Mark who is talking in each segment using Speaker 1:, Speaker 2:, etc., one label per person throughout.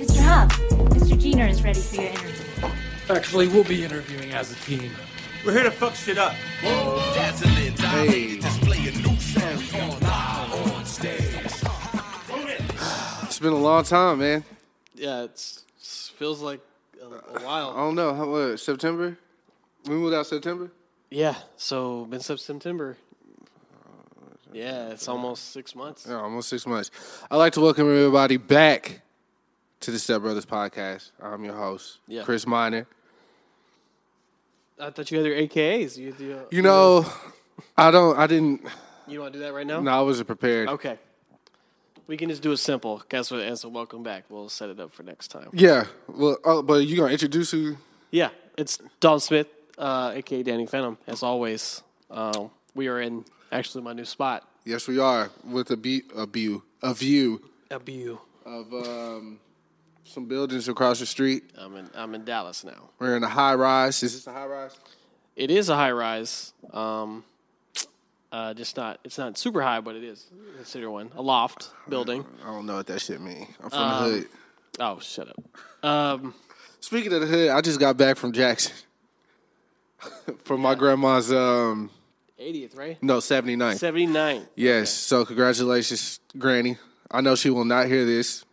Speaker 1: Mr. Hub, Mr. Diener is ready for your interview.
Speaker 2: Actually, we'll be interviewing as a team.
Speaker 3: We're here to fuck shit up.
Speaker 4: It's been a long time, man.
Speaker 5: Yeah, it's, it's feels like a, a
Speaker 4: I
Speaker 5: while.
Speaker 4: don't know how what, September. We moved out September.
Speaker 5: Yeah, so been since September. Yeah, it's almost six months.
Speaker 4: No, almost six months. I'd like to welcome everybody back to the Step Brothers podcast. I'm your host,
Speaker 5: Yeah.
Speaker 4: Chris Miner.
Speaker 5: I thought you had your AKAs. You you,
Speaker 4: You know, I don't. I didn't.
Speaker 5: you want to do that right now?
Speaker 4: No, I wasn't prepared.
Speaker 5: Okay. We can just do it simple. Guess what? As a welcome back, we'll set it up for next time.
Speaker 4: Yeah. Well, oh, but you gonna introduce who?
Speaker 5: Yeah, it's Don Smith, uh, aka Danny Phantom. As always, um, we are in actually my new spot.
Speaker 4: Yes, we are with a be a view a view
Speaker 5: Abu.
Speaker 4: of um, some buildings across the street.
Speaker 5: I'm in I'm in Dallas now.
Speaker 4: We're in a high rise. Is this a high rise?
Speaker 5: It is a high rise. Um, uh, just not. It's not super high, but it is considered one. A loft building.
Speaker 4: I don't know what that shit means. I'm from the hood.
Speaker 5: Oh, shut up. Um,
Speaker 4: Speaking of the hood, I just got back from Jackson. from my grandma's um
Speaker 5: 80th, right?
Speaker 4: no, 79.
Speaker 5: 79.
Speaker 4: Yes. So congratulations, Granny. I know she will not hear this.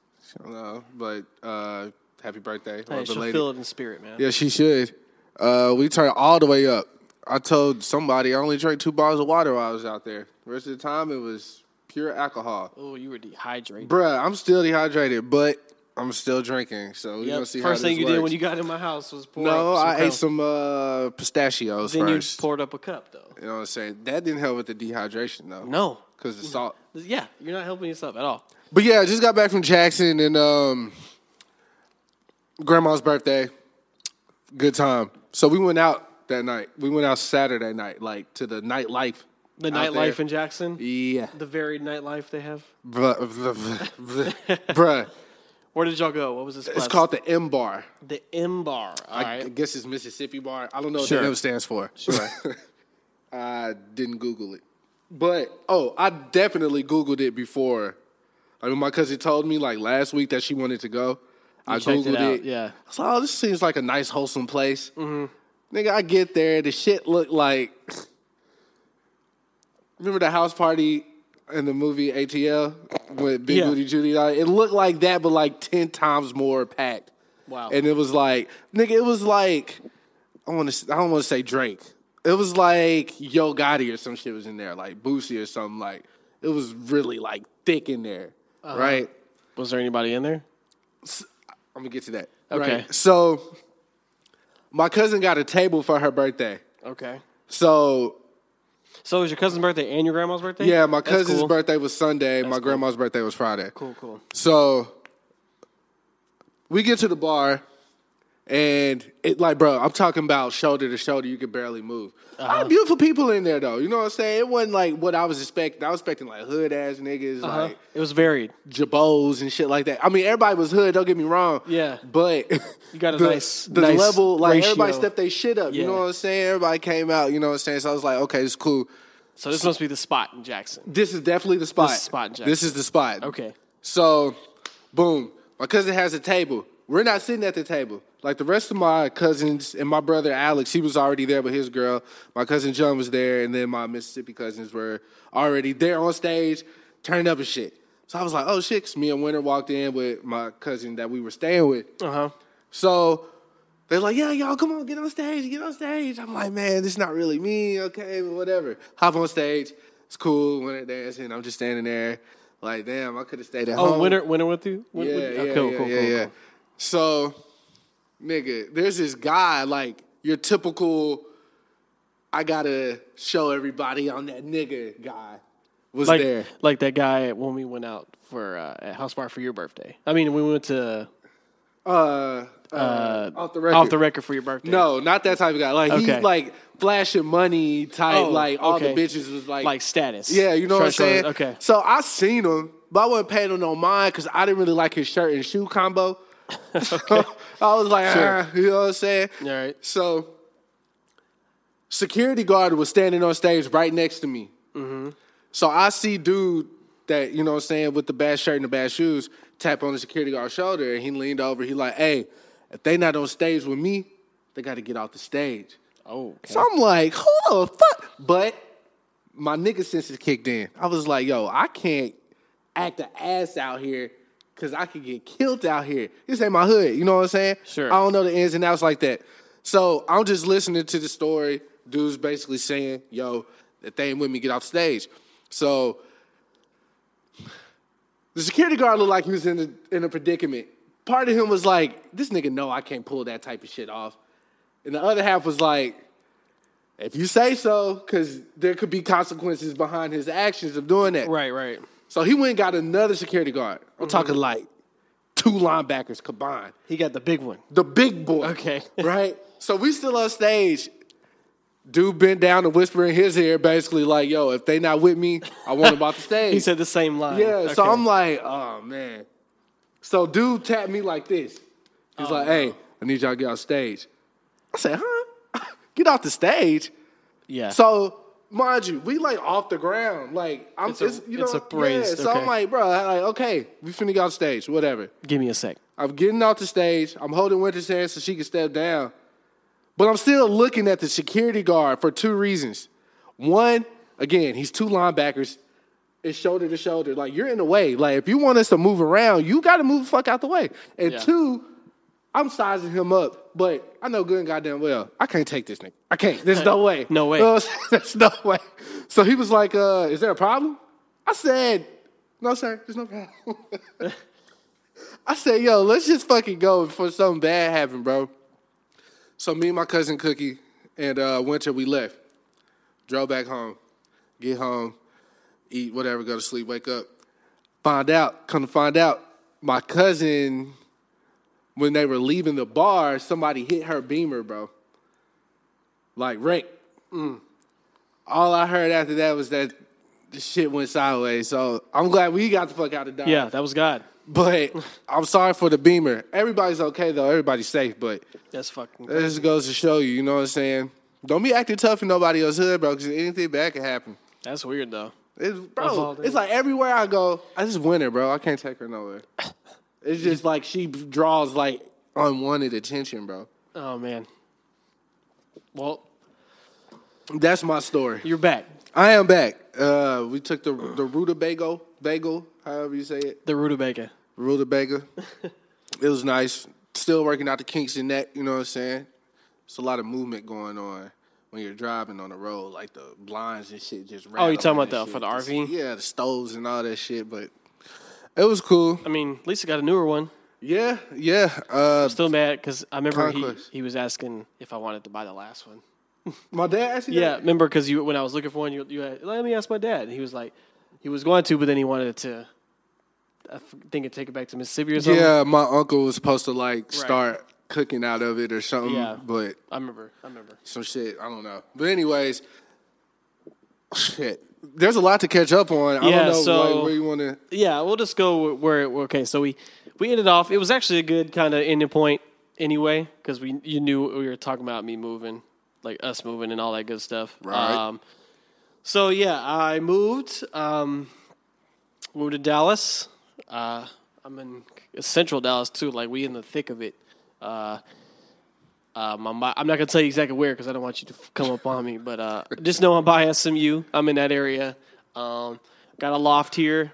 Speaker 4: Uh, but uh happy birthday.
Speaker 5: Hey,
Speaker 4: Love the
Speaker 5: she'll
Speaker 4: lady.
Speaker 5: feel it in spirit, man.
Speaker 4: Yeah, she should. Uh we turned all the way up. I told somebody I only drank two bottles of water while I was out there. The rest of the time it was pure alcohol.
Speaker 5: Oh, you were dehydrated.
Speaker 4: Bruh, I'm still dehydrated, but I'm still drinking. So we're
Speaker 5: Yep.
Speaker 4: gonna see how
Speaker 5: First thing
Speaker 4: this
Speaker 5: you did
Speaker 4: works.
Speaker 5: when you got in my house was pour
Speaker 4: No,
Speaker 5: up some
Speaker 4: I
Speaker 5: Crown.
Speaker 4: ate some uh, pistachios
Speaker 5: Then
Speaker 4: first.
Speaker 5: you poured up a cup, though.
Speaker 4: you know what I'm saying? That didn't help with the dehydration though.
Speaker 5: No.
Speaker 4: because the salt.
Speaker 5: Yeah, you're not helping yourself at all.
Speaker 4: But yeah, I just got back from Jackson and um, Grandma's birthday. Good time. So we went out that night. We went out Saturday night, like to the nightlife.
Speaker 5: The
Speaker 4: out
Speaker 5: nightlife
Speaker 4: there.
Speaker 5: in Jackson,
Speaker 4: yeah,
Speaker 5: the varied nightlife they have.
Speaker 4: bruh, bruh, bruh, bruh, bruh.
Speaker 5: Where did y'all go? What was this?
Speaker 4: It's
Speaker 5: place?
Speaker 4: called the M Bar.
Speaker 5: the M Bar. All
Speaker 4: I
Speaker 5: right.
Speaker 4: guess it's Mississippi Bar. I don't know what
Speaker 5: Sure.
Speaker 4: the M stands for. Sure. I didn't Google it. But oh, I definitely Googled it before. I mean my cousin told me like last week that she wanted to go. I
Speaker 5: checked
Speaker 4: Googled
Speaker 5: it
Speaker 4: it.
Speaker 5: out, yeah. Mm-hmm.
Speaker 4: I was like, oh, this seems like a nice, wholesome place. Nigga, I get there, the shit looked like Remember the house party in the movie ATL with Big
Speaker 5: Yeah.
Speaker 4: Booty Judy? Like, It looked like that, but like ten times more packed.
Speaker 5: Wow.
Speaker 4: And it was like, nigga, it was like, I want to, I don't want to say Drake. It was like Yo Gotti or some shit was in there, like Boosie or something. Like it was really like thick in there,
Speaker 5: Uh-huh.
Speaker 4: right?
Speaker 5: Was there anybody in there?
Speaker 4: I'm gonna get to that.
Speaker 5: Okay.
Speaker 4: Right? So, my cousin got a table for her birthday.
Speaker 5: Okay.
Speaker 4: So
Speaker 5: So it was your cousin's birthday and your grandma's birthday?
Speaker 4: yeah, my
Speaker 5: That's
Speaker 4: cousin's
Speaker 5: cool.
Speaker 4: birthday was Sunday. my grandma's birthday was Friday.
Speaker 5: Cool, cool.
Speaker 4: So we get to the bar, and it like, bro, I'm talking about shoulder to shoulder. You could barely move. I
Speaker 5: Uh-huh.
Speaker 4: had beautiful people in there though. You know what I'm saying? It wasn't like what I was expecting. I was expecting like hood ass niggas,
Speaker 5: Huh?
Speaker 4: like
Speaker 5: It was varied.
Speaker 4: jabos and shit like that. I mean, everybody was hood. Don't get me wrong.
Speaker 5: Yeah.
Speaker 4: but
Speaker 5: You got a
Speaker 4: the,
Speaker 5: nice-
Speaker 4: the
Speaker 5: nice
Speaker 4: level. Like everybody
Speaker 5: ratio.
Speaker 4: stepped their shit up.
Speaker 5: Yeah.
Speaker 4: You know what I'm saying? Everybody came out. You know what I'm saying? So I was like, okay, it's cool.
Speaker 5: So this must be the spot in Jackson.
Speaker 4: This is definitely the spot.
Speaker 5: This is spot, Jack.
Speaker 4: This is the spot.
Speaker 5: Okay.
Speaker 4: So, boom. My cousin has a table. We're not sitting at the table. Like the rest of my cousins and my brother Alex, he was already there with his girl. My cousin John was there, and then my Mississippi cousins were already there on stage, turned up and shit. So I was like, oh shit, 'cause me and Winter walked in with my cousin that we were staying with.
Speaker 5: Uh huh.
Speaker 4: So they're like, yeah, y'all, come on, get on stage, get on stage. I'm like, man, this is not really me, okay, but whatever. Hop on stage, it's cool, winter dancing, I'm just standing there. Like, damn, I could have stayed at
Speaker 5: Oh,
Speaker 4: home.
Speaker 5: winter, winter with you. Win-
Speaker 4: Yeah,
Speaker 5: with you?
Speaker 4: yeah,
Speaker 5: Oh, cool,
Speaker 4: yeah,
Speaker 5: cool,
Speaker 4: yeah,
Speaker 5: cool,
Speaker 4: yeah.
Speaker 5: cool.
Speaker 4: So, nigga, there's this guy, like, your typical, I gotta show everybody on that nigga guy was
Speaker 5: Like,
Speaker 4: there.
Speaker 5: like that guy when we went out for uh, at House Bar for your birthday. I mean, we went to
Speaker 4: Uh, uh,
Speaker 5: uh,
Speaker 4: off the record.
Speaker 5: off the record for your birthday.
Speaker 4: No, not that type of guy. Like,
Speaker 5: Okay.
Speaker 4: he's like flashing money type,
Speaker 5: Oh,
Speaker 4: like, all
Speaker 5: okay.
Speaker 4: the bitches was like,
Speaker 5: like status.
Speaker 4: Yeah, you know what I'm
Speaker 5: Trying
Speaker 4: saying?
Speaker 5: to show- Okay.
Speaker 4: So I seen him, but I wasn't paying him no mind because I didn't really like his shirt and shoe combo. I was like,
Speaker 5: Sure.
Speaker 4: "Ah," you know what I'm saying?
Speaker 5: All right.
Speaker 4: So security guard was standing on stage right next to me.
Speaker 5: Mm-hmm.
Speaker 4: So I see dude that, you know what I'm saying, with the bad shirt and the bad shoes, tap on the security guard's shoulder and he leaned over. He like, hey, if they not on stage with me, they got to get off the stage.
Speaker 5: Oh, okay.
Speaker 4: So I'm like, who the fuck? But my nigga senses kicked in. I was like, yo, I can't act an ass out here because I could get killed out here. This ain't my hood. You know what I'm saying?
Speaker 5: Sure.
Speaker 4: I don't know the ins and outs like that. So I'm just listening to the story. Dude's basically saying, yo, if they ain't with me, get off stage. So the security guard looked like he was in a, in a predicament. Part of him was like, this nigga know I can't pull that type of shit off. And the other half was like, if you say so, because there could be consequences behind his actions of doing that.
Speaker 5: right, Mm-hmm. right.
Speaker 4: So he went and got another security guard. I'm talking like two linebackers combined.
Speaker 5: He got the big one.
Speaker 4: The big boy.
Speaker 5: Okay.
Speaker 4: right? So we still on stage. Dude bent down and whisper in his ear, basically like, yo, if they not with me, I want them off the stage.
Speaker 5: He said the same line.
Speaker 4: Yeah, so
Speaker 5: Okay.
Speaker 4: I'm like, oh man. So dude tapped me like this. He's
Speaker 5: Oh,
Speaker 4: like, hey, I need y'all to get off stage. I said, huh? get off the stage?
Speaker 5: yeah.
Speaker 4: So mind you, we like off the ground. Like I'm
Speaker 5: It's
Speaker 4: it's
Speaker 5: a-
Speaker 4: you know,
Speaker 5: it's a
Speaker 4: Yeah,
Speaker 5: raised,
Speaker 4: so
Speaker 5: okay.
Speaker 4: I'm like, bro, like, okay, we finna get off stage, whatever.
Speaker 5: give me a sec.
Speaker 4: I'm getting off the stage. I'm holding Winter's hand so she can step down. But I'm still looking at the security guard for two reasons. One, again, he's two linebackers. It's shoulder to shoulder. Like, you're in the way. Like, if you want us to move around, you got to move the fuck out the way. And
Speaker 5: Yeah.
Speaker 4: two, I'm sizing him up, but I know good and goddamn well I can't take this nigga. I can't. There's no way.
Speaker 5: No way.
Speaker 4: You know what I'm saying? There's no way. So he was like, uh, "Is there a problem?" I said, "No, sir. There's no problem." I said, yo, let's just fucking go before something bad happened, bro. So me and my cousin Cookie and uh, Winter, we left. Drove back home, get home, eat whatever, go to sleep, wake up. Find out, come to find out, my cousin, when they were leaving the bar, somebody hit her beamer, bro. Like Rick. All I heard after that was that the shit went sideways. So I'm glad we got the fuck out of Dodge.
Speaker 5: Yeah, that was God.
Speaker 4: But I'm sorry for the Beamer. Everybody's okay though. Everybody's safe. But
Speaker 5: That's fucking.
Speaker 4: that just goes to show you, you know what I'm saying? Don't be acting tough in nobody else's hood, bro. Because anything bad can happen.
Speaker 5: That's weird though.
Speaker 4: It's,
Speaker 5: Of all
Speaker 4: bro,
Speaker 5: things.
Speaker 4: it's like everywhere I go, I just win her, bro. I can't take her nowhere. It's just like she draws like unwanted attention, bro.
Speaker 5: Oh man. Well,
Speaker 4: That's my story.
Speaker 5: you're back.
Speaker 4: I am back. Uh, we took the the rutabago, bagel, however you say it.
Speaker 5: The rutabaga.
Speaker 4: rutabaga. it was nice. Still working out the kinks in that. You know what I'm saying? It's a lot of movement going on when you're driving on the road, like the blinds and shit just. rattle
Speaker 5: Oh, talking
Speaker 4: and
Speaker 5: about the- for
Speaker 4: shit.
Speaker 5: the
Speaker 4: Just-
Speaker 5: RV?
Speaker 4: yeah, the stoves and all that shit, but. It was cool.
Speaker 5: I mean, Lisa got a newer one.
Speaker 4: Yeah, yeah. Uh,
Speaker 5: Still mad because I remember he,
Speaker 4: Conquest.
Speaker 5: he was asking if I wanted to buy the last one.
Speaker 4: my dad actually.
Speaker 5: Yeah, remember because you when I was looking for one, you, you had, let me ask my dad. And he was like, he was going to, but then he wanted to. I f- think it take it back to Mississippi or something.
Speaker 4: Yeah, my uncle was supposed to like start cooking out of it or something,
Speaker 5: Yeah.
Speaker 4: but
Speaker 5: I remember. I remember.
Speaker 4: some shit. I don't know. But anyways, shit. There's a lot to catch up on. I
Speaker 5: Yeah,
Speaker 4: don't know
Speaker 5: so-
Speaker 4: like, where you want to.
Speaker 5: Yeah, we'll just go where. where okay, so we we ended off. It was actually a good kind of ending point anyway because we you knew we were talking about me moving, like us moving and all that good stuff.
Speaker 4: Right.
Speaker 5: Um, So yeah, I moved. Um, moved to Dallas. Uh, I'm in central Dallas too. Like we in the thick of it. Uh, uh, my, my, I'm not gonna tell you exactly where because I don't want you to f- come up on me. But uh, just know I'm by SMU. I'm in that area. Um, got a loft here.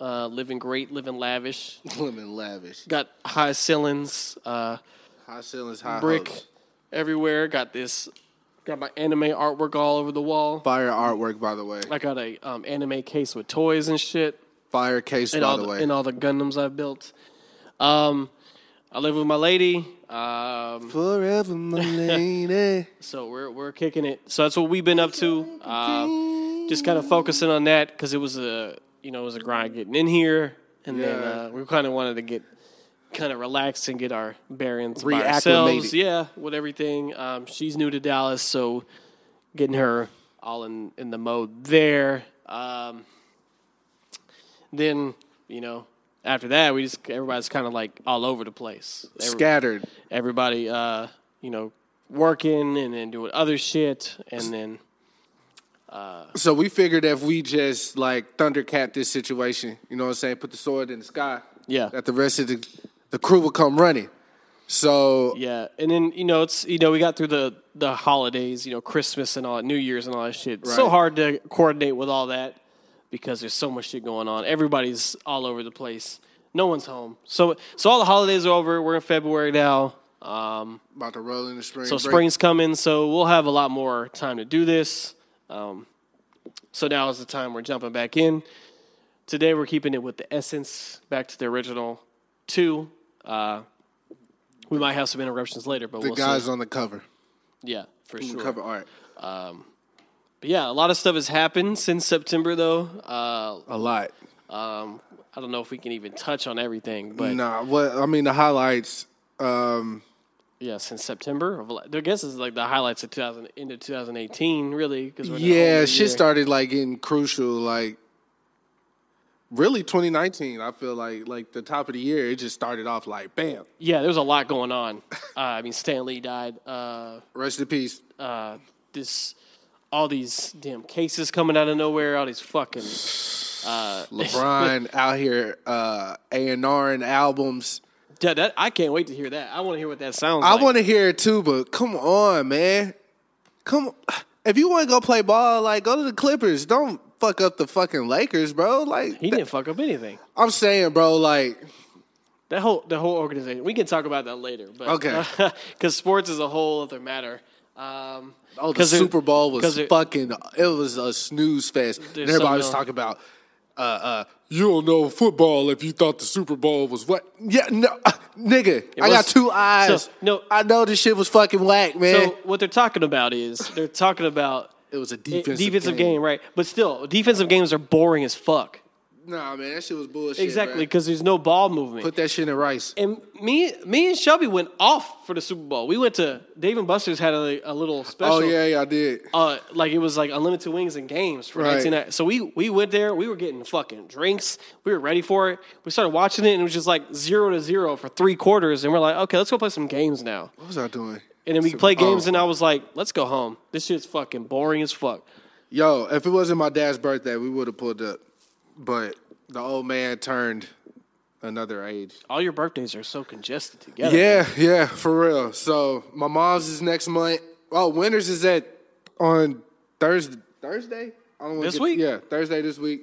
Speaker 5: Uh, living great, living lavish.
Speaker 4: Living lavish.
Speaker 5: Got high ceilings. Uh,
Speaker 4: High ceilings, high
Speaker 5: brick
Speaker 4: hopes.
Speaker 5: everywhere. Got this. Got my anime artwork all over the wall.
Speaker 4: Fire artwork, by the way.
Speaker 5: I got a um, anime case with toys and shit,
Speaker 4: Fire case,
Speaker 5: and
Speaker 4: by
Speaker 5: all
Speaker 4: the,
Speaker 5: the,
Speaker 4: way.
Speaker 5: and all the Gundams I've built. Um, I live with my lady, um,
Speaker 4: Forever, my lady.
Speaker 5: so we're we're kicking it. So that's what we've been up to. Um, just kind of focusing on that because it was a you know it was a grind getting in here, and then
Speaker 4: Yeah.
Speaker 5: uh, we kind of wanted to get kind of relaxed and get our bearings by
Speaker 4: Reacclimated.
Speaker 5: ourselves. Yeah, with everything. Um, she's new to Dallas, so getting her all in in the mode there. Um, then you know after that we just everybody's kind of like all over the place. Every-
Speaker 4: Scattered.
Speaker 5: everybody uh, you know working and then doing other shit and then
Speaker 4: So we figured if we just like Thundercat this situation, you know what I'm saying? Put the sword in the sky.
Speaker 5: Yeah.
Speaker 4: That the rest of the the crew will come running. So
Speaker 5: yeah and then you know it's you know we got through the the holidays you know christmas and all that new year's and all that shit so
Speaker 4: Right.
Speaker 5: hard to coordinate with all that because there's so much shit going on everybody's all over the place no one's home so so all the holidays are over we're in february now um,
Speaker 4: about to roll in the spring.
Speaker 5: So
Speaker 4: break.
Speaker 5: spring's coming, so we'll have a lot more time to do this. Um, so now is the time we're jumping back in. Today we're keeping it with the essence, back to the original two. Uh, we might have some interruptions later, but
Speaker 4: the
Speaker 5: we'll
Speaker 4: guys
Speaker 5: see.
Speaker 4: on the cover.
Speaker 5: yeah, for sure.
Speaker 4: Cover art.
Speaker 5: But yeah, a lot of stuff has happened since September, though. Uh,
Speaker 4: A lot.
Speaker 5: I don't know if we can even touch on everything, but
Speaker 4: Nah, what I mean the highlights, um,
Speaker 5: yeah, since September, of, la- I guess it's like the highlights of 2000 into 2018, really. Cause we're in the
Speaker 4: Yeah,
Speaker 5: older
Speaker 4: shit
Speaker 5: year.
Speaker 4: started like getting crucial. Like, really, 2019. I feel like like the top of the year, it just started off like bam.
Speaker 5: Yeah, there was a lot going on. Uh, I mean, Stan Lee died. Uh,
Speaker 4: Rest in peace.
Speaker 5: uh, this, all these damn cases coming out of nowhere. All these fucking uh,
Speaker 4: LeBron out here uh A and R and albums.
Speaker 5: yeah. That I can't wait to hear that. I want to hear what that sounds.
Speaker 4: I
Speaker 5: like.
Speaker 4: want to hear it too, but come on, man. Come, if you want to go play ball, like go to the Clippers. Don't fuck up the fucking Lakers, bro. Like
Speaker 5: He didn't fuck up anything.
Speaker 4: I'm saying, bro. Like
Speaker 5: That whole the whole organization. We can talk about that later. But,
Speaker 4: Okay.
Speaker 5: because sports is a whole other matter. Um,
Speaker 4: Oh, the
Speaker 5: 'cause there-
Speaker 4: Super Bowl
Speaker 5: 'cause
Speaker 4: was
Speaker 5: there-
Speaker 4: fucking. It was a snooze fest. And
Speaker 5: There's
Speaker 4: everybody
Speaker 5: so
Speaker 4: was
Speaker 5: no-
Speaker 4: talking about. Uh, uh, you don't know football if you thought the Super Bowl was what? Yeah, no, uh, nigga. I got
Speaker 5: was-
Speaker 4: two eyes.
Speaker 5: so, no.
Speaker 4: I know this shit was fucking whack, man.
Speaker 5: So what they're talking about is they're talking about eh,
Speaker 4: it was a defensive,
Speaker 5: defensive, game. right? But still, defensive games are boring as fuck.
Speaker 4: Nah, man, that shit was bullshit.
Speaker 5: Exactly,
Speaker 4: bruh.
Speaker 5: because there's no ball movement.
Speaker 4: Put that shit in rice.
Speaker 5: And me, me and Shelby went off for the Super Bowl. We went to Dave and Buster's had a, a little special.
Speaker 4: Oh yeah, yeah, I did.
Speaker 5: Uh, like it was like unlimited wings and games for
Speaker 4: Right.
Speaker 5: 19. So we we went there. We were getting fucking drinks. We were ready for it. We started watching it, and it was just like zero to zero for three quarters. And we're like, okay, let's go play some games now.
Speaker 4: What was I doing?
Speaker 5: And then we play
Speaker 4: oh.
Speaker 5: games, and I was like, let's go home. This shit's fucking boring as fuck.
Speaker 4: Yo, if it wasn't my dad's birthday, we would have pulled up. But the old man turned another age.
Speaker 5: All your birthdays are so congested together.
Speaker 4: Yeah, yeah, for real. So my mom's is next month. Oh, Winters is at on Thursday. Thursday? I don't wanna
Speaker 5: This
Speaker 4: get-
Speaker 5: week?
Speaker 4: Yeah, Thursday this week.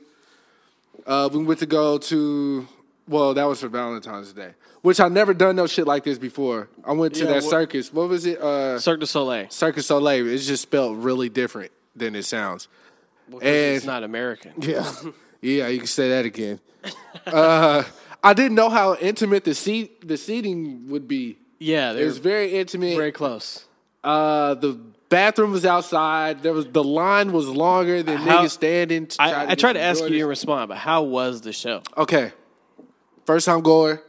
Speaker 4: Uh, we went to go to. Well, that was for Valentine's Day, which I never done no shit like this before. I went to
Speaker 5: Yeah,
Speaker 4: that
Speaker 5: what-
Speaker 4: circus. What was it? Uh,
Speaker 5: Cirque du Soleil.
Speaker 4: Circus Soleil. It's just spelled really different than it sounds. and
Speaker 5: It's not American.
Speaker 4: yeah, yeah, you can say that again. Uh, I didn't know how intimate the seat the seating would be.
Speaker 5: Yeah,
Speaker 4: It
Speaker 5: they're
Speaker 4: was very intimate.
Speaker 5: very close.
Speaker 4: Uh, the bathroom was outside. There was the line was longer than
Speaker 5: How-
Speaker 4: niggas standing. To try
Speaker 5: I, I
Speaker 4: get
Speaker 5: tried to
Speaker 4: some
Speaker 5: ask you, you
Speaker 4: Jordans.
Speaker 5: didn't respond, but how was the show?
Speaker 4: Okay, first time goer,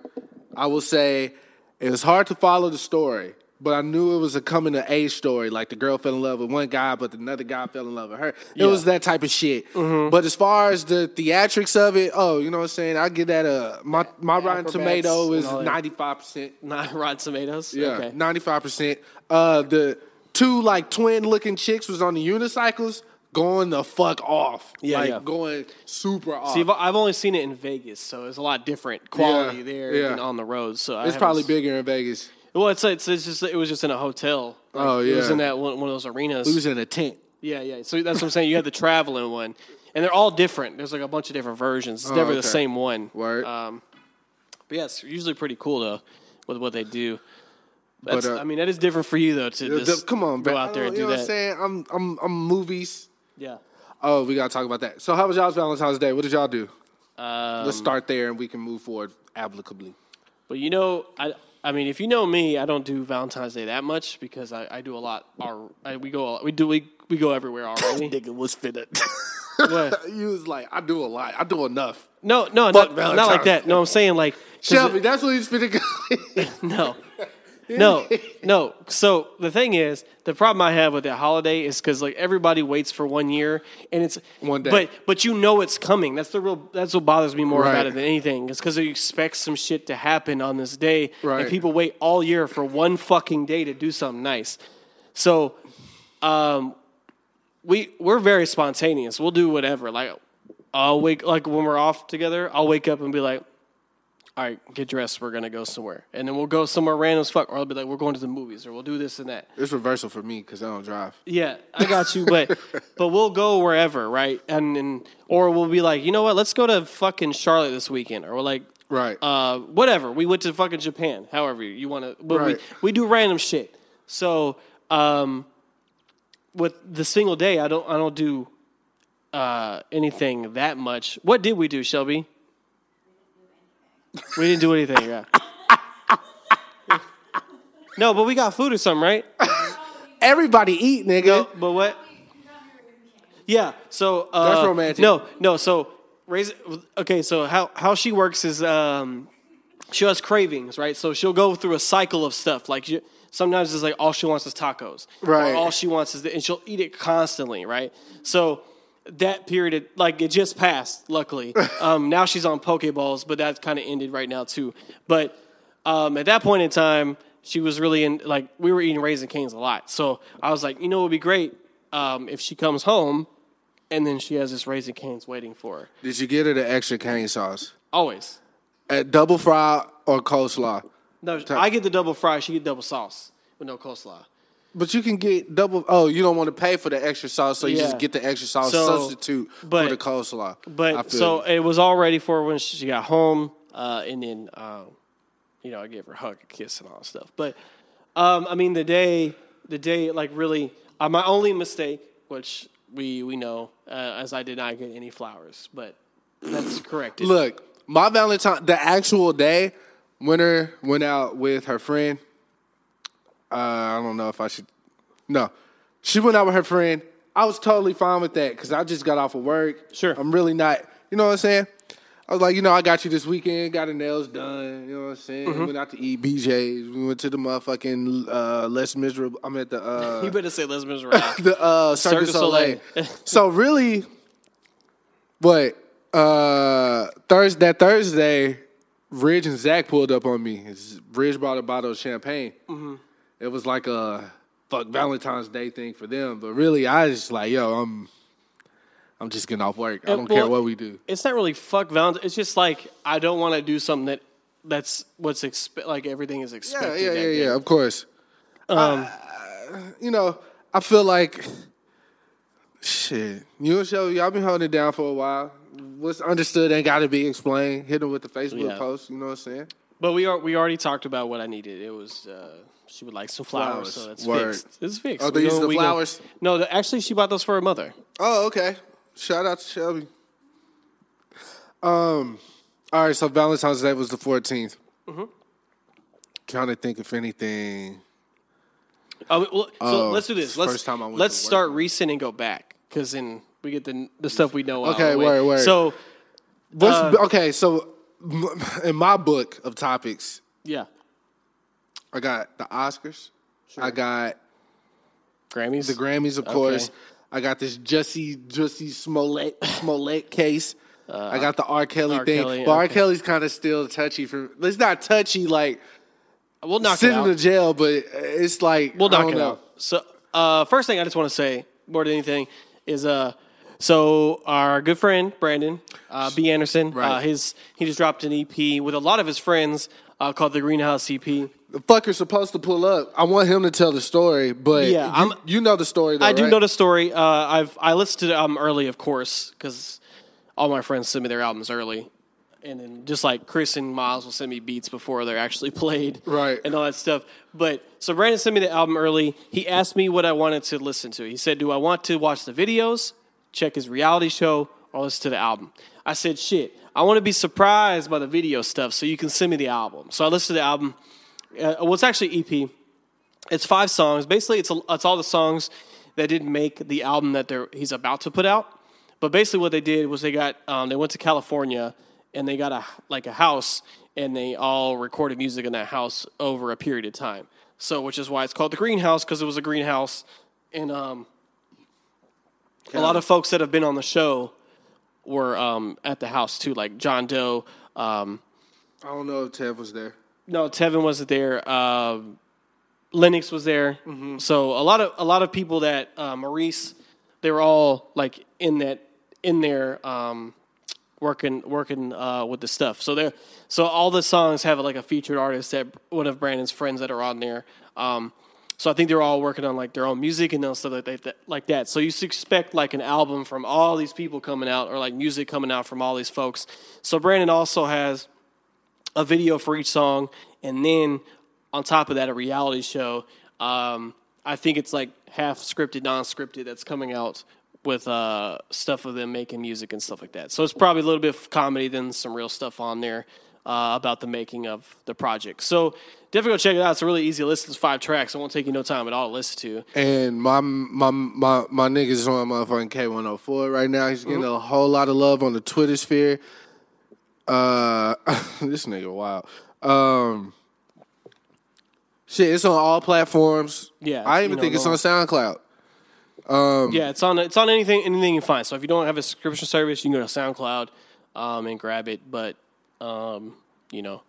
Speaker 4: I will say it was hard to follow the story, but I knew it was a coming of age story. Like the girl fell in love with one guy, but another guy fell in love with her. It was that type of shit.
Speaker 5: Mm-hmm.
Speaker 4: But as far as the theatrics of it, oh, you know what I'm saying? I give that a my my Rotten
Speaker 5: Acrobats
Speaker 4: Tomato
Speaker 5: and
Speaker 4: is
Speaker 5: all that.
Speaker 4: ninety five percent.
Speaker 5: Not Rotten Tomatoes.
Speaker 4: Yeah,
Speaker 5: Okay.
Speaker 4: ninety five percent. Uh, the two like twin looking chicks was on the unicycles. going the fuck off.
Speaker 5: Yeah,
Speaker 4: like
Speaker 5: yeah.
Speaker 4: going super off.
Speaker 5: See, I've- I've only seen it in Vegas, so it's a lot different quality
Speaker 4: Yeah,
Speaker 5: there
Speaker 4: yeah.
Speaker 5: than on the road. So I
Speaker 4: it's
Speaker 5: haven't
Speaker 4: probably
Speaker 5: s-
Speaker 4: bigger in Vegas.
Speaker 5: Well, it's, it's it's just it was just in a hotel. Like,
Speaker 4: Oh,
Speaker 5: it was
Speaker 4: yeah.
Speaker 5: in that one, one of those arenas.
Speaker 4: We was in a tent.
Speaker 5: yeah, yeah. So that's what I'm saying. You had the traveling one, and they're all different. There's like a bunch of different versions. It's never
Speaker 4: Oh, okay.
Speaker 5: the same one.
Speaker 4: Word.
Speaker 5: Um, but yeah, it's usually pretty cool though with what they do. That's,
Speaker 4: uh,
Speaker 5: I mean, that is different for you though to
Speaker 4: The-
Speaker 5: just
Speaker 4: come on,
Speaker 5: go
Speaker 4: bro.
Speaker 5: out there and
Speaker 4: you
Speaker 5: do
Speaker 4: know what
Speaker 5: that.
Speaker 4: I'm saying? I'm I'm I'm movies.
Speaker 5: Yeah.
Speaker 4: Oh, we gotta talk about that. So, how was y'all's Valentine's Day? What did y'all do?
Speaker 5: Um,
Speaker 4: Let's start there, and we can move forward applicably.
Speaker 5: But you know, I I mean, if you know me, I don't do Valentine's Day that much because I, I do a lot. Our I, we go we do we, we go everywhere already.
Speaker 4: Nigga was finna.
Speaker 5: What?
Speaker 4: you was like, I do a lot. I do enough.
Speaker 5: No, no,
Speaker 4: Fuck
Speaker 5: not, not like that. No, I'm saying like 'cause
Speaker 4: Shelby, that's what he's finna go.
Speaker 5: it- no, no, no. So the thing is, the problem I have with that holiday is because like everybody waits for one year and it's
Speaker 4: One day.
Speaker 5: but but you know it's coming. That's the real. That's what bothers me more
Speaker 4: Right.
Speaker 5: about it than anything. It's because you expect some shit to happen on this day,
Speaker 4: Right.
Speaker 5: and people wait all year for one fucking day to do something nice. So, um, we we're very spontaneous. We'll do whatever. Like I'll wake like when we're off together, I'll wake up and be like, "All right, get dressed. We're gonna go somewhere," and then we'll go somewhere random as fuck. Or I'll be like, "We're going to the movies," or we'll do this and that.
Speaker 4: it's reversal for me because I don't drive.
Speaker 5: Yeah, I got you, but but we'll go wherever, right? And and or we'll be like, you know what? Let's go to fucking Charlotte this weekend, or we're like,
Speaker 4: Right.
Speaker 5: uh, whatever. We went to fucking Japan. However you want to, but
Speaker 4: Right.
Speaker 5: we, we do random shit. So um, with the single day, I don't I don't do uh, anything that much. What did we do, Shelby? We didn't do anything. Yeah. No, but we got food or something, right?
Speaker 4: Everybody eat, nigga.
Speaker 5: No, but what? Yeah. So uh,
Speaker 4: That's romantic.
Speaker 5: No, no. So raise. Okay. So how how she works is um, she has cravings, right? So she'll go through a cycle of stuff. Like she, sometimes it's like all she wants is tacos, or
Speaker 4: Right.
Speaker 5: all she wants is, the, and she'll eat it constantly, right? So that period, of, like it just passed. Luckily, um, now she's on Pokeballs, but that's kind of ended right now too. But um, at that point in time, she was really in. Like we were eating raisin canes a lot, so I was like, you know, it would be great um, if she comes home. And then she has this raisin canes waiting for her.
Speaker 4: Did you get her the extra cane sauce?
Speaker 5: Always.
Speaker 4: At double fry or coleslaw?
Speaker 5: No, I get the double fry. She get double sauce with no coleslaw.
Speaker 4: But you can get double. Oh, you don't want to pay for the extra sauce, so you
Speaker 5: Yeah.
Speaker 4: just get the extra sauce
Speaker 5: So,
Speaker 4: substitute for
Speaker 5: but-
Speaker 4: the coleslaw. I
Speaker 5: But
Speaker 4: feel
Speaker 5: so
Speaker 4: you.
Speaker 5: it was all ready for her when she got home, uh, and then um, you know I gave her a hug, a kiss, and all that stuff. But um, I mean the day, the day like really uh, my only mistake, which we we know, uh, as I did not get any flowers, but that's corrected.
Speaker 4: look, my Valentine, the actual day, Winter went out with her friend. Uh, I don't know if I should. No, she went out with her friend. I was totally fine with that because I just got off of work.
Speaker 5: Sure.
Speaker 4: I'm really not. You know what I'm saying? I was like, you know, I got you this weekend. Got her nails done. You know what I'm saying? Went out to eat BJ's. We went to the motherfucking uh, less miserable. I'm at the uh,
Speaker 5: you better say lesbians were out.
Speaker 4: the uh, Cirque du
Speaker 5: Cirque du
Speaker 4: Soleil.
Speaker 5: Soleil.
Speaker 4: so really, but uh, Thursday that Thursday, Ridge and Zach pulled up on me. It's- Ridge brought a bottle of champagne. It was like a fuck Valentine's Day thing for them, but really, I was just like, yo, I'm, I'm just getting off work. I
Speaker 5: Uh,
Speaker 4: don't care
Speaker 5: well,
Speaker 4: what we do.
Speaker 5: it's not really fuck Valentine. It's just like I don't want to do something that that's what's expe- like everything is
Speaker 4: Yeah,
Speaker 5: expected.
Speaker 4: yeah,
Speaker 5: that
Speaker 4: yeah,
Speaker 5: day.
Speaker 4: yeah. Of course. Um, you know, I feel like shit. You and Shelby, y'all been holding it down for a while. What's understood ain't got to be explained. Hit them with the Facebook
Speaker 5: Yeah.
Speaker 4: post. You know what I'm saying?
Speaker 5: But we are we already talked about what I needed. It was uh, she would like some
Speaker 4: Flowers.
Speaker 5: flowers, so it's
Speaker 4: Word.
Speaker 5: fixed. It's fixed.
Speaker 4: Oh,
Speaker 5: We
Speaker 4: these
Speaker 5: go-
Speaker 4: are the
Speaker 5: we go-
Speaker 4: flowers?
Speaker 5: No, the, actually, she bought those for her mother.
Speaker 4: Oh, okay. Shout out to Shelby. Um. All right. So Valentine's Day was the 14th. Trying to think if anything.
Speaker 5: Oh, well, so
Speaker 4: Oh,
Speaker 5: let's do this. Let's
Speaker 4: first time I went
Speaker 5: let's
Speaker 4: to work.
Speaker 5: start recent and go back because then we get the the stuff we know. out of
Speaker 4: Okay,
Speaker 5: the way.
Speaker 4: word, word.
Speaker 5: So
Speaker 4: What's, okay, so Uh, m- in my book of topics,
Speaker 5: yeah,
Speaker 4: I got the Oscars. I got
Speaker 5: Grammys.
Speaker 4: the Grammys, of course. I got this Jesse Jesse Smollett Smollett case. I got the R. Kelly
Speaker 5: Uh, R.
Speaker 4: thing,
Speaker 5: Kelly,
Speaker 4: but R.
Speaker 5: okay.
Speaker 4: Kelly's kind of still touchy for. It's not touchy like
Speaker 5: we'll knock it
Speaker 4: sitting
Speaker 5: out.
Speaker 4: to jail, but it's like
Speaker 5: We'll
Speaker 4: I
Speaker 5: knock
Speaker 4: don't
Speaker 5: it
Speaker 4: know.
Speaker 5: out. So, uh, first thing I just want to say, more than anything, is uh so our good friend Brandon uh, B Anderson, uh,
Speaker 4: Right.
Speaker 5: his he just dropped an EP with a lot of his friends uh, called the Greenhouse EP.
Speaker 4: The fucker's supposed to pull up. I want him to tell the story, but
Speaker 5: Yeah,
Speaker 4: you,
Speaker 5: I'm-
Speaker 4: you know the story. Though,
Speaker 5: I do
Speaker 4: right?
Speaker 5: know the story. Uh, I've I listened to the album early, of course, because all my friends send me their albums early, and then just like Chris and Miles will send me beats before they're actually played,
Speaker 4: Right.
Speaker 5: and all that stuff. But so Brandon sent me the album early. He asked me what I wanted to listen to. He said, "Do I want to watch the videos, check his reality show, or listen to the album?" I said, "Shit, I want to be surprised by the video stuff, so you can send me the album." So I listened to the album. Uh, well, it's actually EP it's five songs. Basically, it's it's all the songs that didn't make the album that they're he's about to put out. But basically, what they did was they got um, they went to California and they got a like a house and they all recorded music in that house over a period of time. So, which is why it's called the greenhouse because it was a greenhouse. And um, a lot of folks that have been on the show were um, at the house too, like John Doe. Um,
Speaker 4: I don't know if Tev was there.
Speaker 5: no, Tevin wasn't there. Um Lennox was there. So a lot of a lot of people that uh, Maurice, they were all like in that in there um, working working uh, with the stuff. So there, so all the songs have like a featured artist that one of Brandon's friends that are on there. Um, so I think they're all working on like their own music and stuff like that, like that. So you should expect like an album from all these people coming out, or like music coming out from all these folks. So Brandon also has a video for each song, and then on top of that, a reality show. Um, I think it's like half scripted, non scripted that's coming out with uh, stuff of them making music and stuff like that. So it's probably a little bit of comedy, then some real stuff on there uh, about the making of the project. So definitely go check it out. It's a really easy listen. It's five tracks. It won't take you no time at all to listen to.
Speaker 4: And my my my my niggas on motherfucking K one hundred four right now. He's getting
Speaker 5: Mm-hmm.
Speaker 4: a whole lot of love on the Twitter sphere. Uh, this nigga wild. Um, shit, it's on all platforms.
Speaker 5: Yeah,
Speaker 4: I
Speaker 5: you
Speaker 4: even
Speaker 5: know,
Speaker 4: think it's
Speaker 5: no.
Speaker 4: on SoundCloud.
Speaker 5: Yeah, it's on it's on anything anything you find. So if you don't have a subscription service, you can go to SoundCloud um, and grab it. But um, you know,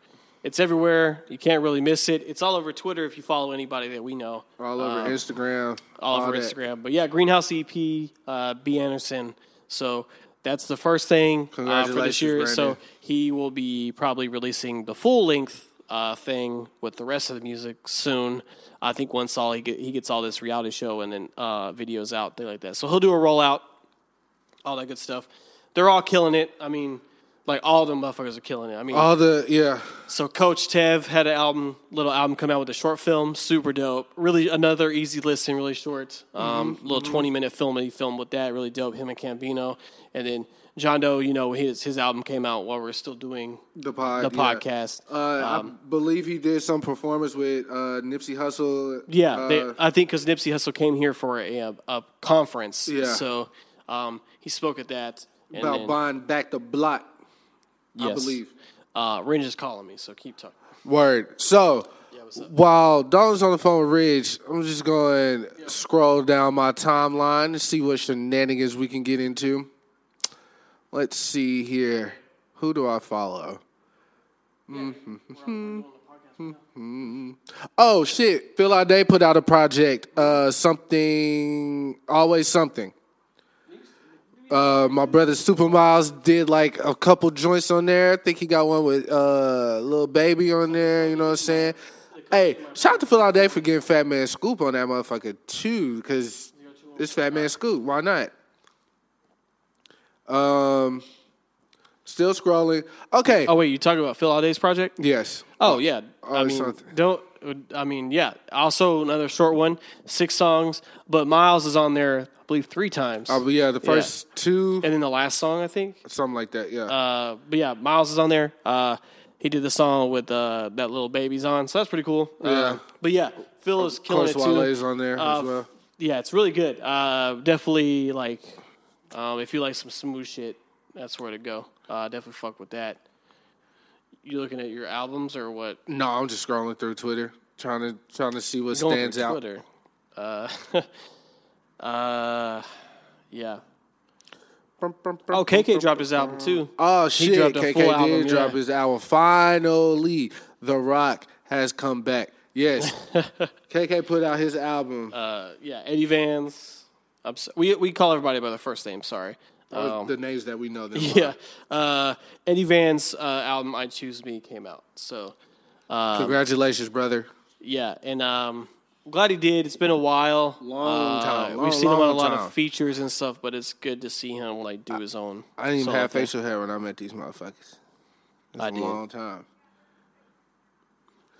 Speaker 5: it's everywhere. You can't really miss it. It's all over Twitter if you follow anybody that we know.
Speaker 4: All over
Speaker 5: Um,
Speaker 4: Instagram.
Speaker 5: all over
Speaker 4: Uh, that.
Speaker 5: Instagram. But yeah, Greenhouse EP, uh, B Anderson. So that's the first thing uh, for
Speaker 4: Congratulations,
Speaker 5: this year. So
Speaker 4: Brandon.
Speaker 5: he will be probably releasing the full length uh, thing with the rest of the music soon. I think once all he get, he gets all this reality show and then uh, videos out, things like that. So he'll do a rollout, all that good stuff. They're all killing it. I mean, like all them motherfuckers are killing it. I mean,
Speaker 4: All the yeah.
Speaker 5: so Coach Tev had an album, little album come out with a short film, super dope. Really another easy listen, really short. Um,
Speaker 4: Mm-hmm,
Speaker 5: little twenty minute film that he filmed with that, really dope. Him and Campino, and then John Doe. You know his his album came out while we are still doing
Speaker 4: The pod.
Speaker 5: the
Speaker 4: yeah.
Speaker 5: podcast. um,
Speaker 4: Uh, I believe he did some performance with uh, Nipsey Hussle.
Speaker 5: Yeah,
Speaker 4: uh,
Speaker 5: they, I think because Nipsey Hussle came here for a, a, a conference,
Speaker 4: Yeah.
Speaker 5: so um, he spoke at that. And
Speaker 4: about
Speaker 5: then,
Speaker 4: buying back the block. I
Speaker 5: yes.
Speaker 4: believe.
Speaker 5: Uh, Ringe is calling me, so keep talking.
Speaker 4: Word. So while Dalton's on the phone with Ridge, I'm just going to scroll down my timeline and see what shenanigans we can get into. Let's see here. Who do I follow? Mhm. Oh shit! Phil Day put out a project. Uh, something always something. Uh, my brother Super Miles did like a couple joints on there. I think he got one with uh little baby on there. You know what I'm saying? Hey, shout out to Phil all day for getting Fat Man Scoop on that motherfucker too, because it's Fat Man Scoop. Why not? Um, still scrolling. Okay.
Speaker 5: Oh wait, you talking about Phil Alday's project?
Speaker 4: Yes.
Speaker 5: Oh yeah, I
Speaker 4: or
Speaker 5: mean
Speaker 4: something.
Speaker 5: don't. I mean yeah. Also another short one, six songs, but Miles is on there, I believe, three times.
Speaker 4: Oh, but yeah, the first two,
Speaker 5: and then the last song, I think.
Speaker 4: something like that. Yeah.
Speaker 5: Uh, but yeah, Miles is on there. Uh, he did the song with uh, that little baby's on, so that's pretty cool. Uh,
Speaker 4: Yeah.
Speaker 5: but yeah, Phil is killing
Speaker 4: course,
Speaker 5: it too.
Speaker 4: Wale's on there
Speaker 5: Uh,
Speaker 4: as well.
Speaker 5: Yeah, it's really good. Uh, definitely like, um, if you like some smooth shit, that's where to go. Uh, definitely fuck with that. You looking at your albums or what?
Speaker 4: No, I'm just scrolling through Twitter, trying to trying to see what
Speaker 5: going
Speaker 4: stands
Speaker 5: through
Speaker 4: out.
Speaker 5: Twitter. Uh, uh, yeah.
Speaker 4: Brum, brum, brum,
Speaker 5: Oh,
Speaker 4: brum,
Speaker 5: KK
Speaker 4: brum.
Speaker 5: dropped his album too.
Speaker 4: Oh shit!
Speaker 5: dropped a
Speaker 4: KK
Speaker 5: full
Speaker 4: did
Speaker 5: album, yeah.
Speaker 4: drop his album. Finally, The Rock has come back. Yes, KK put out his album.
Speaker 5: Oh. Uh, yeah, Eddie Vans, I'm so, we we call everybody by their first name. Sorry. Um,
Speaker 4: Or the names that we know. Them by.
Speaker 5: Yeah. Uh, Eddie Van's uh, album "I Choose Me" came out. So
Speaker 4: Congratulations, brother.
Speaker 5: yeah, and um, I'm glad he did. It's been a while. Uh,
Speaker 4: Long time, long,
Speaker 5: we've seen him on a
Speaker 4: long
Speaker 5: lot
Speaker 4: time.
Speaker 5: of features and stuff, but it's good to see him like do his own.
Speaker 4: I didn't even
Speaker 5: solo
Speaker 4: have
Speaker 5: thing.
Speaker 4: facial hair when I met these motherfuckers. It's
Speaker 5: I
Speaker 4: a
Speaker 5: did.
Speaker 4: long time.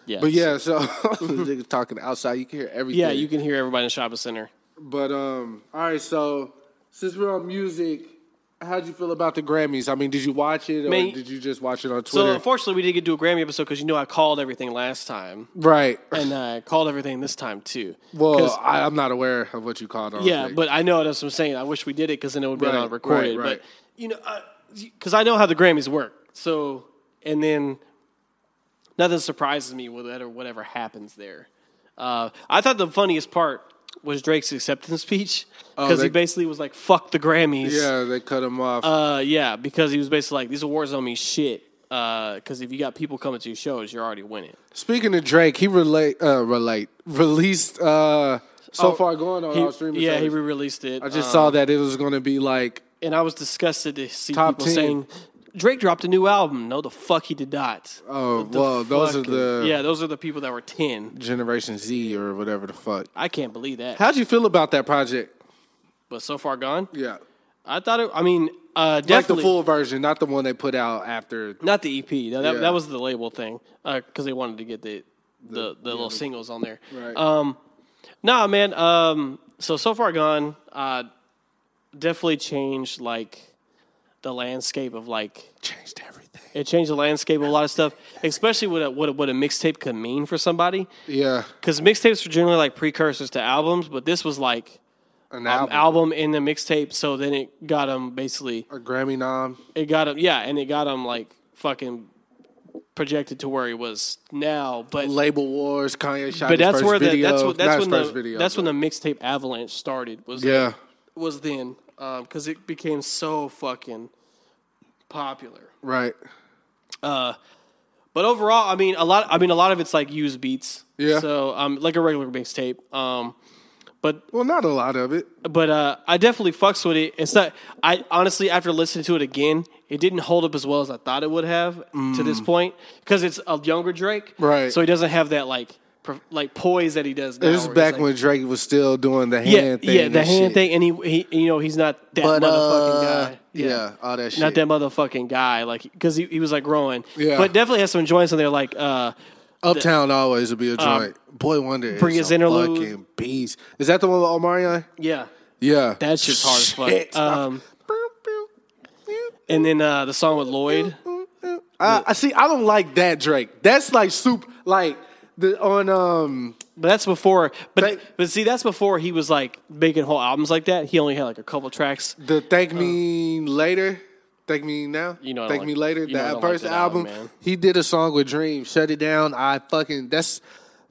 Speaker 5: Yes.
Speaker 4: But yeah, so niggas talking outside, you can hear everything.
Speaker 5: yeah, you can hear everybody in the shopping center.
Speaker 4: But um, all right. So since we're on music, how'd you feel about the Grammys? I mean, did you watch it, or
Speaker 5: Man,
Speaker 4: did you just watch it on
Speaker 5: So
Speaker 4: Twitter?
Speaker 5: unfortunately, we didn't get to do a Grammy episode because you know I called everything last time,
Speaker 4: right.
Speaker 5: and I called everything this time too. 'Cause-
Speaker 4: Well, I, I'm not aware of what you called on.
Speaker 5: Yeah, but I know that's what I'm saying. I wish we did it because then it would be
Speaker 4: Right,
Speaker 5: on recorded.
Speaker 4: right, right.
Speaker 5: But you know, because I know how the Grammys work. So and then nothing surprises me with whatever whatever happens there. Uh, I thought the funniest part was Drake's acceptance speech because
Speaker 4: Oh, they-
Speaker 5: he basically was like, "Fuck the Grammys."
Speaker 4: yeah, they cut him off.
Speaker 5: Uh, yeah, because he was basically like, "These awards don't mean shit." Because if you got people coming to your shows, you're already winning.
Speaker 4: Speaking of Drake, he relate uh, relate released uh, so far going on
Speaker 5: Oh, He-
Speaker 4: all streaming.
Speaker 5: yeah, he uh,
Speaker 4: services.
Speaker 5: re-released it. um,
Speaker 4: I just saw that it was going to be like
Speaker 5: and I was disgusted to see
Speaker 4: Top
Speaker 5: people
Speaker 4: 10.
Speaker 5: saying Drake dropped a new album. No, the fuck he did not.
Speaker 4: Oh,
Speaker 5: The
Speaker 4: well, those are
Speaker 5: fuck-
Speaker 4: the-
Speaker 5: yeah, those are the people that were ten.
Speaker 4: Generation Z or whatever the fuck.
Speaker 5: I can't believe that.
Speaker 4: How'd you feel about that project?
Speaker 5: But so far gone.
Speaker 4: Yeah,
Speaker 5: I thought it. I mean, uh,
Speaker 4: like the
Speaker 5: definitely
Speaker 4: full version, not the one they put out after.
Speaker 5: not the EP. No, that,
Speaker 4: Yeah.
Speaker 5: that was the label thing because they wanted to get the the, the, little singles on there.
Speaker 4: Right.
Speaker 5: Um, nah, man. Um, so so far gone. Uh, definitely changed like the landscape of like
Speaker 4: Changed everything.
Speaker 5: it changed the landscape of a lot of stuff, especially what a, what a, what a mixtape could mean for somebody.
Speaker 4: Yeah,
Speaker 5: Because mixtapes were generally like precursors to albums, but this was like
Speaker 4: an
Speaker 5: an
Speaker 4: album,
Speaker 5: album in the mixtape. So then it got them basically,
Speaker 4: a Grammy nom.
Speaker 5: it got him, yeah, and it got him like fucking projected to where he was now. But
Speaker 4: Label wars, Kanye shot
Speaker 5: but
Speaker 4: his
Speaker 5: that's
Speaker 4: first
Speaker 5: where the
Speaker 4: video.
Speaker 5: that's
Speaker 4: Not
Speaker 5: what that's
Speaker 4: his
Speaker 5: when the
Speaker 4: first video,
Speaker 5: that's when
Speaker 4: but-
Speaker 5: the mixtape avalanche started. Was
Speaker 4: yeah.
Speaker 5: was then because it became so fucking popular.
Speaker 4: Right.
Speaker 5: But overall, I mean, a lot. I mean, a lot of it's like used beats.
Speaker 4: Yeah.
Speaker 5: So, um, like a regular mixtape. Um, but
Speaker 4: Well, not a lot of it.
Speaker 5: but uh, I definitely fucks with it. It's not. I honestly, after listening to it again, it didn't hold up as well as I thought it would have to this point because it's a younger Drake,
Speaker 4: Mm. Right.
Speaker 5: So he doesn't have that like pro- like poise that he does. Now,
Speaker 4: This is
Speaker 5: where he's
Speaker 4: back
Speaker 5: like-
Speaker 4: when Drake was still doing the
Speaker 5: yeah,
Speaker 4: hand thing.
Speaker 5: yeah, the
Speaker 4: and
Speaker 5: hand
Speaker 4: shit.
Speaker 5: thing, and he, he you know he's not that
Speaker 4: But,
Speaker 5: motherfucking
Speaker 4: uh,
Speaker 5: guy.
Speaker 4: yeah. all that shit.
Speaker 5: not that motherfucking guy, like because he, he was like growing,
Speaker 4: Yeah.
Speaker 5: But definitely has some joints in there, like uh,
Speaker 4: Uptown always will be a joint. Boy Wonder
Speaker 5: Prius
Speaker 4: is a
Speaker 5: Um, interlude.
Speaker 4: fucking beast. Is that the one with Omarion?
Speaker 5: yeah,
Speaker 4: Yeah.
Speaker 5: That shit's hard as fuck.
Speaker 4: Shit.
Speaker 5: Um,
Speaker 4: Boop, boop.
Speaker 5: and then uh, the song with Lloyd.
Speaker 4: I, I see. I don't like that Drake. That's like soup. Like the on um.
Speaker 5: But that's before. But
Speaker 4: Thank-
Speaker 5: but see, that's before he was like making whole albums like that. He only had like a couple tracks.
Speaker 4: The Thank Me Later, Thank Me Now,
Speaker 5: Uh, You know I don't
Speaker 4: Thank
Speaker 5: like-
Speaker 4: Me Later,
Speaker 5: you know I
Speaker 4: that
Speaker 5: don't like
Speaker 4: first
Speaker 5: that
Speaker 4: album.
Speaker 5: album, man.
Speaker 4: he did a song with Dream, Shut It Down. I fucking that's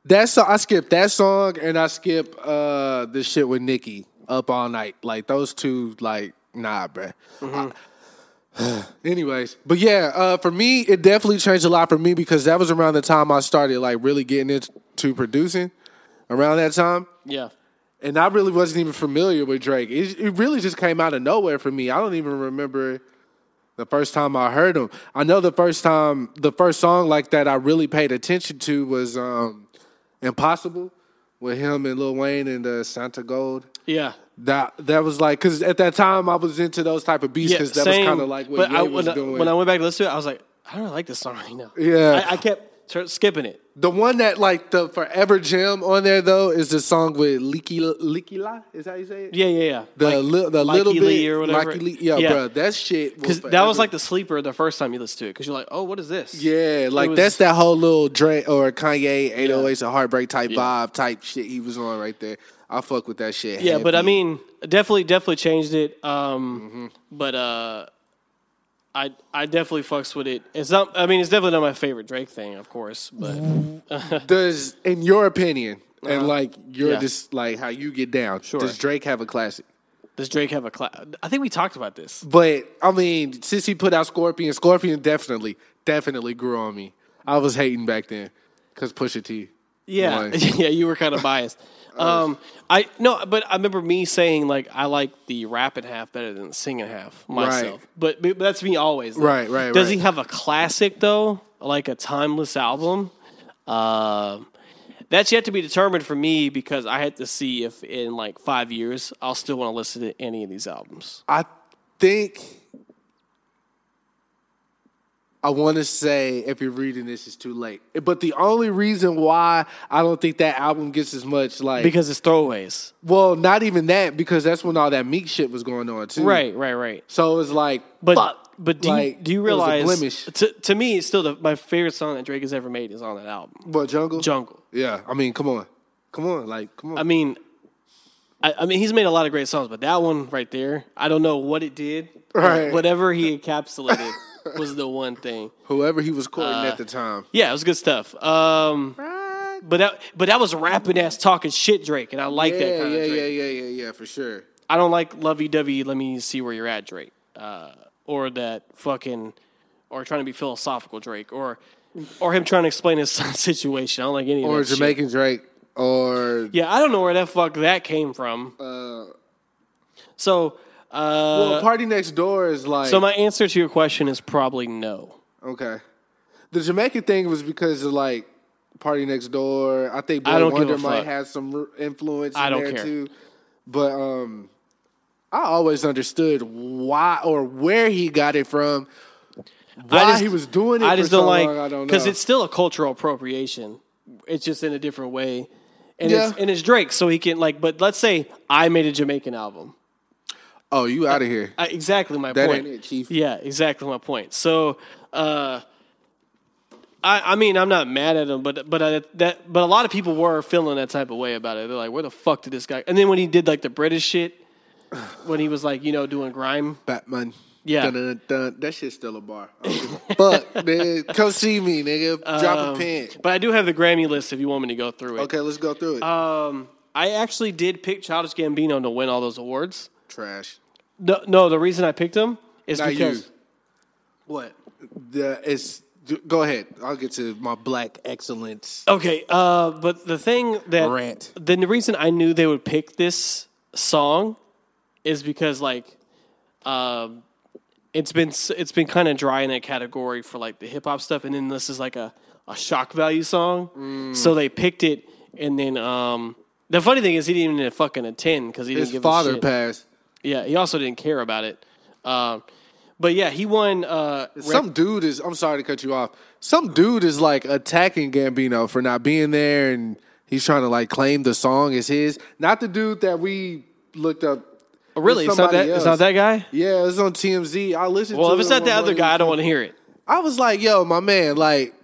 Speaker 4: that song. I skip that song and I skip uh this shit with Nicki up all night. Like those two, like nah, bruh.
Speaker 5: Mm-hmm.
Speaker 4: I- Anyways, but yeah, uh, for me, it definitely changed a lot for me because that was around the time I started like really getting into producing. Around that time,
Speaker 5: Yeah,
Speaker 4: and I really wasn't even familiar with Drake. It, it really just came out of nowhere for me. I don't even remember the first time I heard him. I know the first time, the first song like that I really paid attention to was um, "Impossible" with him and Lil Wayne and uh, Santa Gold.
Speaker 5: yeah,
Speaker 4: That that was like because at that time I was into those type of beats
Speaker 5: yeah.
Speaker 4: because that
Speaker 5: same,
Speaker 4: was kind of like what
Speaker 5: but
Speaker 4: Ye
Speaker 5: I,
Speaker 4: was
Speaker 5: when, I,
Speaker 4: doing.
Speaker 5: when I went back to listen to it, I was like, I don't really like this song right now.
Speaker 4: Yeah.
Speaker 5: I, I kept tur- skipping it.
Speaker 4: the one that like the forever gem on there though is the song with Leaky Leaky La. Is that how you say it?
Speaker 5: Yeah, yeah, yeah.
Speaker 4: The
Speaker 5: Like,
Speaker 4: li- the
Speaker 5: Likey
Speaker 4: little
Speaker 5: Lee
Speaker 4: bit
Speaker 5: or whatever.
Speaker 4: Likey Lee- yeah, bro, that shit was
Speaker 5: Because that
Speaker 4: forever.
Speaker 5: was like the sleeper the first time you listened to it. Because you're like, oh, what is this?
Speaker 4: Yeah,
Speaker 5: It
Speaker 4: like
Speaker 5: was-
Speaker 4: that's that whole little Dre or Kanye 808s and heartbreak type vibe type shit he was on right there. I fuck with that shit.
Speaker 5: Yeah, but I
Speaker 4: heavy.
Speaker 5: mean, definitely, definitely changed it. Um,
Speaker 4: Mm-hmm.
Speaker 5: But uh, I, I definitely fucks with it. It's not. I mean, it's definitely not my favorite Drake thing, of course. But
Speaker 4: does in your opinion and like your
Speaker 5: Uh-huh. Yeah.
Speaker 4: just like how you get down,
Speaker 5: Sure.
Speaker 4: does Drake have a classic?
Speaker 5: does Drake have a class? I think we talked about this.
Speaker 4: But I mean, since he put out Scorpion, Scorpion definitely, definitely grew on me. I was hating back then because Pusha T.
Speaker 5: Yeah,
Speaker 4: Boy.
Speaker 5: yeah, you were kind of biased. Um, I no, but I remember me saying like I like the rapping half better than the singing half myself. But, but that's me always. though.
Speaker 4: Right, right,
Speaker 5: Does
Speaker 4: right.
Speaker 5: he have a classic though, like a timeless album? Um, that's yet to be determined for me because I had to see if in like five years I'll still want to listen to any of these albums.
Speaker 4: I think I want to say if you're reading this, it's too late. But the only reason why I don't think that album gets as much like
Speaker 5: Because it's throwaways.
Speaker 4: well, not even that because that's when all that Meek shit was going on too.
Speaker 5: Right, right, right.
Speaker 4: So it's like,
Speaker 5: But
Speaker 4: fuck.
Speaker 5: but do
Speaker 4: Like,
Speaker 5: you, do you
Speaker 4: it was a
Speaker 5: realize
Speaker 4: blemish.
Speaker 5: To, to me it's still the, my favorite song that Drake has ever made is on that album.
Speaker 4: What jungle?
Speaker 5: Jungle.
Speaker 4: Yeah, I mean, come on, come on, like, come on.
Speaker 5: I mean, I, I mean, he's made a lot of great songs, but that one right there, I don't know what it did.
Speaker 4: Right.
Speaker 5: Whatever he encapsulated was the one thing.
Speaker 4: Whoever he was courting
Speaker 5: uh,
Speaker 4: at the time.
Speaker 5: Yeah, it was good stuff. Um, but that, but that was rapping ass talking shit, Drake, and I like
Speaker 4: Yeah,
Speaker 5: that kind
Speaker 4: yeah,
Speaker 5: of Drake.
Speaker 4: yeah, yeah, yeah, yeah, for sure.
Speaker 5: I don't like lovey dovey. Let me see where you're at, Drake, uh, or that fucking, or trying to be philosophical, Drake, or. Or him trying to explain his son's situation. I don't like any of
Speaker 4: Or
Speaker 5: that shit.
Speaker 4: Jamaican Drake, or
Speaker 5: Yeah, I don't know where that fuck that came from.
Speaker 4: Uh,
Speaker 5: so,
Speaker 4: well,
Speaker 5: uh,
Speaker 4: Party Next Door is like
Speaker 5: So my answer to your question is probably no.
Speaker 4: okay. The Jamaican thing was because of like Party Next Door. I think Boy
Speaker 5: I don't give
Speaker 4: Wonder
Speaker 5: a
Speaker 4: might
Speaker 5: fuck.
Speaker 4: have some r- influence. In
Speaker 5: I don't
Speaker 4: there
Speaker 5: care.
Speaker 4: too. But um, I always understood why or where he got it from. Why
Speaker 5: I just-
Speaker 4: he was doing it?
Speaker 5: I just
Speaker 4: for so
Speaker 5: don't like
Speaker 4: long, I don't know.
Speaker 5: it's still a cultural appropriation. It's just in a different way, and it's
Speaker 4: Yeah.
Speaker 5: and it's Drake, so he can like. But let's say I made a Jamaican album.
Speaker 4: oh, you out of here.
Speaker 5: I, exactly my
Speaker 4: That ain't
Speaker 5: point.
Speaker 4: it, Chief.
Speaker 5: Yeah, exactly my point. So, uh, I I mean I'm not mad at him, but but I, that but a lot of people were feeling that type of way about it. They're like, where the fuck did this guy? And then when he did like the British shit, when he was like you know doing grime.
Speaker 4: Batman.
Speaker 5: Yeah.
Speaker 4: Dun, dun, dun, dun. That shit's still a bar. I don't give a Fuck, nigga. Come see me, nigga.
Speaker 5: Um,
Speaker 4: Drop a pin.
Speaker 5: But I do have the Grammy list if you want me to go through it.
Speaker 4: Okay, let's go through it.
Speaker 5: uh, I actually did pick Childish Gambino to win all those awards.
Speaker 4: Trash.
Speaker 5: No, no the reason I picked him is
Speaker 4: Not
Speaker 5: because
Speaker 4: you.
Speaker 5: what?
Speaker 4: The, it's, go ahead. I'll get to my black excellence.
Speaker 5: Okay, uh, but the thing that
Speaker 4: Rant.
Speaker 5: then the reason I knew they would pick this song is because like, um, it's been s- it's been kind of dry in that category for like the hip hop stuff, and then this is like a a shock value song,
Speaker 4: Mm.
Speaker 5: so they picked it, and then um. The funny thing is, he didn't even fucking attend because he didn't
Speaker 4: His
Speaker 5: give a
Speaker 4: father
Speaker 5: shit.
Speaker 4: passed.
Speaker 5: Yeah, he also didn't care about it. Um, but yeah, he won. Uh, rec-
Speaker 4: Some dude is, I'm sorry to cut you off. Some dude is like attacking Gambino for not being there and he's trying to like claim the song is his. Not the dude that we looked up.
Speaker 5: oh, really, it's not
Speaker 4: somebody
Speaker 5: that. It's not
Speaker 4: else.
Speaker 5: that guy.
Speaker 4: Yeah, it's on TMZ. I listened to
Speaker 5: Well, if it's
Speaker 4: it on
Speaker 5: not the
Speaker 4: my
Speaker 5: other
Speaker 4: way
Speaker 5: guy, I don't want to hear it.
Speaker 4: I was like, yo, my man, like,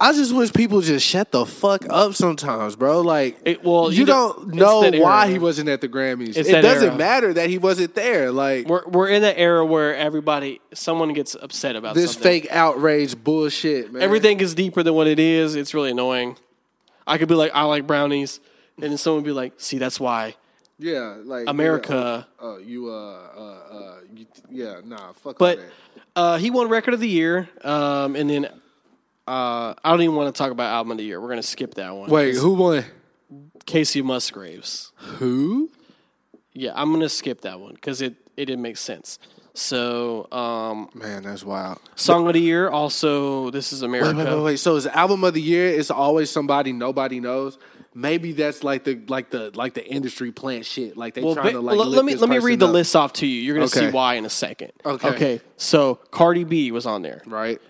Speaker 4: I just wish people just shut the fuck up sometimes, bro. Like,
Speaker 5: It- well,
Speaker 4: you,
Speaker 5: you don't-
Speaker 4: don't
Speaker 5: it's
Speaker 4: know
Speaker 5: that era.
Speaker 4: why he wasn't at the Grammys.
Speaker 5: It's
Speaker 4: it
Speaker 5: that
Speaker 4: doesn't
Speaker 5: era.
Speaker 4: matter that he wasn't there. Like,
Speaker 5: We're we're in that era where everybody, someone gets upset about
Speaker 4: this
Speaker 5: something.
Speaker 4: fake outrage bullshit, man.
Speaker 5: Everything is deeper than what it is. It's really annoying. I could be like, I like brownies, and then someone would be like, See, that's why
Speaker 4: Yeah, like,
Speaker 5: America.
Speaker 4: yeah, Oh, you, uh, uh, uh, you, yeah, nah, fuck
Speaker 5: But
Speaker 4: all that.
Speaker 5: uh, he won record of the year, um, and then uh, I don't even want to talk about album of the year. We're gonna skip that one.
Speaker 4: Wait, who won?
Speaker 5: Casey Musgraves.
Speaker 4: Who?
Speaker 5: Yeah, I'm gonna skip that one because it, it didn't make sense. So, um,
Speaker 4: Man, that's wild.
Speaker 5: song of the year. Also, this is America.
Speaker 4: Wait, wait, wait, wait. So is album of the year It's always somebody nobody knows? Maybe that's like the like the like the industry plant shit. Like they
Speaker 5: Well,
Speaker 4: trying
Speaker 5: ba-
Speaker 4: to like
Speaker 5: let,
Speaker 4: lift
Speaker 5: let me
Speaker 4: this
Speaker 5: let me
Speaker 4: person
Speaker 5: read the
Speaker 4: up.
Speaker 5: list off to you. You're gonna see
Speaker 4: Okay.
Speaker 5: why in a second.
Speaker 4: Okay.
Speaker 5: Okay. So Cardi B was on there.
Speaker 4: Right?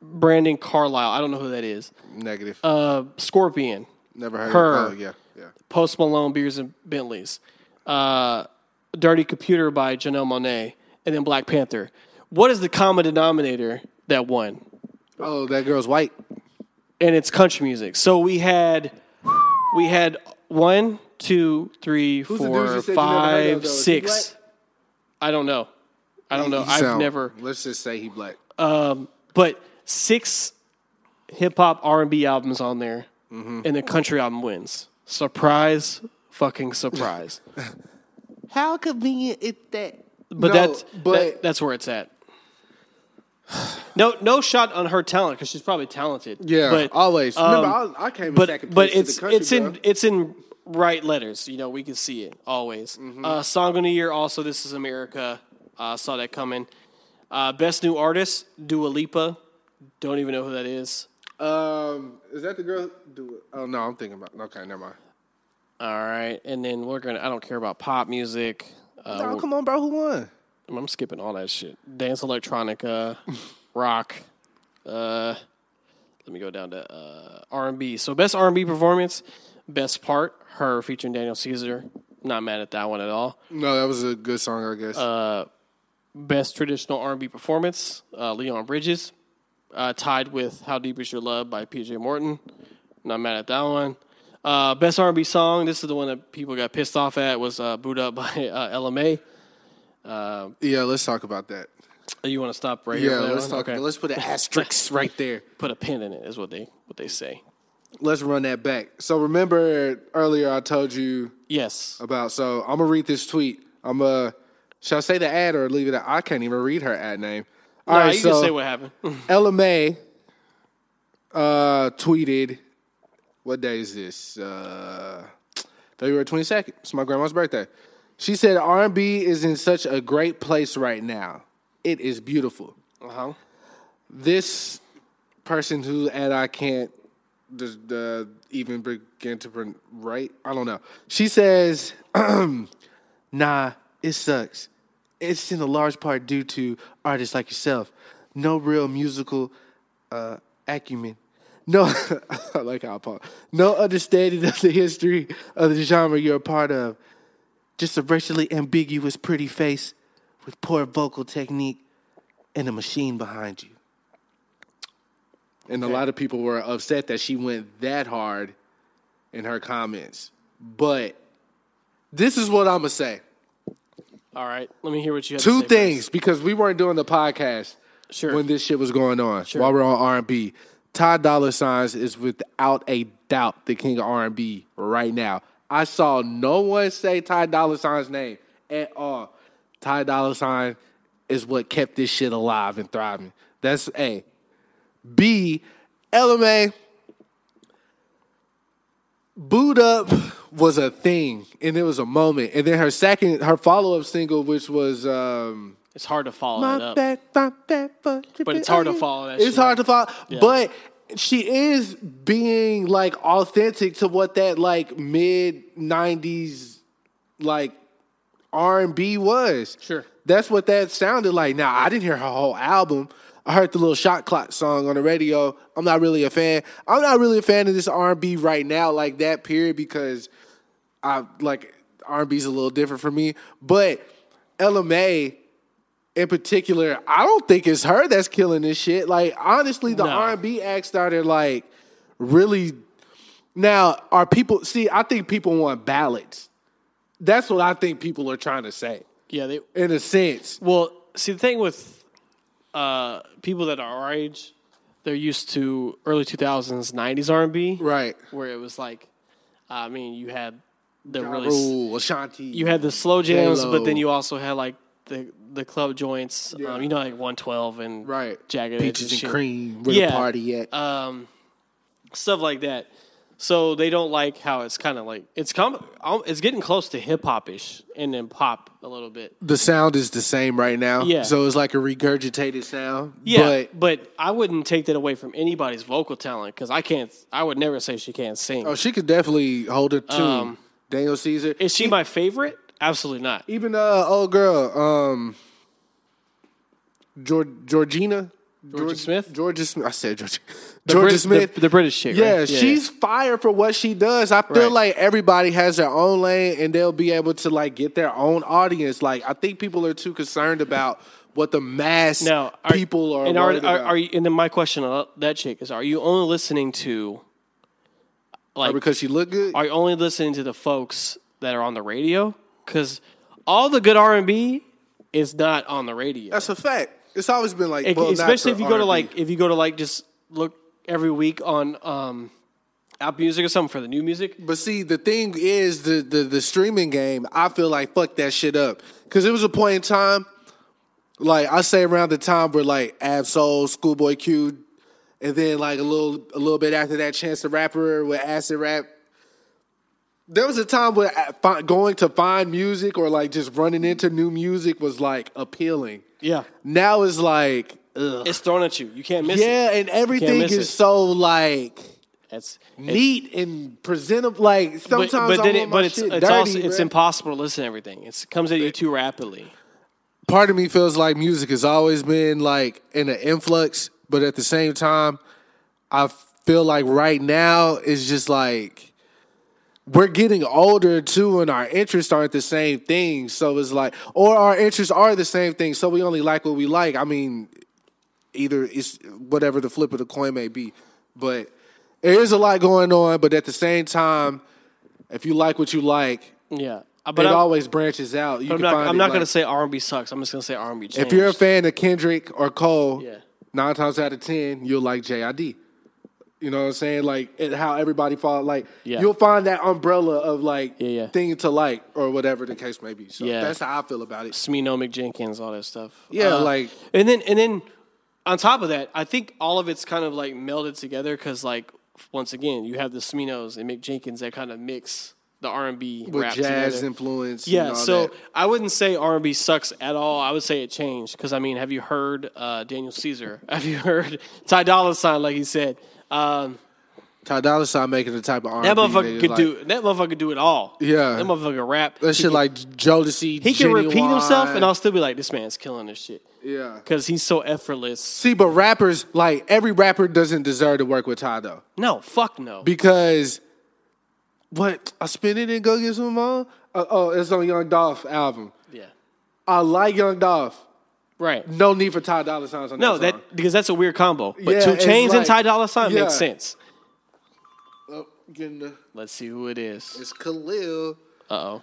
Speaker 5: Brandon Carlisle. I don't know who that is.
Speaker 4: Negative.
Speaker 5: Uh, Scorpion.
Speaker 4: Never heard
Speaker 5: her.
Speaker 4: of it. Oh yeah, yeah.
Speaker 5: Post Malone. Beers and Bentleys. Uh, Dirty Computer by Janelle Monet, and then Black Panther. What is the common denominator that won?
Speaker 4: Oh, that girl's white.
Speaker 5: and it's country music. So we had we had one, two, three,
Speaker 4: the dude
Speaker 5: four,
Speaker 4: you said you never heard of,
Speaker 5: five,
Speaker 4: though? Is he
Speaker 5: six. I don't know. I don't know.
Speaker 4: He
Speaker 5: Oh, I've
Speaker 4: sound-
Speaker 5: never.
Speaker 4: Let's just say he black.
Speaker 5: But six hip hop R and B albums on there, and the country album wins. Surprise! Fucking surprise!
Speaker 4: How convenient is that?
Speaker 5: But
Speaker 4: No,
Speaker 5: that's
Speaker 4: but
Speaker 5: that- that's where it's at. No, no shot on her talent because she's probably talented.
Speaker 4: Yeah,
Speaker 5: but
Speaker 4: always.
Speaker 5: um,
Speaker 4: Remember, I, I came in
Speaker 5: but
Speaker 4: second
Speaker 5: but
Speaker 4: place to
Speaker 5: it's
Speaker 4: the country,
Speaker 5: it's in
Speaker 4: bro.
Speaker 5: it's in right letters. You know, we can see it always.
Speaker 4: Mm-hmm.
Speaker 5: Uh, Song of the year, also. This is America. I uh, saw that coming. Uh, best new artist, Dua Lipa. Don't even know who that is.
Speaker 4: Um, is that the girl? Do it. Oh no, I'm thinking about. Okay, never mind.
Speaker 5: All right, and then we're gonna. I don't care about pop music. Uh,
Speaker 4: Oh come on, bro, who won?
Speaker 5: I'm skipping all that shit. Dance electronica, rock. Uh, let me go down to uh, R&B. So best R&B performance, best part, her featuring Daniel Caesar. Not mad at that one at all.
Speaker 4: No, that was a good song, I guess.
Speaker 5: Best traditional R&B performance, uh, Leon Bridges, uh, tied with "How Deep Is Your Love" by P.J. Morton. Not mad at that one. Uh, best R&B song. This is the one that people got pissed off at. Was uh, "Boot Up" by uh, LMA.
Speaker 4: yeah, let's talk about that.
Speaker 5: Oh, You want to stop right here?
Speaker 4: Yeah,
Speaker 5: for that
Speaker 4: let's
Speaker 5: one?
Speaker 4: talk.
Speaker 5: Okay.
Speaker 4: Let's put an asterisk right there.
Speaker 5: put a pin in it is what they what they say.
Speaker 4: Let's run that back. So remember earlier I told you
Speaker 5: Yes.
Speaker 4: about. So I'm gonna read this tweet. I'm uh, shall I say the ad or leave it? At, I can't even read her ad name. All
Speaker 5: Nah,
Speaker 4: right,
Speaker 5: you
Speaker 4: so
Speaker 5: can say what happened.
Speaker 4: Ella May uh, tweeted, what day is this? Uh, February 22nd. It's my grandma's birthday. She said, R&B is in such a great place right now. It is beautiful.
Speaker 5: uh-huh.
Speaker 4: This person who, and I can't d- d- even begin to pron- write, I don't know. She says, nah, it sucks. It's in a large part due to artists like yourself. No real musical uh, acumen. No, I like how I pause. No understanding of the history of the genre you're a part of. Just a racially ambiguous, pretty face with poor vocal technique and a machine behind you. And a lot of people were upset that she went that hard in her comments. But this is what I'm going to say.
Speaker 5: All right. Let me hear what you have
Speaker 4: Two
Speaker 5: to say
Speaker 4: things because we weren't doing the podcast
Speaker 5: Sure.
Speaker 4: when this shit was going on while we're on R&B. Ty Dolla Signs is without a doubt the king of R&B right now. I saw no one say Ty Dolla Sign's name at all. Ty Dolla Sign is what kept this shit alive and thriving. That's A. B. LMA. Boot Up was a thing, and it was a moment. And then her second, her follow up single, which was um,
Speaker 5: First. It's hard to follow that
Speaker 4: my
Speaker 5: up.
Speaker 4: bad, my bad, but
Speaker 5: But it's hard to follow that
Speaker 4: It's
Speaker 5: shit
Speaker 4: hard to follow, but she is being like authentic to what that like mid '90s like R and B was.
Speaker 5: Sure.
Speaker 4: that's what that sounded like. Now I didn't hear her whole album. I heard the little shot clock song on the radio. I'm not really a fan. I'm not really a fan of this R and B right now, like that period, because I like R and B's a little different for me. But LMA in particular, I don't think it's her that's killing this shit. Like honestly, the
Speaker 5: No.
Speaker 4: R and B act started like really. Now are people see? I think people want ballads. That's what I think people are trying to say,
Speaker 5: Yeah, they
Speaker 4: in a sense.
Speaker 5: Well, see the thing with uh, people that are our age, they're used to early 2000s 90s R&B.
Speaker 4: Right.
Speaker 5: Where it was like I mean, you had the
Speaker 4: Ja
Speaker 5: really s-
Speaker 4: Rule, Ashanti.
Speaker 5: you had the slow jams, but then
Speaker 4: J-Lo.
Speaker 5: you also had like the the club joints, um, you know, like 112 and
Speaker 4: right
Speaker 5: Jagged Edge
Speaker 4: peaches and
Speaker 5: shit.
Speaker 4: cream. Where
Speaker 5: Yeah.
Speaker 4: the party at?
Speaker 5: stuff like that. So they don't like how it's kind of like it's com- um, it's getting close to hip hop ish and then pop a little bit.
Speaker 4: the sound is the same right now.
Speaker 5: Yeah.
Speaker 4: So it's like a regurgitated sound.
Speaker 5: Yeah,
Speaker 4: But
Speaker 5: but, I wouldn't take that away from anybody's vocal talent because I can't. I would never say she can't sing.
Speaker 4: oh, she could definitely hold a tune. Daniel Caesar.
Speaker 5: Is she my favorite? Absolutely not.
Speaker 4: Even uh old girl, um Geor- Georgina
Speaker 5: Georgia
Speaker 4: Georg-
Speaker 5: Smith?
Speaker 4: Georgia Smith. I said Georgia.
Speaker 5: The
Speaker 4: Georgia
Speaker 5: Brit- the-
Speaker 4: Smith.
Speaker 5: the British chick, right?
Speaker 4: Yeah,
Speaker 5: Yeah, yeah.
Speaker 4: she's fire for what she does. I feel
Speaker 5: Right.
Speaker 4: like everybody has their own lane and they'll be able to like get their own audience. Like I think people are too concerned about what the mass
Speaker 5: Now are-
Speaker 4: people are.
Speaker 5: And are,
Speaker 4: worried
Speaker 5: are,
Speaker 4: about.
Speaker 5: are you? And then my question on that chick is: Are you only listening to like
Speaker 4: because she look good?
Speaker 5: are you only listening to the folks that are on the radio? Because all the good R and B is not on the radio.
Speaker 4: That's a fact. It's always been like,
Speaker 5: It-
Speaker 4: well, not
Speaker 5: especially
Speaker 4: for
Speaker 5: if you go to
Speaker 4: R&B.
Speaker 5: like if you go to like just look every week on um app music or something for the new music.
Speaker 4: But see, the thing is, the the, the streaming game. I feel like fuck that shit up because it was a point in time Like I say, around the time where like Ab Soul, Schoolboy Q, and then like a little a little bit after that, Chance the Rapper with Acid Rap. There was a time where I fi- going to find music or like just running into new music was like appealing.
Speaker 5: Yeah.
Speaker 4: Now it's like, ugh.
Speaker 5: It's thrown at you. You can't miss it.
Speaker 4: yeah, and everything
Speaker 5: miss
Speaker 4: is
Speaker 5: it.
Speaker 4: so like
Speaker 5: That's
Speaker 4: neat and presentable. Like
Speaker 5: But,
Speaker 4: sometimes,
Speaker 5: but
Speaker 4: I
Speaker 5: then,
Speaker 4: want
Speaker 5: it,
Speaker 4: my
Speaker 5: but it's
Speaker 4: shit
Speaker 5: it's
Speaker 4: dirty,
Speaker 5: also it's
Speaker 4: bruh.
Speaker 5: impossible to listen to everything. It's, it comes at you too rapidly.
Speaker 4: part of me feels like music has always been like in an influx, but at the same time, I feel like right now it's just like we're getting older too, and our interests aren't the same thing. So it's like, or our interests are the same thing, so we only like what we like. I mean, either it's whatever the flip of the coin may be, but there is a lot going on. But at the same time, if you like what you like.
Speaker 5: Yeah, Uh,
Speaker 4: But
Speaker 5: but
Speaker 4: it
Speaker 5: I'm,
Speaker 4: always branches out. You
Speaker 5: but I'm
Speaker 4: can
Speaker 5: not.
Speaker 4: find
Speaker 5: I'm
Speaker 4: it,
Speaker 5: not
Speaker 4: like-
Speaker 5: gonna say R&B sucks. I'm just gonna say R&B. Changed.
Speaker 4: if you're a fan of Kendrick or Cole,
Speaker 5: Yeah.
Speaker 4: nine times out of ten, you'll like JID. You know what I'm saying? Like and how everybody fall like
Speaker 5: Yeah.
Speaker 4: you'll find that umbrella of like
Speaker 5: Yeah, yeah.
Speaker 4: thing to like or whatever the case may be. So
Speaker 5: Yeah.
Speaker 4: that's how I feel about it.
Speaker 5: Smino McJenkins, all that stuff.
Speaker 4: Yeah,
Speaker 5: Uh,
Speaker 4: like-
Speaker 5: and then and then on top of that, I think all of it's kind of like melded together because like once again, you have the Sminos and McJenkins that kind of mix the R and B
Speaker 4: With
Speaker 5: rap
Speaker 4: jazz
Speaker 5: together.
Speaker 4: influence. and
Speaker 5: Yeah,
Speaker 4: all
Speaker 5: so
Speaker 4: that.
Speaker 5: I wouldn't say R and B sucks at all. I would say it changed because I mean, have you heard uh, Daniel Caesar? Have you heard Ty Dolla Sign? Like he said, um,
Speaker 4: Ty Dolla Sign making the type of R&B
Speaker 5: that motherfucker
Speaker 4: niggas,
Speaker 5: could
Speaker 4: like,
Speaker 5: do that motherfucker could do it all.
Speaker 4: Yeah.
Speaker 5: that motherfucker rap.
Speaker 4: that
Speaker 5: He
Speaker 4: shit
Speaker 5: can-
Speaker 4: like Jodeci.
Speaker 5: he can repeat
Speaker 4: Genuine.
Speaker 5: himself, and I'll still be like, this man's killing this shit
Speaker 4: yeah.
Speaker 5: because he's so effortless.
Speaker 4: See, but rappers like every rapper doesn't deserve to work with Ty though.
Speaker 5: No, fuck no.
Speaker 4: because what I spin it and go get some more. Uh, oh, it's on Young Dolph album.
Speaker 5: yeah,
Speaker 4: I like Young Dolph.
Speaker 5: right.
Speaker 4: No need for Ty Dolla Signs on
Speaker 5: No,
Speaker 4: that.
Speaker 5: that because that's a weird combo. But
Speaker 4: Yeah,
Speaker 5: two
Speaker 4: it's
Speaker 5: chains and
Speaker 4: like-
Speaker 5: Ty Dolla Sign
Speaker 4: yeah.
Speaker 5: makes sense.
Speaker 4: song. Oh, getting the-
Speaker 5: Let's see who it is.
Speaker 4: it's Khalil.
Speaker 5: Uh oh.
Speaker 6: Am, am I wrong,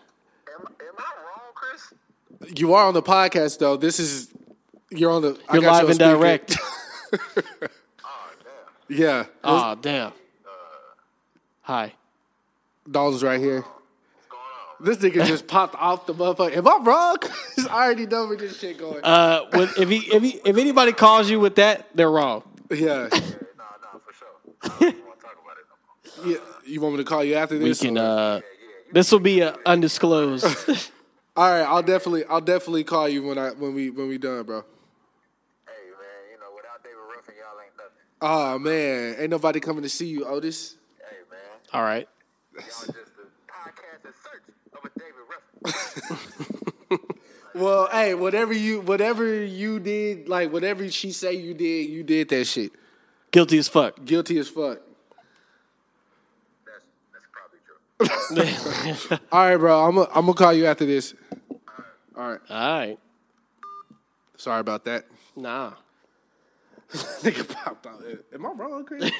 Speaker 6: Chris?
Speaker 4: You are on the podcast though. This is you're on the. I
Speaker 5: You're
Speaker 4: got
Speaker 5: live
Speaker 4: you on
Speaker 5: and
Speaker 4: speaker.
Speaker 5: direct.
Speaker 4: Yeah,
Speaker 5: Aw, damn. Hi.
Speaker 4: Dalton's right here. This nigga just popped off the motherfucker. Am I wrong? 'Cause I already know where this shit going.
Speaker 5: Uh, when, if he, if he, if anybody calls you with that, they're wrong.
Speaker 4: yeah.
Speaker 6: Nah, nah, for sure. I don't want to talk about it no more.
Speaker 4: yeah. You want me to call you after
Speaker 5: We
Speaker 4: this?
Speaker 5: can.
Speaker 4: or-
Speaker 5: Uh, this will be uh undisclosed.
Speaker 4: All right, I'll definitely, I'll definitely call you when I when we when we done, bro.
Speaker 6: Hey, man, you know, without David Ruffin, y'all ain't nothing.
Speaker 4: Oh man, ain't nobody coming to see you, Otis.
Speaker 6: Hey, man,
Speaker 5: All right.
Speaker 6: y'all just a podcast in search of a David Ruffin.
Speaker 4: Well, hey, whatever you whatever you did, like whatever she say you did, you did that shit.
Speaker 5: Guilty as fuck.
Speaker 4: Guilty as fuck.
Speaker 6: That's, that's probably true.
Speaker 4: All right, bro. I'm i I'm gonna call you after this. All right.
Speaker 5: All right.
Speaker 4: Sorry about that.
Speaker 5: Nah.
Speaker 4: Nigga popped out. Am I wrong, Chris?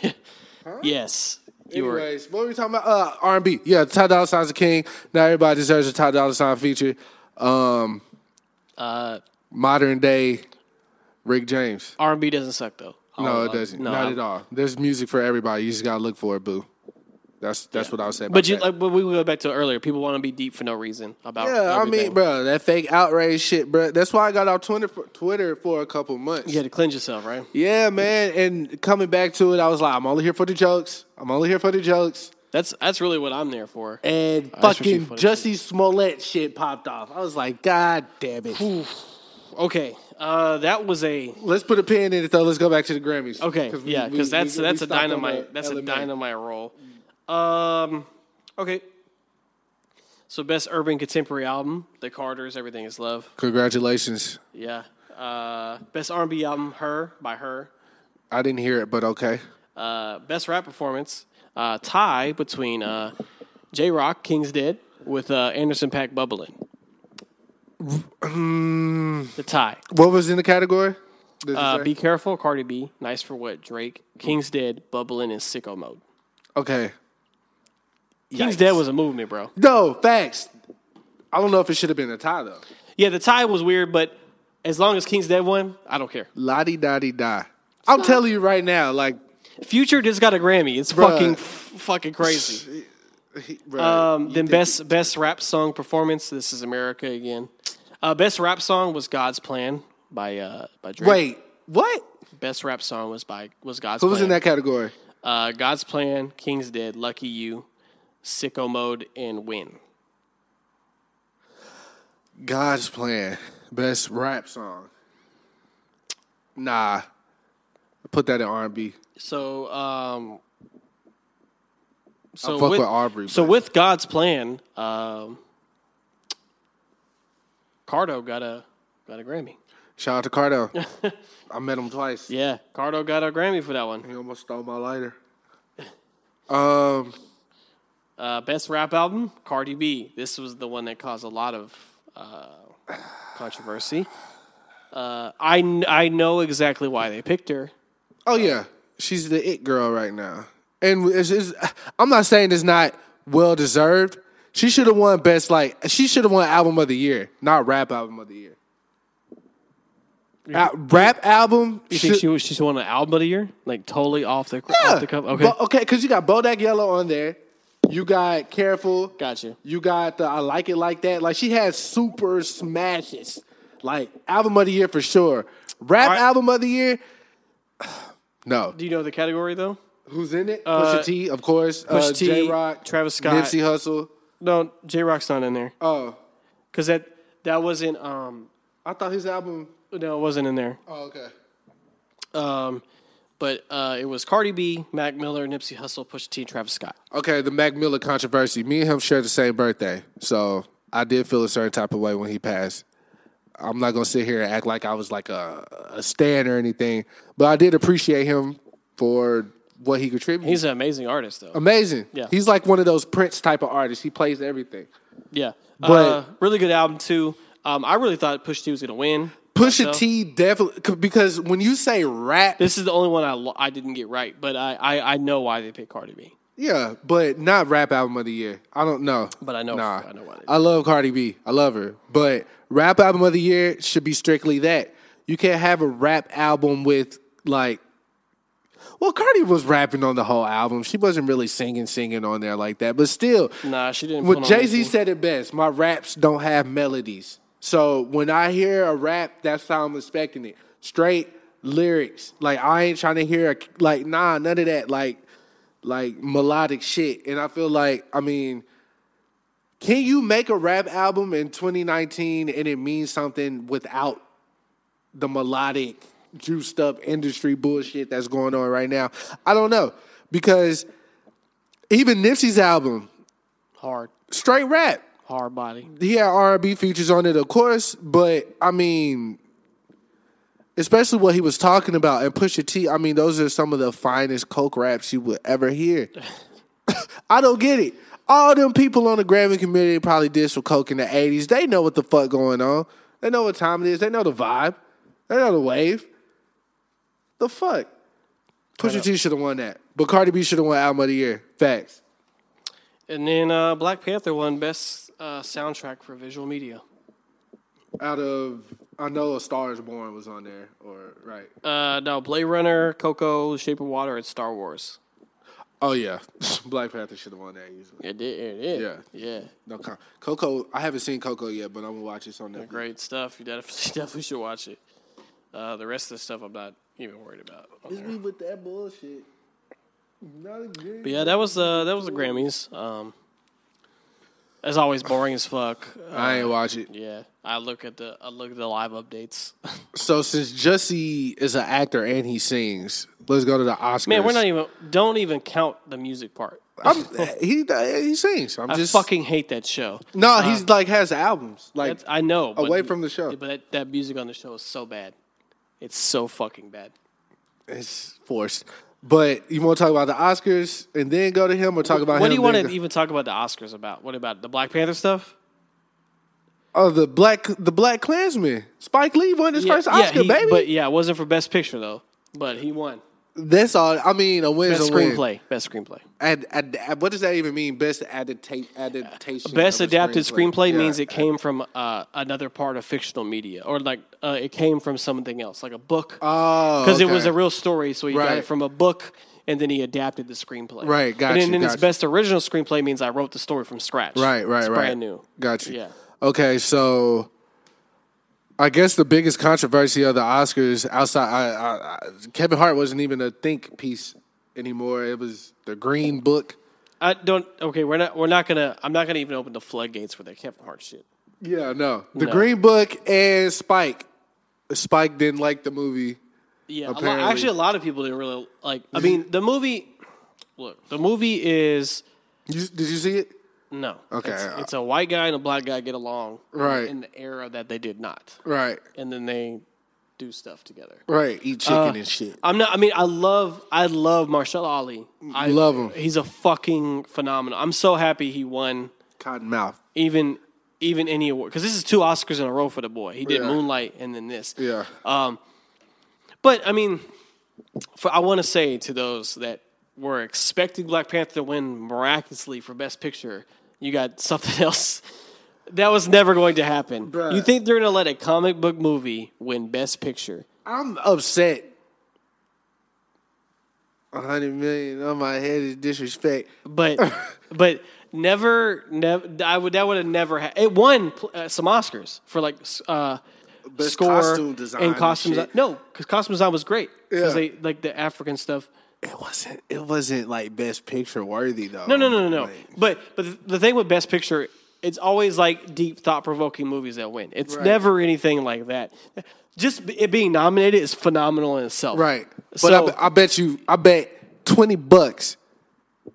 Speaker 5: Yes. You were.
Speaker 4: Anyways, what were we talking about? Uh, R&B. Yeah, Ty Dolla Sign's a king. Now everybody deserves a Ty Dolla Sign feature. Um,
Speaker 5: Uh,
Speaker 4: modern day Rick James.
Speaker 5: R&B doesn't suck though.
Speaker 4: No,
Speaker 5: I'll-
Speaker 4: it doesn't.
Speaker 5: no,
Speaker 4: Not
Speaker 5: I'm-
Speaker 4: at all. There's music for everybody. You just gotta look for it, boo. That's that's what I was saying.
Speaker 5: But you, like, but we go back to earlier. People want to be deep for no reason about.
Speaker 4: yeah, I mean,
Speaker 5: everything.
Speaker 4: bro, that fake outrage shit, bro. That's why I got off Twitter for, Twitter for a couple months.
Speaker 5: You had to cleanse yourself, right?
Speaker 4: yeah, man. And coming back to it, I was like, I'm only here for the jokes. I'm only here for the jokes.
Speaker 5: That's that's really what I'm there for.
Speaker 4: And
Speaker 5: that's what she
Speaker 4: fucking
Speaker 5: funny
Speaker 4: Jussie Smollett shit popped off. I was like, God damn it.
Speaker 5: Okay, uh, that was a
Speaker 4: Let's put a pin in it though. Let's go back to the Grammys.
Speaker 5: Okay,
Speaker 4: we-
Speaker 5: yeah,
Speaker 4: we-
Speaker 5: because that's
Speaker 4: we- we
Speaker 5: that's a
Speaker 4: stopped on the
Speaker 5: dynamite that's a
Speaker 4: LMA.
Speaker 5: dynamite role. Um, okay. So best urban contemporary album, The Carters, Everything Is Love.
Speaker 4: Congratulations.
Speaker 5: Yeah. Uh, best R&B album, Her by Her.
Speaker 4: I didn't hear it, but okay.
Speaker 5: Uh, best rap performance, uh, tie between uh, J Rock, King's Dead, with uh, Anderson Pack Bubbling.
Speaker 4: Mm.
Speaker 5: the tie.
Speaker 4: What was in the category? Does it
Speaker 5: Uh,
Speaker 4: say?
Speaker 5: be careful, Cardi B. Nice for what? Drake, King's Dead, Bubbling, and Sicko Mode.
Speaker 4: Okay.
Speaker 5: King's Dead was a movement, bro.
Speaker 4: No, facts. I don't know if it should have been a tie though.
Speaker 5: Yeah, the tie was weird, but as long as King's Dead won, I don't care.
Speaker 4: Lottie dotty da. I'm telling you right now, like
Speaker 5: Future just got a Grammy. It's
Speaker 4: Bruh.
Speaker 5: fucking f- fucking crazy.
Speaker 4: bruh,
Speaker 5: Um,
Speaker 4: you
Speaker 5: then
Speaker 4: think-
Speaker 5: best best rap song performance. This is America again. Uh, best rap song was God's Plan by uh by Drake.
Speaker 4: Wait, what?
Speaker 5: Best rap song was by was God's
Speaker 4: Who
Speaker 5: Plan.
Speaker 4: was in that category?
Speaker 5: Uh, God's Plan, King's Dead, Lucky You, Sicko Mode, and Win.
Speaker 4: God's Plan, best rap song. Nah, put that in R and B.
Speaker 5: So, um, so
Speaker 4: fuck with Aubrey,
Speaker 5: So
Speaker 4: but-
Speaker 5: with God's plan, um, Cardo got a got a Grammy.
Speaker 4: Shout out to Cardo. I met him twice.
Speaker 5: Yeah, Cardo got a Grammy for that one.
Speaker 4: He almost stole my lighter. Um,
Speaker 5: Uh, best rap album, Cardi B. This was the one that caused a lot of uh, controversy. Uh, I kn- I know exactly why they picked her.
Speaker 4: oh yeah, she's the it girl right now, and it's, it's, I'm not saying it's not well deserved. She should have won best like she should have won album of the year, not rap album of the year. Uh, rap album.
Speaker 5: You think
Speaker 4: should-
Speaker 5: she was she's won an album of the year, like totally off the
Speaker 4: Yeah. uh,
Speaker 5: off the cuff? Okay,
Speaker 4: Bo- okay, because you got Bodak Yellow on there. You got Careful.
Speaker 5: Got you.
Speaker 4: You got the I Like It Like That. Like, she has super smashes. Like, album of the year for sure. Rap
Speaker 5: Alright.
Speaker 4: album of the year? No.
Speaker 5: do you know the category though?
Speaker 4: Who's in it?
Speaker 5: Uh,
Speaker 4: Pusha T, of course. uh,
Speaker 5: Pusha T,
Speaker 4: J Rock.
Speaker 5: Travis Scott.
Speaker 4: Nipsey Hussle.
Speaker 5: No, J Rock's not in there
Speaker 4: Oh,
Speaker 5: because that that wasn't um
Speaker 4: I thought his album.
Speaker 5: no it wasn't in there.
Speaker 4: Oh, okay.
Speaker 5: Um, but uh, it was Cardi B, Mac Miller, Nipsey Hussle, Pusha T, and Travis Scott.
Speaker 4: Okay, the Mac Miller controversy. Me and him share the same birthday, so I did feel a certain type of way when he passed. I'm not gonna sit here and act like I was like a, a stan or anything, but I did appreciate him for what he contributed.
Speaker 5: He's an amazing artist
Speaker 4: Um,
Speaker 5: though.
Speaker 4: amazing.
Speaker 5: Yeah.
Speaker 4: he's like one of those Prince type of artists. He plays everything.
Speaker 5: yeah, uh,
Speaker 4: but-
Speaker 5: really good album too. Um, I really thought Pusha T was gonna win.
Speaker 4: Pusha
Speaker 5: myself.
Speaker 4: T definitely because when you say rap,
Speaker 5: This is the only one I lo- I didn't get right, but I, I I know why they picked Cardi B.
Speaker 4: yeah, but not rap album of the year. I don't know,
Speaker 5: But I know-
Speaker 4: Nah,
Speaker 5: I know why they-
Speaker 4: I love Cardi B. I love her, but rap album of the year should be strictly that. You can't have a rap album with like. Well, Cardi was rapping on the whole album. She wasn't really singing, singing on there like that. But still,
Speaker 5: Nah, Uh, she didn't. put
Speaker 4: Well,
Speaker 5: on
Speaker 4: Jay Z
Speaker 5: anything.
Speaker 4: said it best. My raps don't have melodies, so when I hear a rap, that's how I'm expecting it. Straight lyrics. Like I ain't trying to hear a, like nah, none of that. Like like melodic shit. And I feel like, I mean, can you make a rap album in 2019 and it means something without the melodic, juiced up industry bullshit that's going on right now? I don't know. Because even Nipsey's album,
Speaker 5: hard
Speaker 4: straight rap.
Speaker 5: hard body.
Speaker 4: He had R&B features on it, of course, but I mean, especially what he was talking about and Pusha T. I mean, those are some of the finest coke raps you would ever hear. I don't get it. All them people on the Grammy community probably did some coke in the '80s. They know what the fuck going on. They know what time it is. They know the vibe. They know the wave. The fuck. Pusha T should have won that, but Cardi B should have won Album of the Year. Facts.
Speaker 5: And then uh, Black Panther won best uh, soundtrack for visual media.
Speaker 4: out of I know a Star is Born was on there or right.
Speaker 5: Uh, no, Blade Runner, Coco, Shape of Water, and Star Wars.
Speaker 4: oh yeah, Black Panther should have won that usually.
Speaker 5: It did. It did.
Speaker 4: Yeah.
Speaker 5: Yeah.
Speaker 4: No, co- Coco. I haven't seen Coco yet, but I'm gonna watch this on Netflix.
Speaker 5: Great stuff. You definitely, definitely should watch it. Uh, the rest of the stuff I'm not even worried about. on there.
Speaker 4: We with that bullshit. Not again.
Speaker 5: But yeah, that was uh, that was the Grammys. Um, as always, boring as fuck. Uh,
Speaker 4: I ain't watch it.
Speaker 5: yeah, I look at the I look at the live updates.
Speaker 4: So since Jussie is an actor and he sings, let's go to the Oscars.
Speaker 5: Man, we're not even. Don't even count the music part.
Speaker 4: I'm, he he sings. I'm
Speaker 5: I
Speaker 4: just
Speaker 5: fucking hate that show.
Speaker 4: No, he's like has albums. Like
Speaker 5: That's, I know. but-
Speaker 4: away from the show.
Speaker 5: But that, that music on the show is so bad. It's so fucking bad.
Speaker 4: it's forced. But you want to talk about the Oscars and then go to him, or talk about
Speaker 5: What
Speaker 4: him
Speaker 5: do you want
Speaker 4: then
Speaker 5: to
Speaker 4: go-
Speaker 5: even talk about the Oscars about? What about the Black Panther stuff?
Speaker 4: Oh, the black the Black Klansman. Spike Lee won his first Oscar,
Speaker 5: he-
Speaker 4: baby.
Speaker 5: But yeah, it wasn't for Best Picture though. But he won
Speaker 4: That's all. I mean, a win's
Speaker 5: Best
Speaker 4: a win.
Speaker 5: Screenplay. Best Screenplay.
Speaker 4: Ad, ad, ad- what does that even mean? Best adapta- adaptation.
Speaker 5: Best
Speaker 4: of a
Speaker 5: adapted screenplay,
Speaker 4: Yeah.
Speaker 5: means it came from uh, another part of fictional media, or like uh, it came from something else, like a book.
Speaker 4: Oh,
Speaker 5: because it was
Speaker 4: okay.
Speaker 5: a real story, so he got
Speaker 4: Right.
Speaker 5: it from a book, and then he adapted the screenplay.
Speaker 4: Right,
Speaker 5: And
Speaker 4: gotcha,
Speaker 5: then, then his
Speaker 4: gotcha.
Speaker 5: best original screenplay means I wrote the story from scratch.
Speaker 4: Right, right,
Speaker 5: It's
Speaker 4: right.
Speaker 5: Brand new.
Speaker 4: Gotcha.
Speaker 5: Yeah.
Speaker 4: Okay, so I guess the biggest controversy of the Oscars outside I, I, I, Kevin Hart wasn't even a think piece anymore. It was the Green Book.
Speaker 5: I don't. Okay, we're not. We're not gonna. I'm not gonna even open the floodgates for that Kevin Hart shit.
Speaker 4: Yeah, no, the
Speaker 5: No.
Speaker 4: Green Book and Spike. Spike didn't like the movie.
Speaker 5: Yeah, a lot-
Speaker 4: Apparently.
Speaker 5: actually, a lot of people didn't really like. I mean, the movie. Look, the movie is
Speaker 4: You, did you see it?
Speaker 5: no.
Speaker 4: Okay. uh,
Speaker 5: it's, it's a white guy and a black guy get along.
Speaker 4: Right.
Speaker 5: in the era that they did not,
Speaker 4: Right,
Speaker 5: and then they do stuff together.
Speaker 4: right. Uh, Eat chicken and shit.
Speaker 5: I'm not. I mean, I love. I love Marshall Ali. I
Speaker 4: Love him.
Speaker 5: He's a fucking phenomenal. I'm so happy he won.
Speaker 4: Cotton mouth.
Speaker 5: Even even any award because this is two Oscars in a row for the boy. He did
Speaker 4: Yeah.
Speaker 5: Moonlight and then this.
Speaker 4: Yeah.
Speaker 5: But I mean, for I want to say to those that were expecting Black Panther to win miraculously for Best Picture, you got something else. That was never going to happen.
Speaker 4: Bruh.
Speaker 5: You think they're gonna let a comic book movie win Best Picture?
Speaker 4: I'm upset. A hundred million on my head is disrespect.
Speaker 5: but but never never I would that would have never ha- it won pl- uh, some Oscars for like s- uh
Speaker 4: Best
Speaker 5: score
Speaker 4: costume design
Speaker 5: and
Speaker 4: and
Speaker 5: costume
Speaker 4: shit.
Speaker 5: design. No, because costume design was great.
Speaker 4: Yeah.
Speaker 5: Because they like the African stuff.
Speaker 4: It wasn't. It wasn't like best picture worthy though.
Speaker 5: No, no, no, no, no.
Speaker 4: Like,
Speaker 5: But but th- the thing with Best Picture, it's always like deep, thought provoking movies that win. It's
Speaker 4: Right.
Speaker 5: never anything like that. Just b- it being nominated is phenomenal in itself.
Speaker 4: right. But
Speaker 5: So-
Speaker 4: I, be- I bet you. I bet twenty bucks.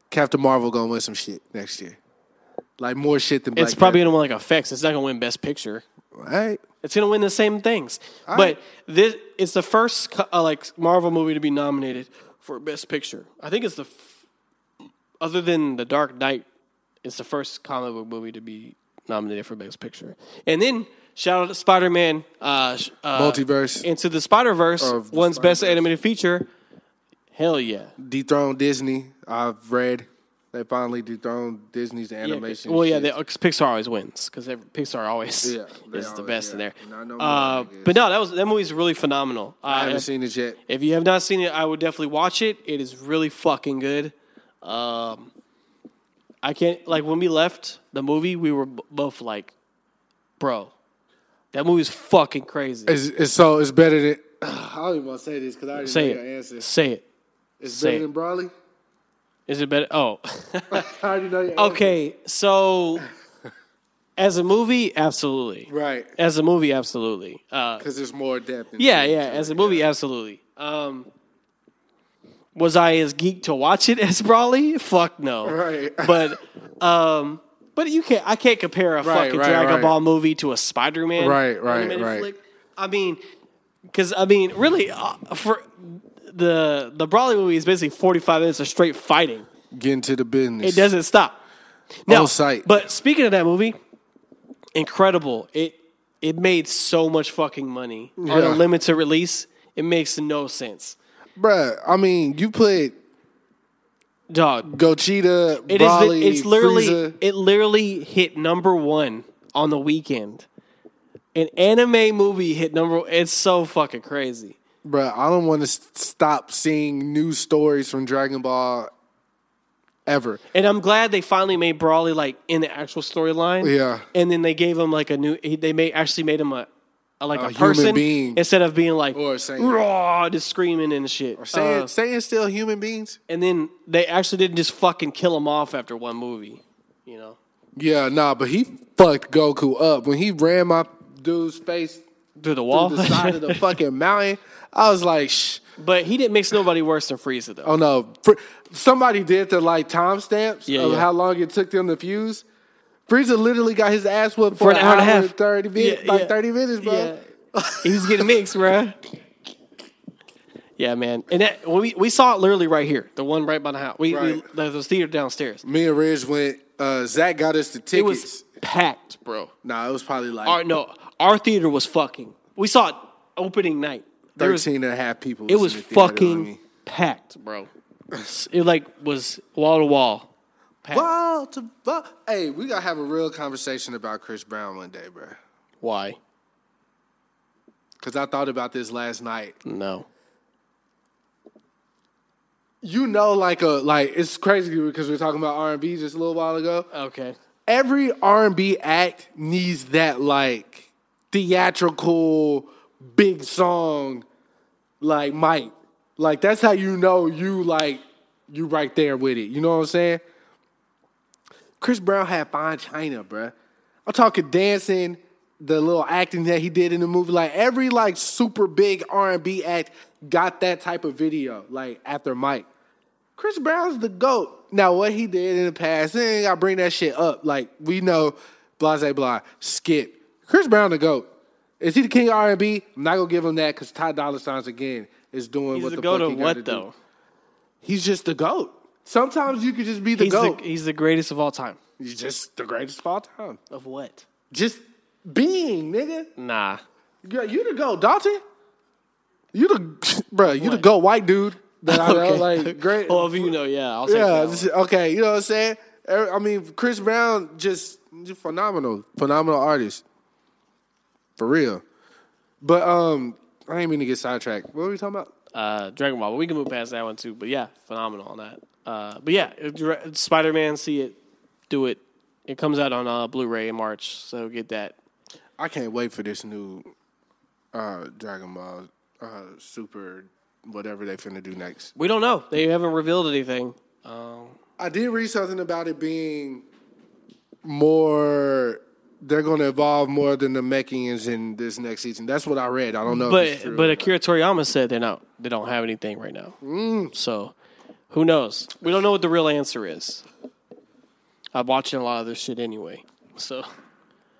Speaker 4: Captain Marvel gonna win some shit next year. Like more shit than Black
Speaker 5: It's probably gonna win like effects. It's not gonna win Best Picture.
Speaker 4: Panther. all right.
Speaker 5: It's gonna win the same things.
Speaker 4: right.
Speaker 5: but this it's the first co- uh, like Marvel movie to be nominated for Best Picture. I think it's the f- other than The Dark Knight, it's the first comic book movie to be nominated for Best Picture. And then shout out to Spider Man, uh, sh- uh,
Speaker 4: Multiverse.
Speaker 5: Into the Spider Verse,
Speaker 4: Of the
Speaker 5: one's Best
Speaker 4: Spider-Verse.
Speaker 5: Animated Feature. Hell yeah!
Speaker 4: Dethroned Disney. I've read they finally dethroned Disney's
Speaker 5: Yeah,
Speaker 4: animation.
Speaker 5: well, yeah,
Speaker 4: shit.
Speaker 5: they, 'cause Pixar always wins because Pixar always
Speaker 4: Yeah, they
Speaker 5: is the
Speaker 4: always-
Speaker 5: best
Speaker 4: yeah.
Speaker 5: in there.
Speaker 4: Not no more,
Speaker 5: uh,
Speaker 4: I guess.
Speaker 5: but no, that was that movie's really phenomenal. Uh,
Speaker 4: I haven't seen it yet.
Speaker 5: If you have not seen it, I would definitely watch it. It is really fucking good. Um, I can't like when we left the movie, we were b- both like, "Bro, that movie's fucking crazy."
Speaker 4: It's, it's so it's better than. I don't even want to say this because I already
Speaker 5: say
Speaker 4: know your
Speaker 5: it.
Speaker 4: answer.
Speaker 5: Say it.
Speaker 4: It's
Speaker 5: say
Speaker 4: better
Speaker 5: it.
Speaker 4: than Brawley.
Speaker 5: Is it better? Oh,
Speaker 4: I already know your answer.
Speaker 5: okay. So, as a movie, absolutely.
Speaker 4: Right.
Speaker 5: As a movie, absolutely. Uh,
Speaker 4: Because there's more depth. in
Speaker 5: Yeah,
Speaker 4: it.
Speaker 5: yeah. As a movie, absolutely. Um, was I as geek to watch it as Brawley? Fuck no.
Speaker 4: Right.
Speaker 5: But um, but you can't. I can't compare a
Speaker 4: Right,
Speaker 5: fucking
Speaker 4: right,
Speaker 5: Dragon
Speaker 4: right.
Speaker 5: Ball movie to a Spider Man.
Speaker 4: Right, right, right.
Speaker 5: I mean, because I mean, really, uh, for the the Brawley movie is basically forty five minutes of straight fighting.
Speaker 4: Get into the business.
Speaker 5: It doesn't stop. Now,
Speaker 4: On site.
Speaker 5: But speaking of that movie, incredible. It it made so much fucking money on a
Speaker 4: Yeah.
Speaker 5: limited release. It makes no sense,
Speaker 4: Bruh, I mean, you put
Speaker 5: dog.
Speaker 4: Gochita,
Speaker 5: It is. the-
Speaker 4: Brawley,
Speaker 5: it's literally.
Speaker 4: Frieza.
Speaker 5: It literally hit number one on the weekend. An anime movie hit number. It's so fucking crazy.
Speaker 4: Bruh, I don't want to stop seeing new stories from Dragon Ball ever.
Speaker 5: And I'm glad they finally made Brawley like in the actual storyline.
Speaker 4: Yeah.
Speaker 5: And then they gave him like a new. he- They made actually made him a, a like a,
Speaker 4: A human
Speaker 5: person
Speaker 4: being.
Speaker 5: instead of being like
Speaker 4: Or a Saiyan.
Speaker 5: raw, just screaming and shit.
Speaker 4: Saying,
Speaker 5: Uh,
Speaker 4: saying still human beings?
Speaker 5: and then they actually didn't just fucking kill him off after one movie. You know.
Speaker 4: Yeah, nah, but he fucked Goku up. When he ran my dude's face
Speaker 5: Through the
Speaker 4: through
Speaker 5: wall,
Speaker 4: the side of the fucking mountain, I was like, shh.
Speaker 5: but he didn't mix nobody worse than Frieza though.
Speaker 4: Oh no! Fr- somebody did the like timestamps
Speaker 5: Yeah,
Speaker 4: of
Speaker 5: yeah.
Speaker 4: how long it took them to fuse. Frieza literally got his ass whooped for,
Speaker 5: For an hour and a half.
Speaker 4: thirty minutes,
Speaker 5: Yeah,
Speaker 4: like
Speaker 5: yeah.
Speaker 4: thirty minutes, bro.
Speaker 5: Yeah. he was getting mixed, bruh. Yeah, man. And that when we, we saw it literally right here, the one right by the house. We, we
Speaker 4: Right.
Speaker 5: there was theater downstairs.
Speaker 4: Me and Ridge went. Uh, Zach got us the tickets.
Speaker 5: It was packed, bro.
Speaker 4: nah, it was probably like
Speaker 5: Our, no, our theater was fucking. We saw it opening night. There was-
Speaker 4: 13 and a half people.
Speaker 5: it was
Speaker 4: in the theater with
Speaker 5: fucking
Speaker 4: me.
Speaker 5: packed, bro. It like was wall to wall. packed.
Speaker 4: Wall to wall. Hey, we gotta have a real conversation about Chris Brown one day, bro.
Speaker 5: Why?
Speaker 4: Because I thought about this last night.
Speaker 5: No.
Speaker 4: You know, like a like it's crazy because we were talking about R and B just a little while ago.
Speaker 5: Okay.
Speaker 4: every R and B act needs that like theatrical big song like Mike. Like that's how you know you like you right there with it. You know what I'm saying? Chris Brown had fine China, bruh. I'm talking dancing, the little acting that he did in the movie. Like every like super big R&B act got that type of video. Like after Mike, Chris Brown's the goat. Now what he did in the past, eh, I bring that shit up. Like we know, blase blah, skip. Chris Brown the goat. Is he the king of R&B? I'm not gonna give him that because Ty Dolla Signs again is doing
Speaker 5: He's
Speaker 4: what the,
Speaker 5: the, goat
Speaker 4: fuck
Speaker 5: of
Speaker 4: he
Speaker 5: what
Speaker 4: gotta do.
Speaker 5: though?
Speaker 4: He's just the goat. Sometimes you could just be the
Speaker 5: he's
Speaker 4: goat.
Speaker 5: the he's the greatest of all time.
Speaker 4: He's just the greatest of all time.
Speaker 5: Of what?
Speaker 4: Just being, nigga.
Speaker 5: Nah.
Speaker 4: You, you the goat, Dalton. You the bro. You the goat, white dude. That I know, like great.
Speaker 5: Well, if you know, yeah, I'll say
Speaker 4: yeah.
Speaker 5: that one.
Speaker 4: this- Okay. You know what I'm saying? Er, I mean, Chris Brown just just phenomenal, phenomenal artist, for real. But um, I ain't mean to get sidetracked. What were we talking about?
Speaker 5: uh, Dragon Ball. But we can move past that one too. But yeah, phenomenal on that. Uh, but yeah, Spider Man, see it, do it. It comes out on uh, Blu Ray in March, so get that.
Speaker 4: I can't wait for this new uh Dragon Ball uh Super whatever they finna do next.
Speaker 5: We don't know. They haven't revealed anything.
Speaker 4: I did read something about it being more. They're going to evolve more than the Mechians in this next season. That's what I read. I don't know. if it's
Speaker 5: But
Speaker 4: true.
Speaker 5: but Akira Toriyama said they're not. They don't have anything right now.
Speaker 4: Mm.
Speaker 5: So who knows? We don't know what the real answer is. I'm watching a lot of this shit anyway. So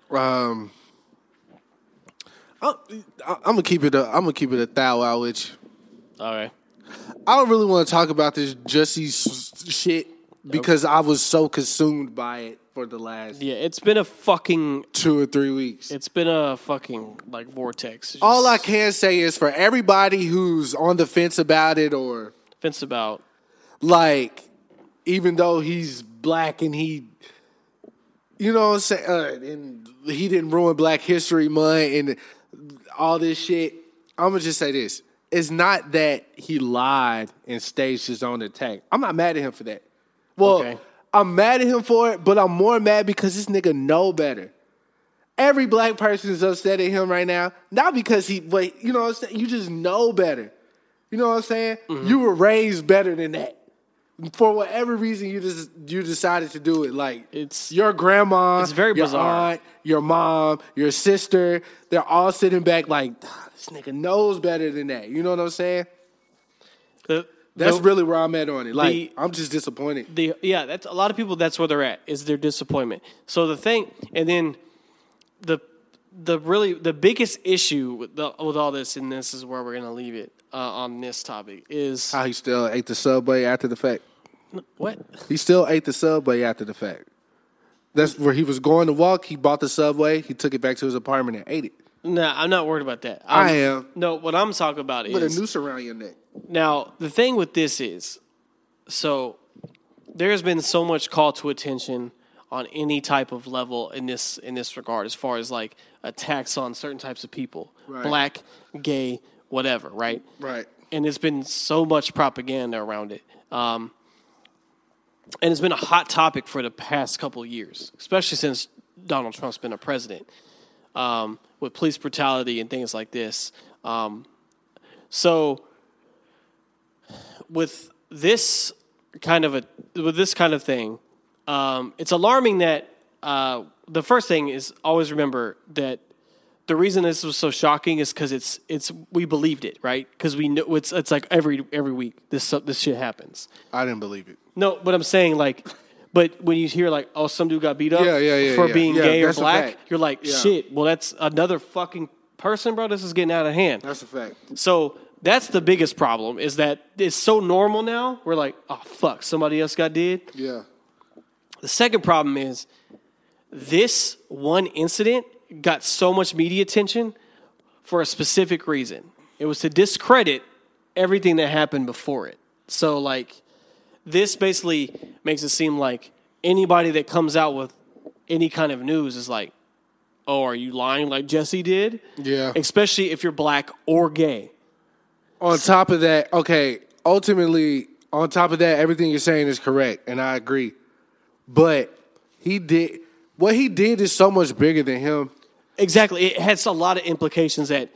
Speaker 4: um, I, I, I'm gonna keep it. A, I'm gonna keep it a thou out. Which
Speaker 5: all right,
Speaker 4: I don't really want to talk about this Jussie s- shit because I was so consumed by it for the last
Speaker 5: yeah, it's been a fucking,
Speaker 4: two or three weeks.
Speaker 5: it's been a fucking like vortex. It's
Speaker 4: All I
Speaker 5: just
Speaker 4: can say is for everybody who's on the fence about it or
Speaker 5: fence about.
Speaker 4: like even though he's black and he you know what I'm saying uh, and he didn't ruin black history month and all this shit I'm going to just say this it's not that he lied and staged his own attack I'm not mad at him for that well
Speaker 5: Okay.
Speaker 4: I'm mad at him for it but I'm more mad because this nigga know better every black person is upset at him right now not because he but you know what I'm saying you just know better you know what I'm saying? You were raised better than that. For whatever reason, you just you decided to do it. Like
Speaker 5: It's-
Speaker 4: your grandma,
Speaker 5: it's very
Speaker 4: your
Speaker 5: bizarre.
Speaker 4: aunt, your mom, your sister. They're all sitting back like "Ah, this nigga knows better than that. You know what I'm saying?
Speaker 5: The,
Speaker 4: That's
Speaker 5: the-
Speaker 4: really where I'm at on it. Like
Speaker 5: the-
Speaker 4: I'm just disappointed.
Speaker 5: the yeah that's a lot of people that's where they're at is their disappointment so the thing and then the the really the biggest issue with, the, with all this and this is where we're gonna leave it uh, on this topic is
Speaker 4: How he still ate the subway after the fact.
Speaker 5: what
Speaker 4: He still ate the subway after the fact. That's where he was going to walk. He bought the subway. He took it back to his apartment and ate it.
Speaker 5: no i'm not worried about that
Speaker 4: I
Speaker 5: I'm-
Speaker 4: am.
Speaker 5: no what i'm talking about
Speaker 4: Put a
Speaker 5: is
Speaker 4: noose around your neck.
Speaker 5: Now, the thing with this is so there's been so much call to attention on any type of level in this in this regard as far as like attacks on certain types of people.
Speaker 4: Right.
Speaker 5: Black, gay, whatever, right?
Speaker 4: Right.
Speaker 5: And it's been so much propaganda around it. Um, and it's been a hot topic for the past couple of years, especially since Donald Trump's been a president, um, with police brutality and things like this. Um, so, with this kind of a with this kind of thing, um, it's alarming that uh, the first thing is always remember that the reason this was so shocking is because it's it's we believed it right because we know it's it's like every every week this stuff- this shit happens.
Speaker 4: I didn't believe it.
Speaker 5: No, but I'm saying like, but when you hear like, oh, some dude got beat up
Speaker 4: Yeah, yeah, yeah,
Speaker 5: for
Speaker 4: yeah.
Speaker 5: being
Speaker 4: Yeah,
Speaker 5: gay or
Speaker 4: that's a
Speaker 5: black,
Speaker 4: fact.
Speaker 5: you're like,
Speaker 4: Yeah.
Speaker 5: shit. Well, that's another fucking person, bro. This is getting out of hand.
Speaker 4: That's a fact.
Speaker 5: So that's the biggest problem is that it's so normal now. We're like, oh fuck, somebody else got did.
Speaker 4: Yeah.
Speaker 5: The second problem is this one incident got so much media attention for a specific reason. It was to discredit everything that happened before it. So like this basically makes it seem like anybody that comes out with any kind of news is like, "Oh, are you lying like Jesse did?"
Speaker 4: Yeah.
Speaker 5: Especially if you're black or gay.
Speaker 4: On top of that, okay, ultimately, on top of that, everything you're saying is correct, and I agree. But he did what he did is so much bigger than him.
Speaker 5: exactly. It has a lot of implications that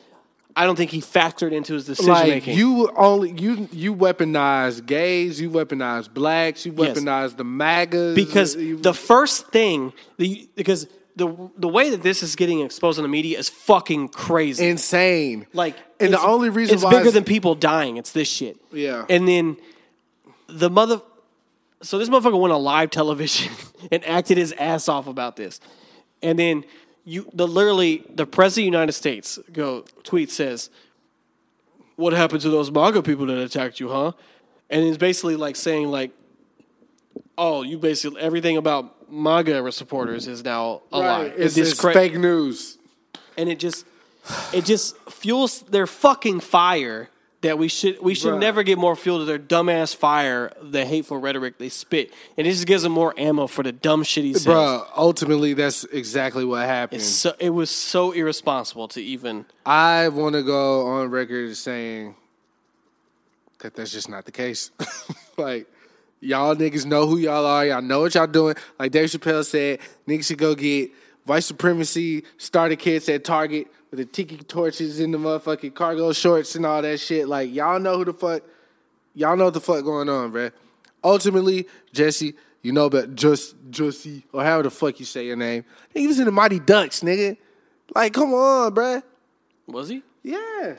Speaker 5: I don't think he factored into his decision
Speaker 4: Like
Speaker 5: making.
Speaker 4: you only you you weaponize gays, you weaponize blacks, you
Speaker 5: Yes.
Speaker 4: weaponize the MAGAs
Speaker 5: because
Speaker 4: you-
Speaker 5: the first thing the because the the way that this is getting exposed in the media is fucking crazy.
Speaker 4: insane.
Speaker 5: like
Speaker 4: and the
Speaker 5: it's-
Speaker 4: only reason
Speaker 5: it's
Speaker 4: why
Speaker 5: bigger
Speaker 4: it's-
Speaker 5: than people dying. It's this shit.
Speaker 4: Yeah.
Speaker 5: And then the mother. So this motherfucker went on live television and acted his ass off about this, and then you the literally the president of the United States go tweet says, "What happened to those MAGA people that attacked you, huh?" And it's basically like saying like, "Oh, you basically everything about MAGA supporters is now a lie."
Speaker 4: Right, it's,
Speaker 5: This
Speaker 4: it's
Speaker 5: cra-
Speaker 4: fake news.
Speaker 5: and it just it just fuels their fucking fire that we should we should
Speaker 4: Bruh.
Speaker 5: never get more fuel to their dumbass fire the hateful rhetoric they spit and it just gives them more ammo for the dumb shit he says
Speaker 4: Bruh, ultimately that's exactly what happened.
Speaker 5: It's so, it was so irresponsible to even
Speaker 4: I want to go on record as saying that that's just not the case. like, y'all niggas know who y'all are. Y'all know what y'all doing. Like Dave Chappelle said, niggas should go get white supremacy starter kits at Target with the tiki torches in the motherfucking cargo shorts and all that shit. Like, y'all know who the fuck, y'all know what the fuck going on, bruh. Ultimately, Jesse, you know about just Jesse or however the fuck you say your name. He was in the Mighty Ducks, nigga. Like, come on, bruh.
Speaker 5: was he
Speaker 4: Yeah.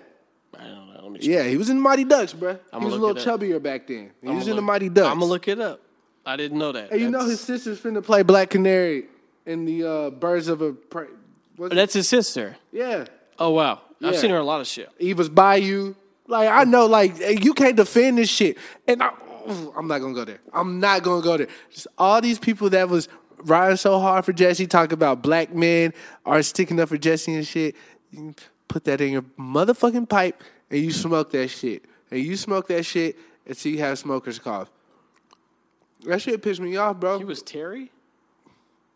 Speaker 5: I don't know let me
Speaker 4: Yeah, he was in the Mighty Ducks, bruh.
Speaker 5: I'ma
Speaker 4: he was a little
Speaker 5: look it up.
Speaker 4: chubbier back then. He was in the Mighty Ducks.
Speaker 5: I'm gonna look it up I didn't know that
Speaker 4: And you know
Speaker 5: That's-
Speaker 4: his sister's finna play Black Canary in the uh, Birds of a Prey. What's it?
Speaker 5: that's his sister
Speaker 4: Yeah.
Speaker 5: oh wow I've
Speaker 4: Yeah.
Speaker 5: seen her in a lot of shit
Speaker 4: Eva's Bayou. Like, I know, like, eh, you can't defend this shit. And I, ooh, I'm not gonna go there. I'm not gonna go there. Just all these people that was riding so hard for Jesse, talking about black men are sticking up for Jesse and shit. You put that in your motherfucking pipe and you smoke that shit. And you smoke that shit until you have smoker's cough. That shit pissed me off, bro.
Speaker 5: He was Terry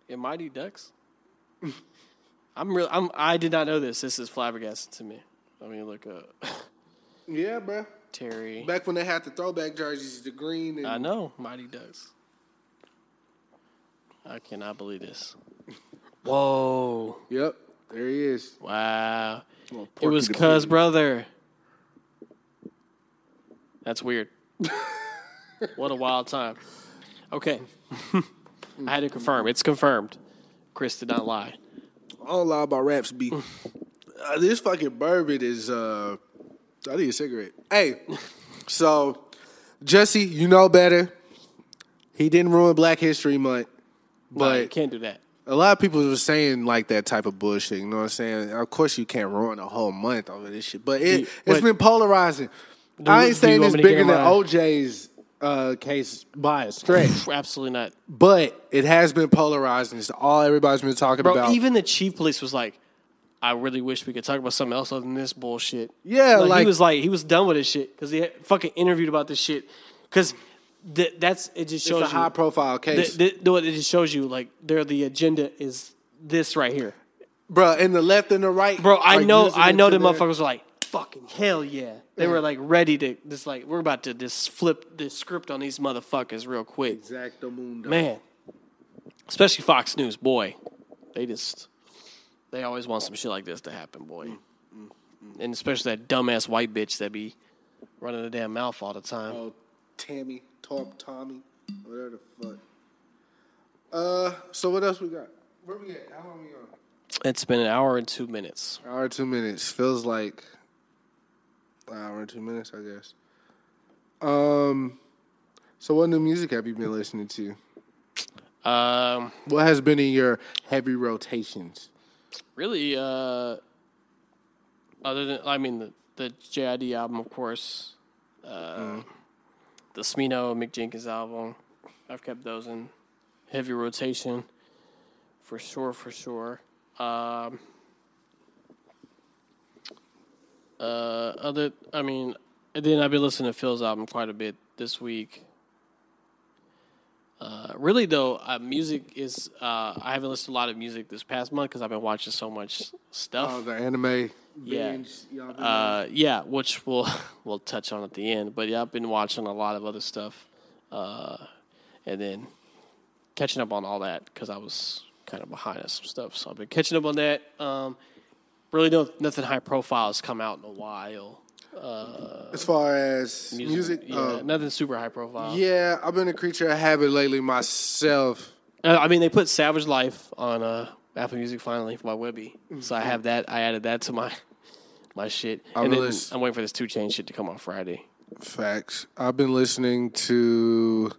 Speaker 5: in Mighty Ducks. I'm real. I'm. I did not know this. This is flabbergasting to me. Let me look up
Speaker 4: yeah, bro.
Speaker 5: Terry.
Speaker 4: Back when they had the throwback jerseys, the green and
Speaker 5: I know Mighty Ducks. I cannot believe this. Whoa!
Speaker 4: Yep. There he is.
Speaker 5: Wow! It
Speaker 4: Porky
Speaker 5: was
Speaker 4: the
Speaker 5: Cuz brother. That's weird. what a wild time. Okay, I had to confirm. It's confirmed. Chris did not lie.
Speaker 4: all lie about raps be. Uh, this fucking bourbon is. uh I need a cigarette. Hey, so Jesse, you know better. He didn't ruin Black History Month,
Speaker 5: But you
Speaker 4: but
Speaker 5: can't do that.
Speaker 4: a lot of people were saying like that type of bullshit. You know what I'm saying? Of course, you can't ruin a whole month over this shit, but it
Speaker 5: You-
Speaker 4: it's
Speaker 5: but-
Speaker 4: been polarizing.
Speaker 5: Do
Speaker 4: I
Speaker 5: you-
Speaker 4: ain't
Speaker 5: do you
Speaker 4: saying
Speaker 5: want
Speaker 4: it's
Speaker 5: me to get
Speaker 4: bigger than
Speaker 5: my-
Speaker 4: OJ's uh, case by a stretch,
Speaker 5: Absolutely not.
Speaker 4: but it has been polarizing. It's all everybody's been talking
Speaker 5: Bro,
Speaker 4: about.
Speaker 5: even the chief police was like, I really wish we could talk about something else other than this bullshit.
Speaker 4: Yeah,
Speaker 5: he
Speaker 4: like-
Speaker 5: was like, he was done with this shit because he had fucking interviewed about this shit. Because th- that's it. Just
Speaker 4: it's
Speaker 5: shows
Speaker 4: a high profile
Speaker 5: you.
Speaker 4: case.
Speaker 5: th- th- no, it just shows you like their the agenda is this right here,
Speaker 4: Bro, and the left and the right.
Speaker 5: bro. I
Speaker 4: are
Speaker 5: know,
Speaker 4: using
Speaker 5: I
Speaker 4: it
Speaker 5: know.
Speaker 4: to
Speaker 5: The
Speaker 4: their-
Speaker 5: motherfuckers were like, fucking hell yeah. They were like ready to just like we're about to just flip the script on these motherfuckers real quick.
Speaker 4: Exacto mundo.
Speaker 5: man, especially Fox News, boy, they just they always want some shit like this to happen, boy,
Speaker 4: Mm.
Speaker 5: and especially that dumbass white bitch that be running the damn mouth all the time.
Speaker 4: Oh, Tammy, Tom, Tommy, whatever the fuck. Uh, so what else we got? Where we at? How long we on?
Speaker 5: It's been an hour and two minutes.
Speaker 4: Hour and two minutes. Feels like an hour and two minutes, I guess. Um, so what new music have you been listening to?
Speaker 5: Um,
Speaker 4: What has been in your heavy rotations?
Speaker 5: really, uh, other than I mean the the JID album, of course, uh, the Smino and Mick Jenkins album. I've kept those in heavy rotation for sure, for sure. Um, uh, other, I mean, and then I've been listening to Phil's album quite a bit this week. Uh, really though, uh, music is uh, I haven't listened to a lot of music this past month because I've been watching so much stuff.
Speaker 4: Oh, the anime.
Speaker 5: Yeah.
Speaker 4: binge y'all been
Speaker 5: Uh, yeah, which we'll we'll touch on at the end. But yeah, I've been watching a lot of other stuff, uh, and then catching up on all that because I was kind of behind us some stuff. So I've been catching up on that. Um, really, no, nothing high profile has come out in a while.
Speaker 4: As far as music,
Speaker 5: yeah,
Speaker 4: uh,
Speaker 5: nothing super high profile.
Speaker 4: yeah, I've been a creature of habit lately myself.
Speaker 5: Uh, I mean, they put Savage Life on uh, Apple Music finally for my Webby,
Speaker 4: Mm-hmm.
Speaker 5: so I have that. I added that to my my shit,
Speaker 4: I'm
Speaker 5: and then
Speaker 4: list-
Speaker 5: I'm waiting for this two chain shit to come on Friday.
Speaker 4: Facts. I've been listening to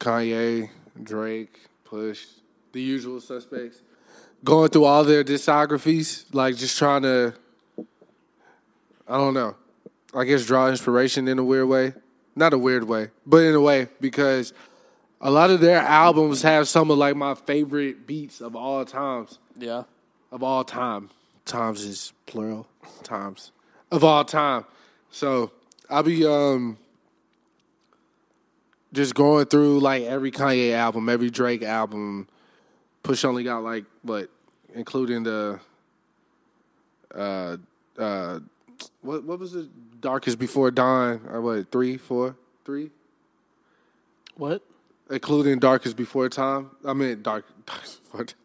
Speaker 4: Kanye, Drake, Push, the usual suspects. Going through all their discographies, like just trying to, I don't know, I guess draw inspiration in a weird way. Not a weird way, but in a way, because a lot of their albums have some of like my favorite beats of all times
Speaker 5: Yeah,
Speaker 4: of all time. Times is plural. Times of all time. So I'll be um just going through like every Kanye album, every Drake album. Push only got like what, including the uh uh what what was the darkest before dawn or what three four three
Speaker 5: what?
Speaker 4: including darkest before time I mean dark darkest before time.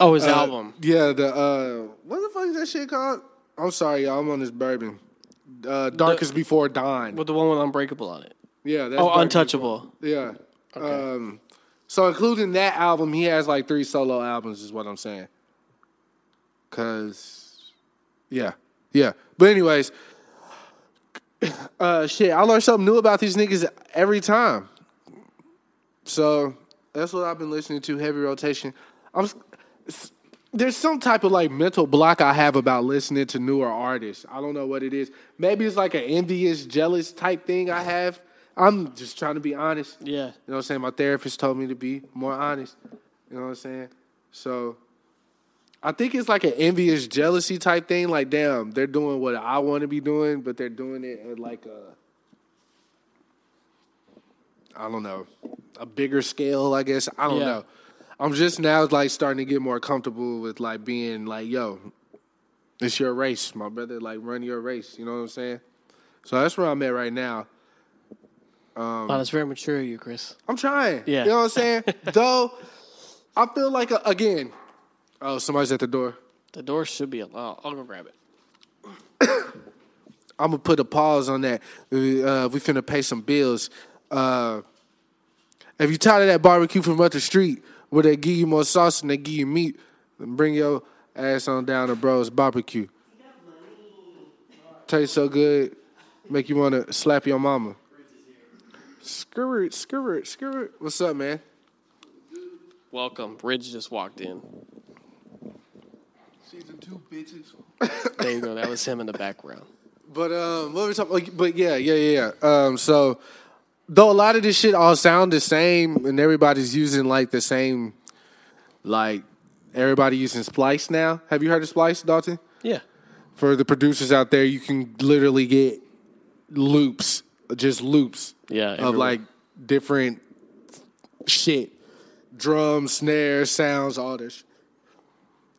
Speaker 5: Oh, his
Speaker 4: Uh,
Speaker 5: album.
Speaker 4: Yeah, the uh what the fuck is that shit called? I'm sorry, y'all. I'm on this bourbon. Uh, Darkest Before Dawn.
Speaker 5: With the one with Unbreakable on it.
Speaker 4: yeah, that's
Speaker 5: Oh,
Speaker 4: Darkest
Speaker 5: Untouchable.
Speaker 4: Before- Yeah. Um, so including that album, he has like three solo albums, is what I'm saying. Cause, yeah, yeah. But anyways, uh, shit, I learn something new about these niggas every time. So that's what I've been listening to. Heavy rotation. I'm. s- s- There's some type of like mental block I have about listening to newer artists. I don't know what it is. Maybe it's like an envious, jealous type thing I have. I'm just trying to be honest.
Speaker 5: Yeah.
Speaker 4: You know what I'm saying? My therapist told me to be more honest. You know what I'm saying? So I think it's like an envious jealousy type thing. Like, damn, they're doing what I want to be doing, but they're doing it at like a I don't know, a bigger scale, I guess. I don't
Speaker 5: Yeah.
Speaker 4: know. I'm just now like starting to get more comfortable with like being like, yo, it's your race, my brother. Like run your race. You know what I'm saying? So that's where I'm at right now.
Speaker 5: wow, that's very mature of you, Chris.
Speaker 4: I'm trying.
Speaker 5: Yeah.
Speaker 4: You know what I'm saying? Though I feel like uh, again. Oh, somebody's at the door.
Speaker 5: The door should be allowed. I'll go grab it.
Speaker 4: I'm gonna put a pause on that. Uh, we finna pay some bills. Uh, if you tired of that barbecue from up the street, where they give you more sauce and they give you meat, then bring your ass on down to Bros Barbecue. Tastes so good, make you wanna slap your mama. Skirt, skirt, skirt. What's up, man?
Speaker 5: Welcome. Ridge just walked in.
Speaker 4: Season two, bitches.
Speaker 5: There you go. That was him in the background.
Speaker 4: But um, what were we talking? Like, but yeah, yeah, yeah, yeah. Um, so though a lot of this shit all sound the same, and everybody's using like the same, like everybody using Splice now. Have you heard of Splice, Dalton?
Speaker 5: Yeah.
Speaker 4: For the producers out there, you can literally get loops, just loops,
Speaker 5: Yeah,
Speaker 4: of
Speaker 5: everywhere.
Speaker 4: like different shit, drums, snares, sounds, all this.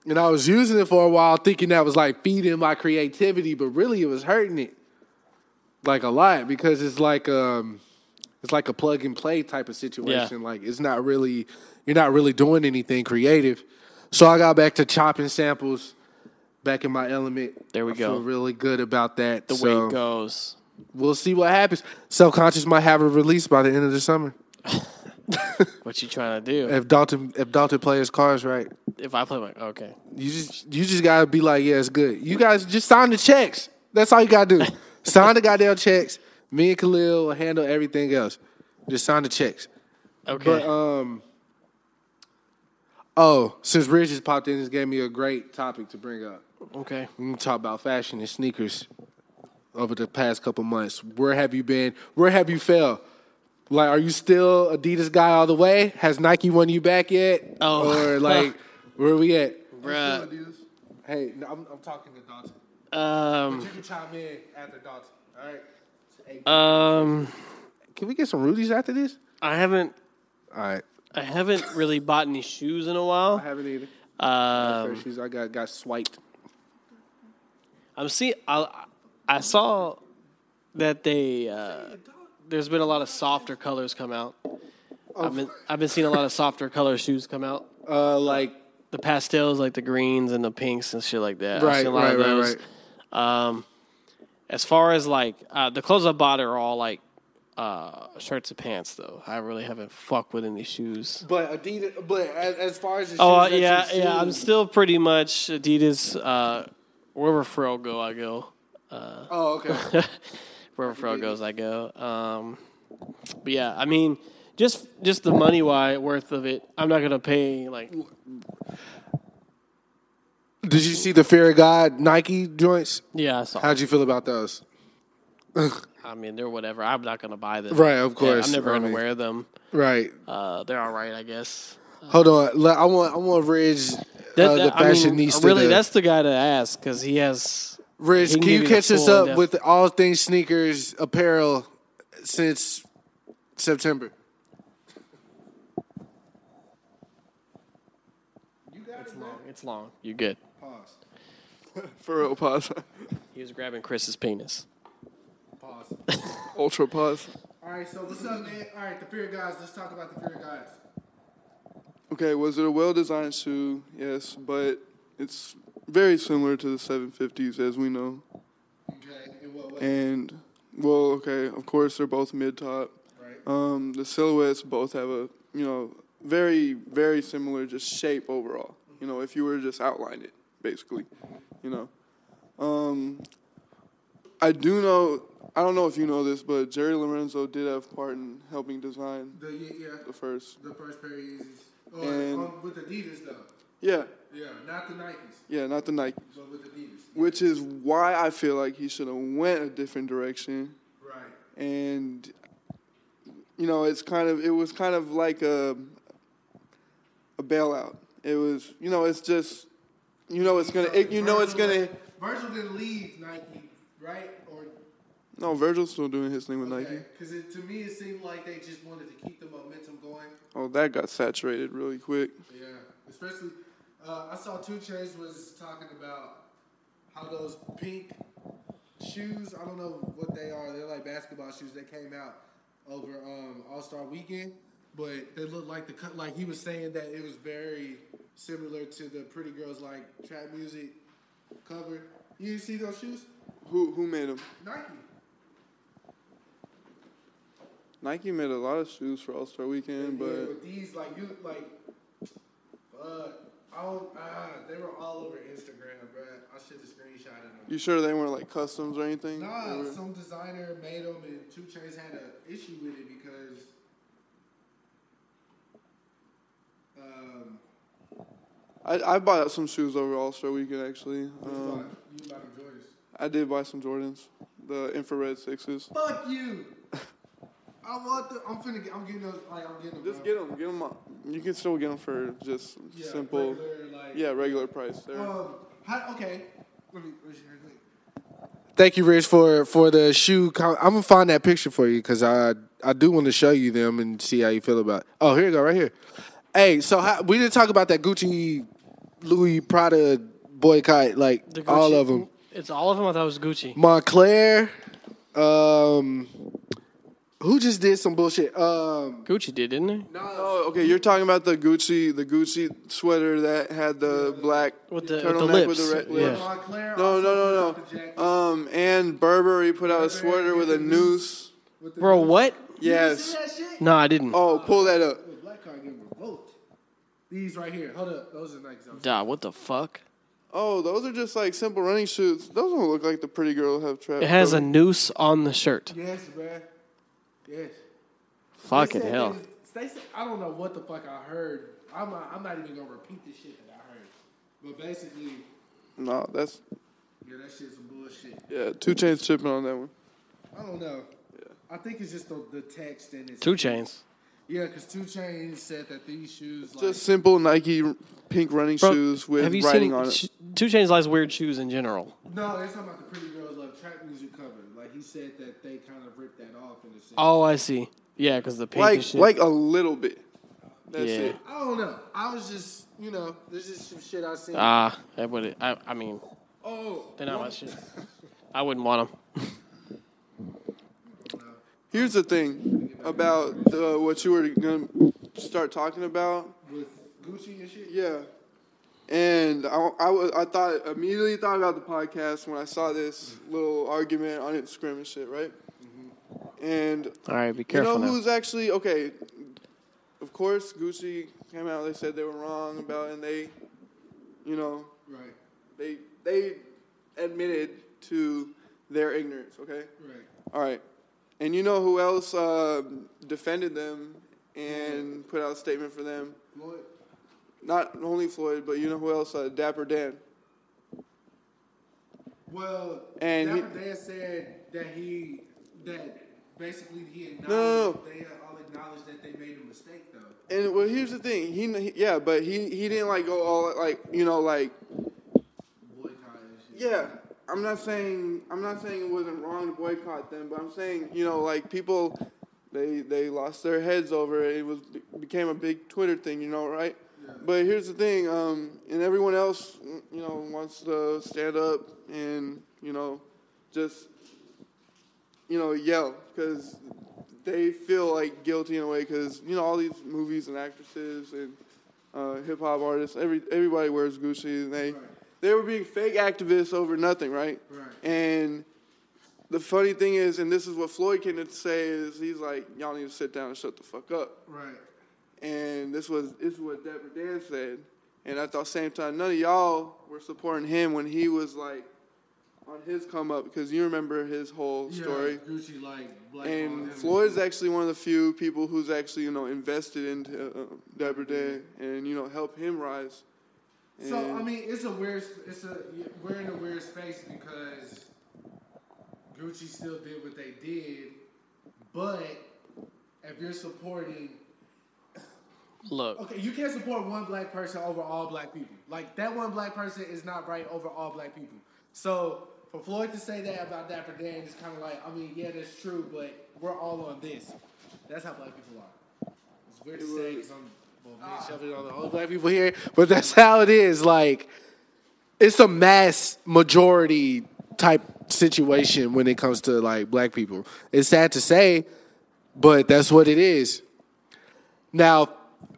Speaker 4: And I was using it for a while, thinking that was like feeding my creativity, but really it was hurting it like a lot because it's like um, it's like a plug and play type of situation. Like it's not really you're not really doing anything creative. So I got back to chopping samples, back in my element.
Speaker 5: There we
Speaker 4: I
Speaker 5: go.
Speaker 4: Feel really good about that.
Speaker 5: The
Speaker 4: so
Speaker 5: way it goes.
Speaker 4: We'll see what happens. Subconscious might have a release by the end of the summer
Speaker 5: What you trying to do?
Speaker 4: if Dalton if Dalton plays his cards right.
Speaker 5: If I play my okay.
Speaker 4: You just you just gotta be like, yeah, it's good. You guys just sign the checks. That's all you gotta do. sign the goddamn checks. Me and Khalil will handle everything else. Just sign the checks.
Speaker 5: Okay.
Speaker 4: But um, oh, since Ridge just popped in, this gave me a great topic to bring up.
Speaker 5: okay.
Speaker 4: We can talk about fashion and sneakers over the past couple months. Where have you been? Where have you fell? Like, are you still Adidas guy all the way? Has Nike won you back yet?
Speaker 5: Oh.
Speaker 4: or like, where we at?
Speaker 5: Bruh.
Speaker 4: Hey, no, I'm, I'm talking to Dalton.
Speaker 5: Um.
Speaker 4: You can chime in after Dalton. All right.
Speaker 5: Um.
Speaker 4: Can we get some Rudies after this?
Speaker 5: I haven't.
Speaker 4: All right.
Speaker 5: I haven't really bought any shoes in a while.
Speaker 4: I haven't either.
Speaker 5: Um.
Speaker 4: First shoes I got got swiped.
Speaker 5: I'm seeing. Um, I I saw that they uh, there's
Speaker 4: Oh.
Speaker 5: been a lot of softer colors come out. I've been I've been seeing a lot of softer color shoes come out.
Speaker 4: Uh, like
Speaker 5: the pastels, like the greens and the pinks and shit like that. I've
Speaker 4: Right,
Speaker 5: seen a lot
Speaker 4: right,
Speaker 5: of
Speaker 4: right,
Speaker 5: those. Um, as far as like uh, the clothes I bought are all like uh, shirts and pants though. I really haven't fucked with any shoes.
Speaker 4: but Adidas. But as, as far as the
Speaker 5: Oh uh,
Speaker 4: shoes that
Speaker 5: yeah,
Speaker 4: you've
Speaker 5: yeah. I'm
Speaker 4: seen-
Speaker 5: still pretty much Adidas. Uh, wherever Frill go, I go.
Speaker 4: Oh okay.
Speaker 5: Wherever Frill goes, I go. Um, but yeah, I mean, just just the money wise worth of it. I'm not gonna pay like
Speaker 4: Did you see the Fear of God Nike joints?
Speaker 5: yeah. I saw.
Speaker 4: How'd you feel about those?
Speaker 5: I mean, they're whatever. I'm not gonna buy them.
Speaker 4: Right, of
Speaker 5: Yeah,
Speaker 4: course.
Speaker 5: I'm never
Speaker 4: I
Speaker 5: gonna
Speaker 4: mean-
Speaker 5: wear them.
Speaker 4: Right.
Speaker 5: Uh, they're all right, I guess.
Speaker 4: Hold on. Le- I want. I want Ridge,
Speaker 5: That-
Speaker 4: uh, the
Speaker 5: that- I mean,
Speaker 4: fashionista.
Speaker 5: really,
Speaker 4: to-
Speaker 5: that's the guy to ask because he has.
Speaker 4: Rich,
Speaker 5: He
Speaker 4: can,
Speaker 5: can
Speaker 4: you
Speaker 5: give you the
Speaker 4: catch us
Speaker 5: full
Speaker 4: up
Speaker 5: depth.
Speaker 4: with all things sneakers apparel since September?
Speaker 5: It's long. You're good.
Speaker 3: For real, pause.
Speaker 5: He was grabbing Chris's penis.
Speaker 3: Ultra pause.
Speaker 4: All right, so what's up, man? All right, the Fear Guys. Let's talk about the Fear Guys.
Speaker 3: Okay, was it a well designed shoe? Yes, but it's very similar to the 750s as we know.
Speaker 4: Okay, in what way?
Speaker 3: And, well, okay, of course they're both mid top.
Speaker 4: Right.
Speaker 3: Um, the silhouettes both have a, you know, very, very similar just shape overall. You know, if you were to just outline it, basically, you know. Um, I do know, I don't know if you know this, but Jerry Lorenzo did have part in helping design
Speaker 4: The, yeah, yeah,
Speaker 3: the first.
Speaker 4: the first pair of Yeezys. Oh,
Speaker 3: And-
Speaker 4: um, with Adidas though.
Speaker 3: Yeah,
Speaker 4: Yeah, not the Nikes,
Speaker 3: yeah, not the Nike.
Speaker 4: but with Adidas.
Speaker 3: which is why I feel like he should have went a different direction.
Speaker 4: Right.
Speaker 3: And you know, it's kind of it was kind of like a a bailout. It was you know, it's just you know it's gonna it, you know it's gonna
Speaker 4: Virgil didn't leave Nike, right? Or
Speaker 3: no Virgil's still doing his thing with Nike.
Speaker 4: because to me it seemed like they just wanted to keep the momentum going.
Speaker 3: Oh, that got saturated really quick.
Speaker 4: Yeah, especially uh, I saw Two Chains was talking about how those pink shoes. I don't know what they are. They're like basketball shoes that came out over um, All Star Weekend, but they look like the co- like he was saying that it was very similar to the Pretty Girls like trap music cover. You didn't see those shoes?
Speaker 3: Who who made him?
Speaker 4: Nike.
Speaker 3: Nike made a lot of shoes for All Star Weekend,
Speaker 4: yeah,
Speaker 3: but
Speaker 4: with these like you like. Uh, I don't, ah, they were all over Instagram, bro. I should have screenshotted them.
Speaker 3: you sure they weren't like customs or anything? They
Speaker 4: Nah,
Speaker 3: were-
Speaker 4: some designer made them, and Two Chains had an issue with it because um,
Speaker 3: I, I bought some shoes over All Star Weekend actually. Um,
Speaker 4: you about the Jordans.
Speaker 3: I did buy some Jordans, the infrared sixes.
Speaker 4: Fuck you! I want the. I'm finna. Get, I'm getting those. Like I'm getting them.
Speaker 3: Just
Speaker 4: bro.
Speaker 3: get them, get them. You can still get them for just
Speaker 4: Yeah,
Speaker 3: simple,
Speaker 4: regular, like-
Speaker 3: yeah, regular price. They're
Speaker 4: Um, how, okay. Thank you, Rich, for for the shoe. Com- I'm gonna find that picture for you because I I do want to show you them and see how you feel about. It. Oh, here you go, right here. Hey, so how, we didn't talk about that Gucci, Louis Prada boycott, like
Speaker 5: The Gucci-
Speaker 4: all of them.
Speaker 5: It's all of them. I thought it was Gucci.
Speaker 4: Montclair, um, who just did some bullshit? Um,
Speaker 5: Gucci did, didn't they?
Speaker 3: oh, okay. You're talking about the Gucci, the Gucci sweater that had the black
Speaker 5: With the- with the
Speaker 3: turtleneck with the
Speaker 5: lips,
Speaker 3: red lips.
Speaker 5: yeah.
Speaker 4: Montclair.
Speaker 3: No, no, no, no. Um, and Burberry put out a sweater with a noose.
Speaker 5: Bro, what?
Speaker 3: Yes.
Speaker 5: No, I didn't.
Speaker 3: Oh, pull that up.
Speaker 4: Black card getting revoked. These right here. Hold up. Those are Nikes. I'm
Speaker 5: Nah, what the fuck?
Speaker 3: Oh, those are just like simple running shoes. Those don't look like the pretty girl have
Speaker 4: Uh,
Speaker 3: trap.
Speaker 5: It has a
Speaker 3: cover.
Speaker 5: noose on the shirt.
Speaker 4: Yes, bruh. Yes.
Speaker 5: Fucking
Speaker 4: They said
Speaker 5: hell.
Speaker 4: They, they said, I don't know what the fuck I heard. I'm not, I'm not even gonna repeat the shit that I heard. But basically,
Speaker 3: No, that's
Speaker 4: yeah, that shit's some bullshit.
Speaker 3: yeah. Two chains chipping on that one.
Speaker 4: I don't know. I think it's just the, the text and it's
Speaker 5: Two chains.
Speaker 4: Yeah, because Two Chains said that these shoes like
Speaker 3: Just simple Nike pink running
Speaker 5: Bro,
Speaker 3: shoes with
Speaker 5: have you
Speaker 3: writing
Speaker 5: seen
Speaker 3: on it.
Speaker 5: sh- Two Chains likes weird shoes in general.
Speaker 4: no, Oh, they're talking about the Pretty Girls Love Trap Music cover. Like he said that they kind of ripped that off in a sense.
Speaker 5: Oh, I see. Yeah, because the pink and
Speaker 3: like
Speaker 5: shit.
Speaker 3: like a little bit. That's
Speaker 5: Yeah.
Speaker 3: it.
Speaker 4: I don't know. I was just you know, there's just some shit I seen.
Speaker 3: Uh,
Speaker 5: ah, that would. I, I mean,
Speaker 4: oh,
Speaker 5: they're not my shit. I wouldn't want them.
Speaker 3: Here's the thing about the, what you were gonna start talking about.
Speaker 4: with Gucci and shit.
Speaker 3: Yeah. And I, I, was- I thought immediately thought about the podcast when I saw this little argument on Instagram and shit, right?
Speaker 4: Mm-hmm.
Speaker 3: And
Speaker 5: All right, be careful
Speaker 3: you know
Speaker 5: now.
Speaker 3: who's actually okay? Of course, Gucci came out. They said they were wrong about, and they, you know,
Speaker 4: Right.
Speaker 3: they they admitted to their ignorance. Okay.
Speaker 4: Right.
Speaker 3: All right. And you know who else uh, defended them and put out a statement for them?
Speaker 4: Lloyd.
Speaker 3: Not only Floyd, but you know who else? Uh, Dapper Dan.
Speaker 4: Well,
Speaker 3: And
Speaker 4: Dapper
Speaker 3: he-
Speaker 4: Dan said that he that basically he acknowledged
Speaker 3: No, no, no.
Speaker 4: they uh, all acknowledged that they made a mistake though.
Speaker 3: And well, here's the thing. He, he yeah, but he he didn't like go all like you know like
Speaker 4: Boycott and shit.
Speaker 3: Yeah, I'm not saying I'm not saying it wasn't wrong to boycott them, but I'm saying you know like people, they they lost their heads over it. It was became a big Twitter thing, you know, right? But here's the thing, um, and everyone else, you know, wants to stand up and you know, just you know yell because they feel like guilty in a way because you know all these movies and actresses and uh, hip hop artists, every everybody wears Gucci, and they they were being fake activists over nothing, right?
Speaker 4: Right.
Speaker 3: And the funny thing is, and this is what Floyd came to say is he's like, y'all need to sit down and shut the fuck up.
Speaker 4: Right.
Speaker 3: And this was this is what Deborah Dan said. And at the same time, none of y'all were supporting him when he was like on his come up because you remember his whole
Speaker 4: Yeah,
Speaker 3: story.
Speaker 4: Gucci like black
Speaker 3: And Floyd's actually one of the few people who's actually you know invested into uh, Deborah Day and you know help him rise.
Speaker 4: So I
Speaker 3: And-
Speaker 4: mean, it's a weird. sp- It's a we're in a weird space because Gucci still did what they did, but if you're supporting,
Speaker 5: Look,
Speaker 4: okay, you can't support one black person over all black people. Like that one black person is not right over all black people. So for Floyd to say that about Dapper Dan is kind of like, I mean, yeah, that's true, but we're all on this. That's how black people are. It's weird to say because I'm. Well, me and Shelby are the only black people here, but that's how it is. Like, it's a mass majority type situation when it comes to like black people. It's sad to say, but that's what it is. Now,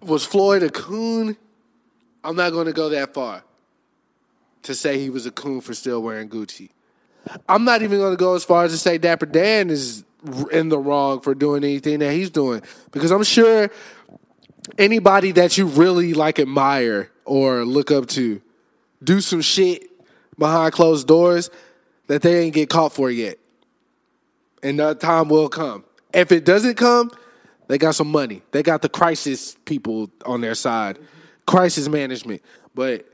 Speaker 4: was Floyd a coon? I'm not going to go that far to say he was a coon for still wearing Gucci. I'm not even going to go as far as to say Dapper Dan is r- in the wrong for doing anything that he's doing because I'm sure anybody that you really like admire or look up to do some shit behind closed doors that they ain't get caught for yet. And that time will come. If it doesn't come, they got some money. They got the crisis people on their side, crisis management. But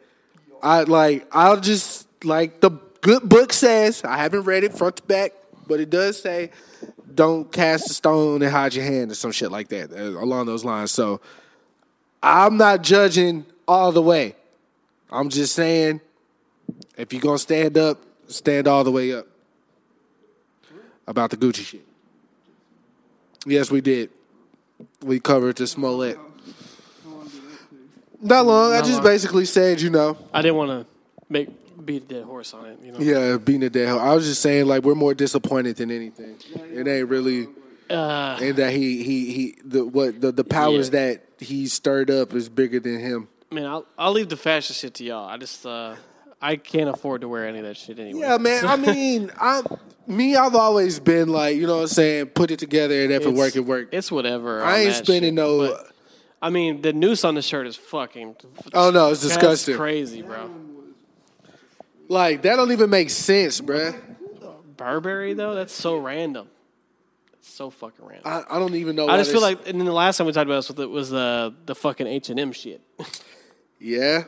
Speaker 4: I like, I'll just like the good book says. I haven't read it front to back, but it does say, "Don't cast a stone and hide your hand" or some shit like that uh, along those lines. So I'm not judging all the way. I'm just saying, if you're gonna stand up, stand all the way up. About the Gucci shit. Yes, we did. We covered the Smollett. Not long. I
Speaker 5: Not
Speaker 4: just
Speaker 5: long.
Speaker 4: basically said, you know,
Speaker 5: I didn't want to make beat a dead horse on it. You know,
Speaker 4: yeah, being a dead hoe. I was just saying, like, we're more disappointed than anything. It ain't really,
Speaker 5: uh,
Speaker 4: and that he he he the what the the powers that he stirred up is bigger than him.
Speaker 5: man, I'll, I'll leave the fashion shit to y'all. I just uh, I can't afford to wear any of that shit anyway.
Speaker 4: Yeah, man. I mean, I me, I've always been like, you know what I'm saying, put it together and if it
Speaker 5: It's-
Speaker 4: work, it work.
Speaker 5: It's whatever. on
Speaker 4: I ain't
Speaker 5: that
Speaker 4: spending
Speaker 5: shit,
Speaker 4: no.
Speaker 5: but- I mean, the noose on the shirt is fucking.
Speaker 4: oh no, it's
Speaker 5: That's
Speaker 4: disgusting.
Speaker 5: crazy, bro.
Speaker 4: Like that don't even make sense, bruh.
Speaker 5: Burberry though, that's so random. That's so fucking random.
Speaker 4: I, I don't even know.
Speaker 5: I
Speaker 4: why
Speaker 5: just feel
Speaker 4: this-
Speaker 5: like, and then the last time we talked about this was the, was the, the fucking H and M shit.
Speaker 4: yeah.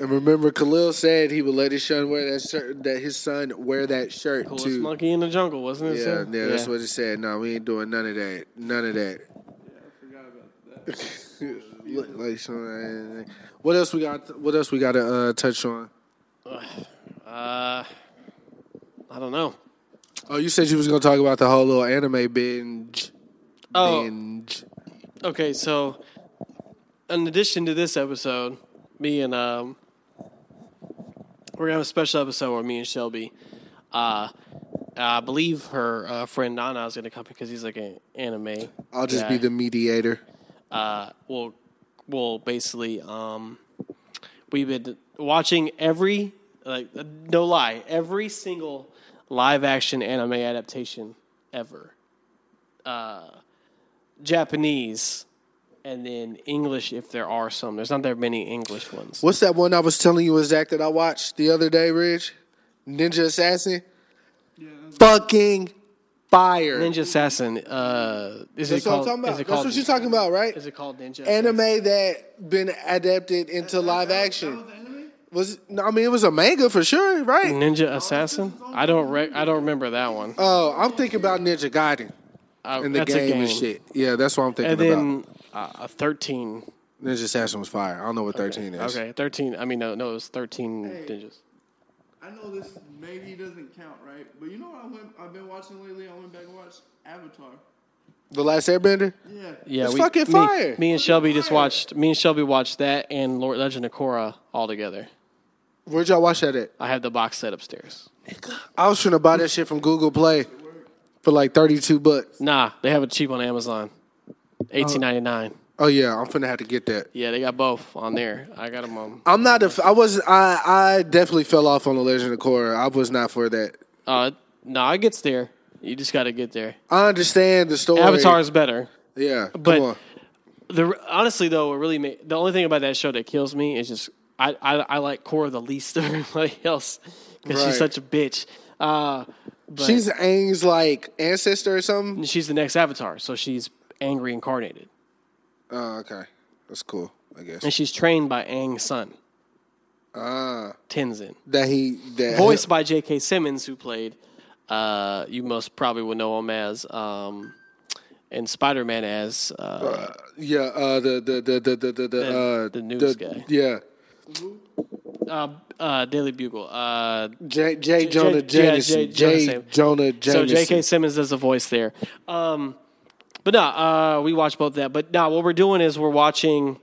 Speaker 4: And remember, Khalil said he would let his son wear that shirt. That his son wear that shirt
Speaker 5: Coolest
Speaker 4: too.
Speaker 5: monkey in the jungle, wasn't it?
Speaker 4: Yeah, yeah,
Speaker 5: sir?
Speaker 4: that's what it said. No, we ain't doing none of that. None of that. Yeah, I forgot about that. like some, what else we got? What else we got to uh, touch on?
Speaker 5: Uh, I don't know.
Speaker 4: Oh, you said you was gonna talk about the whole little anime binge.
Speaker 5: Oh.
Speaker 4: Binge.
Speaker 5: Okay, so in addition to this episode, me and um, we're gonna have a special episode where me and Shelby, uh, I believe her uh, friend Nana is gonna come because he's like an anime.
Speaker 4: I'll just
Speaker 5: guy.
Speaker 4: be the mediator.
Speaker 5: Uh, well, will basically um, we've been watching every like no lie every single live action anime adaptation ever, uh, Japanese, and then English if there are some. There's not that many English ones.
Speaker 4: What's that one I was telling you, Zach, that I watched the other day, Rich? Ninja Assassin? Fucking fire.
Speaker 5: Ninja Assassin. Uh, is
Speaker 4: That's
Speaker 5: it
Speaker 4: what I'm
Speaker 5: called?
Speaker 4: talking about.
Speaker 5: Is it
Speaker 4: That's
Speaker 5: called?
Speaker 4: what you're talking about, right?
Speaker 5: Is it called Ninja?
Speaker 4: anime that been adapted into live action. Was it- no, I mean it was a manga for sure, right?
Speaker 5: Ninja Assassin? I don't rec- I don't remember that one.
Speaker 4: Oh, I'm thinking about Ninja Gaiden
Speaker 5: Uh,
Speaker 4: and the
Speaker 5: that's
Speaker 4: game,
Speaker 5: a
Speaker 4: and shit. Yeah, that's what I'm thinking
Speaker 5: And
Speaker 4: about.
Speaker 5: then uh, a thirteen.
Speaker 4: Ninja Assassin was fire. I don't know what 13 is.
Speaker 5: Okay, thirteen. I mean, no, no, it was thirteen ninjas.
Speaker 7: I know this maybe doesn't count, right? But you know what I went, I've been watching lately? I went back and watched Avatar.
Speaker 4: The Last Airbender.
Speaker 7: Yeah.
Speaker 5: Yeah,
Speaker 4: It's
Speaker 5: we,
Speaker 4: fucking
Speaker 5: me-
Speaker 4: fire.
Speaker 5: Me, and Shelby just watched. Me and Shelby watched that and Lord Legend of Korra all together.
Speaker 4: Where'd y'all watch that at?
Speaker 5: I have the box set upstairs.
Speaker 4: I was trying to buy that shit from Google Play for like 32 bucks.
Speaker 5: Nah, they have it cheap on Amazon. Eighteen ninety nine.
Speaker 4: Oh yeah, I'm finna have to get that.
Speaker 5: Yeah, they got both on there. I got them on.
Speaker 4: I'm not a. f- I was. I. I definitely fell off on the Legend of Korra. I was not for that.
Speaker 5: Uh, nah, it gets there. You just got to get there.
Speaker 4: I understand the story.
Speaker 5: Avatar is better.
Speaker 4: Yeah. Come
Speaker 5: but-
Speaker 4: on.
Speaker 5: The honestly though, what really ma- the only thing about that show that kills me is just I I, I like Cora the least of everybody else because
Speaker 4: Right.
Speaker 5: she's such a bitch. Uh, but she's
Speaker 4: She's Aang's like ancestor or something.
Speaker 5: she's the next Avatar, so she's angry incarnated,
Speaker 4: Oh, okay. That's cool. I guess
Speaker 5: and she's trained by Aang's son.
Speaker 4: Ah.
Speaker 5: Tenzin,
Speaker 4: that he that
Speaker 5: voiced by J.K. Simmons, who played uh, you most probably will know him as um, and Spider Man as uh,
Speaker 4: Yeah. Uh. The the the the the the, the uh.
Speaker 5: the news guy.
Speaker 4: Yeah.
Speaker 5: uh, uh, Daily Bugle. Uh,
Speaker 4: J. J. Jonah
Speaker 5: J- yeah,
Speaker 4: Jameson.
Speaker 5: J-
Speaker 4: J.
Speaker 5: Jonah
Speaker 4: Jonah
Speaker 5: So
Speaker 4: Jameson.
Speaker 5: J.K. Simmons does a voice there. Um, but no, uh, we watch both that. But now what we're doing is we're watching.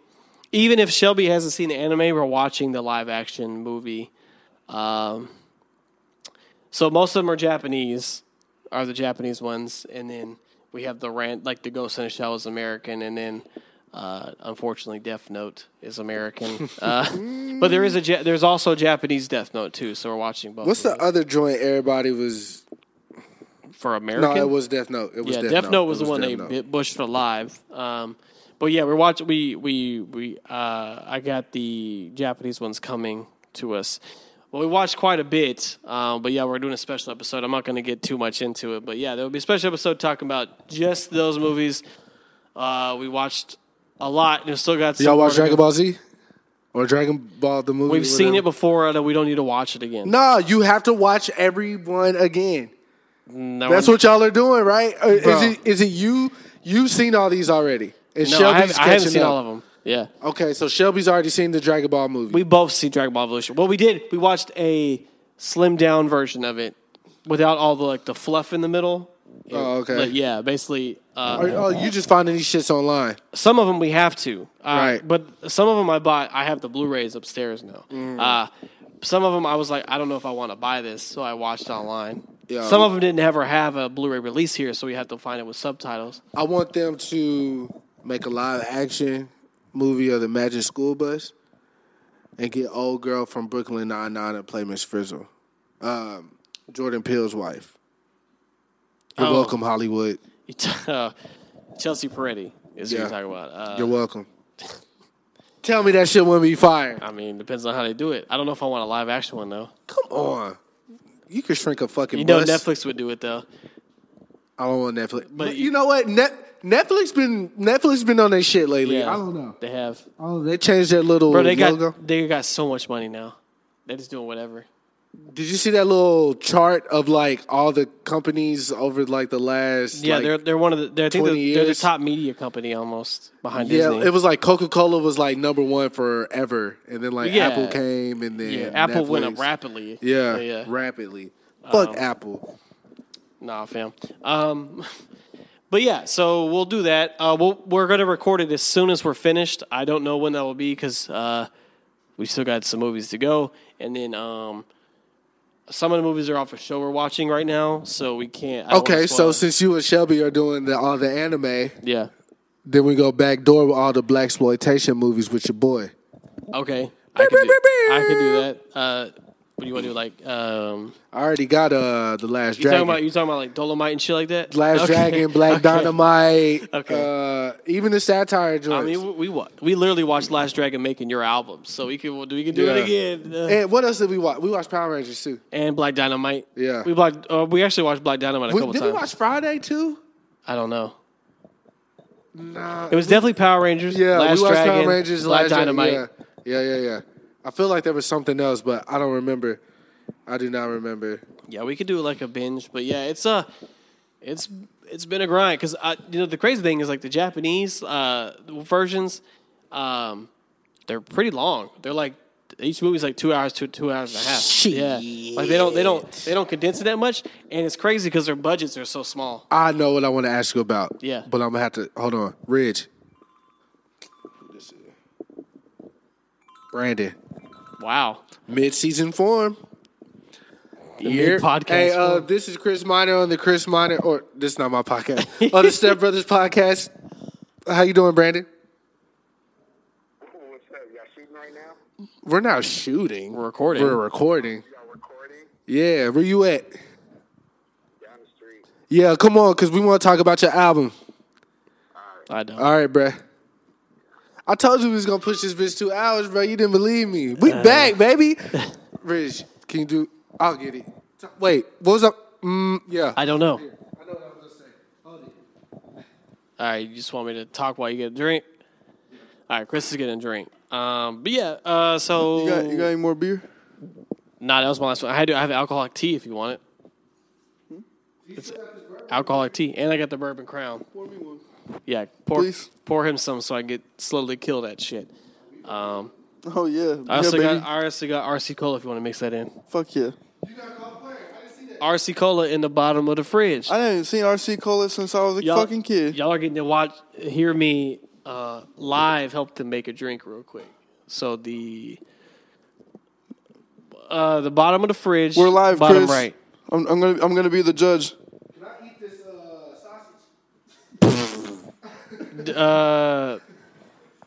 Speaker 5: Even if Shelby hasn't seen the anime, we're watching the live action movie. Um, so most of them are Japanese, are the Japanese ones, and then we have the rant like the Ghost in the Shell is American, and then uh, unfortunately Death Note is American. uh, but there is a Ja- there's also Japanese Death Note too, so we're watching both.
Speaker 4: What's
Speaker 5: of
Speaker 4: the other joint? Everybody was.
Speaker 5: them. for American?
Speaker 4: No, it was Death Note. It was
Speaker 5: yeah,
Speaker 4: Death,
Speaker 5: Death Note was
Speaker 4: It
Speaker 5: the one
Speaker 4: Death
Speaker 5: they
Speaker 4: Note.
Speaker 5: bit Bush for live. Um, but yeah, we're watching. We we we. Uh, I got the Japanese ones coming to us. Well, we watched quite a bit, um, but yeah, we're doing a special episode. I'm not going to get too much into it, but yeah, there will be a special episode talking about just those movies. Uh, we watched a lot, and we still got. some
Speaker 4: Y'all
Speaker 5: more
Speaker 4: watch
Speaker 5: to
Speaker 4: Dragon
Speaker 5: go.
Speaker 4: Ball Z or Dragon Ball the movie?
Speaker 5: We've seen
Speaker 4: whatever?
Speaker 5: it before, and we don't need to watch it again.
Speaker 4: No, you have to watch everyone again.
Speaker 5: No,
Speaker 4: That's
Speaker 5: I'm-
Speaker 4: what y'all are doing, right? Or Is
Speaker 5: Um, Bro.
Speaker 4: it is it you? You've seen all these already. And
Speaker 5: no, I
Speaker 4: Shelby's
Speaker 5: haven't, I haven't
Speaker 4: catching
Speaker 5: seen
Speaker 4: up.
Speaker 5: all of them. Yeah.
Speaker 4: Okay, so Shelby's already seen the Dragon Ball movie.
Speaker 5: We both see Dragon Ball Evolution. Well, we did. We watched a slimmed down version of it without all the like the fluff in the middle.
Speaker 4: oh, okay.
Speaker 5: But yeah, basically, uh,
Speaker 4: Or- oh, you just finding these shits online.
Speaker 5: some of them we have to, uh,
Speaker 4: Right.
Speaker 5: But some of them I bought. I have the Blu-rays upstairs now.
Speaker 4: Mm.
Speaker 5: Uh, some of them I was like, I don't know if I want to buy this, so I watched online.
Speaker 4: Yeah.
Speaker 5: Some of them didn't ever have a Blu-ray release here, so we had to find it with subtitles.
Speaker 4: I want them to make a live action movie of the Magic School Bus and get old girl from Brooklyn Nine Nine and play Miss Frizzle. Um, Jordan Peele's wife. You're
Speaker 5: Oh.
Speaker 4: welcome, Hollywood.
Speaker 5: uh, Chelsea Peretti is
Speaker 4: Yeah.
Speaker 5: what you're talking about. Uh,
Speaker 4: You're welcome. Tell me that shit wouldn't be fire.
Speaker 5: I mean, depends on how they do it. I don't know if I want a live action one though.
Speaker 4: Come on. You could shrink a fucking
Speaker 5: You know,
Speaker 4: bus.
Speaker 5: Netflix would do it though.
Speaker 4: I don't want Netflix. But
Speaker 5: But
Speaker 4: you
Speaker 5: you-
Speaker 4: know what? Net, Netflix been Netflix been on their shit lately. I don't know.
Speaker 5: They have,
Speaker 4: Oh, they changed their little
Speaker 5: bro. They
Speaker 4: logo.
Speaker 5: got they got so much money now. They're just doing whatever.
Speaker 4: Did you see that little chart of like all the companies over like the last?
Speaker 5: Yeah,
Speaker 4: like-
Speaker 5: they're they're one of the they're, I think
Speaker 4: 20
Speaker 5: they're, they're the
Speaker 4: years.
Speaker 5: top media company almost behind
Speaker 4: yeah.
Speaker 5: Disney.
Speaker 4: It was like Coca Cola was like number one forever, and then like
Speaker 5: Yeah.
Speaker 4: Apple came, and then
Speaker 5: yeah, Apple went up
Speaker 4: Netflix.
Speaker 5: rapidly.
Speaker 4: Yeah,
Speaker 5: yeah. Um,
Speaker 4: rapidly. Fuck Apple.
Speaker 5: Nah, fam. Um, but yeah, so we'll do that. Uh, we'll, we're going to record it as soon as we're finished. I don't know when that will be because uh, we still got some movies to go, and then um, some of the movies are off a show we're watching right now, so we can't. I don't wanna
Speaker 4: Okay, so
Speaker 5: spoil it.
Speaker 4: since you and Shelby are doing the, all the anime,
Speaker 5: yeah,
Speaker 4: Then we go back door with all the black exploitation movies with your boy.
Speaker 5: Okay. I could do, I could do that. Uh, what do you want to do? Like, um,
Speaker 4: I already got uh the last
Speaker 5: you talking about
Speaker 4: dragon,
Speaker 5: you talking about like Dolomite and shit like that?
Speaker 4: last
Speaker 5: Okay.
Speaker 4: dragon, black
Speaker 5: Okay.
Speaker 4: dynamite,
Speaker 5: Okay.
Speaker 4: uh, even the satire
Speaker 5: I
Speaker 4: joints.
Speaker 5: mean, we we, wa- we literally watched Last Dragon making your album, so we can we can do it
Speaker 4: Yeah.
Speaker 5: again. Uh,
Speaker 4: and what else did we watch? We watched Power Rangers too.
Speaker 5: and Black Dynamite.
Speaker 4: Yeah.
Speaker 5: we black. Uh, we actually watched Black Dynamite a
Speaker 4: We-
Speaker 5: couple
Speaker 4: did
Speaker 5: times.
Speaker 4: we watch Friday too?
Speaker 5: I don't know.
Speaker 4: Nah.
Speaker 5: It was definitely Power Rangers.
Speaker 4: Yeah,
Speaker 5: Last
Speaker 4: we watched
Speaker 5: Dragon,
Speaker 4: Power Rangers,
Speaker 5: Black
Speaker 4: Last Dragon,
Speaker 5: Dynamite.
Speaker 4: Yeah. yeah, yeah, yeah. I feel like there was something else, but I don't remember. I do not remember.
Speaker 5: Yeah, we could do like a binge, but yeah, it's uh it's it's been a grind because I you know the crazy thing is like the Japanese uh versions, um, they're pretty long. They're like each movie's like two hours to two hours and a half. Yeah, like they don't they don't they don't condense it that much, and it's crazy because their budgets are so small.
Speaker 4: I know what I want to ask you about.
Speaker 5: Yeah.
Speaker 4: But I'm going to have to. Hold on. Ridge. Brandon.
Speaker 5: Wow,
Speaker 4: Mid season form. Here.
Speaker 5: podcast
Speaker 4: Hey, uh,
Speaker 5: form.
Speaker 4: this is Chris Minor on the Chris Minor, or this is not my podcast, on the Step Brothers podcast. How you doing, Brandon?
Speaker 6: What's up? Y'all shooting right now?
Speaker 4: We're not shooting.
Speaker 5: We're recording.
Speaker 4: We're recording.
Speaker 6: Y'all recording?
Speaker 4: Yeah, where you at?
Speaker 6: Down the street.
Speaker 4: Yeah, come on, because we want to talk about your album.
Speaker 5: I don't.
Speaker 4: All right, bruh. I told you we was gonna push this bitch two hours, bro. You didn't believe me. We
Speaker 5: Uh.
Speaker 4: back, baby. Rich, can you do? I'll get it. T- Wait, what was up? Mm, yeah.
Speaker 5: I don't know.
Speaker 4: I know what I was gonna say. Hold it.
Speaker 5: All right, you just want me to talk while you get a drink. All right, Chris is getting a drink. Um, but yeah, uh, so
Speaker 7: You got, you got any more beer?
Speaker 5: Nah, that was my last one. I had to, I have alcoholic tea if you want it. It's alcoholic tea, and I got the bourbon crown. Yeah, pour
Speaker 7: Please.
Speaker 5: pour him some so I can get slowly kill that shit. Um,
Speaker 7: Oh yeah.
Speaker 5: I also
Speaker 7: yeah, baby.
Speaker 5: got I also got RC cola if you want to mix that in.
Speaker 7: Fuck yeah.
Speaker 5: RC cola in the bottom of the fridge.
Speaker 7: I haven't seen RC Cola since I was a fucking kid.
Speaker 5: Y'all are getting to watch hear me uh, live help them make a drink real quick. So the uh, the bottom of the fridge.
Speaker 7: We're live,
Speaker 5: bottom
Speaker 7: Chris.
Speaker 5: right.
Speaker 7: I'm, I'm gonna I'm gonna be the judge.
Speaker 5: Uh,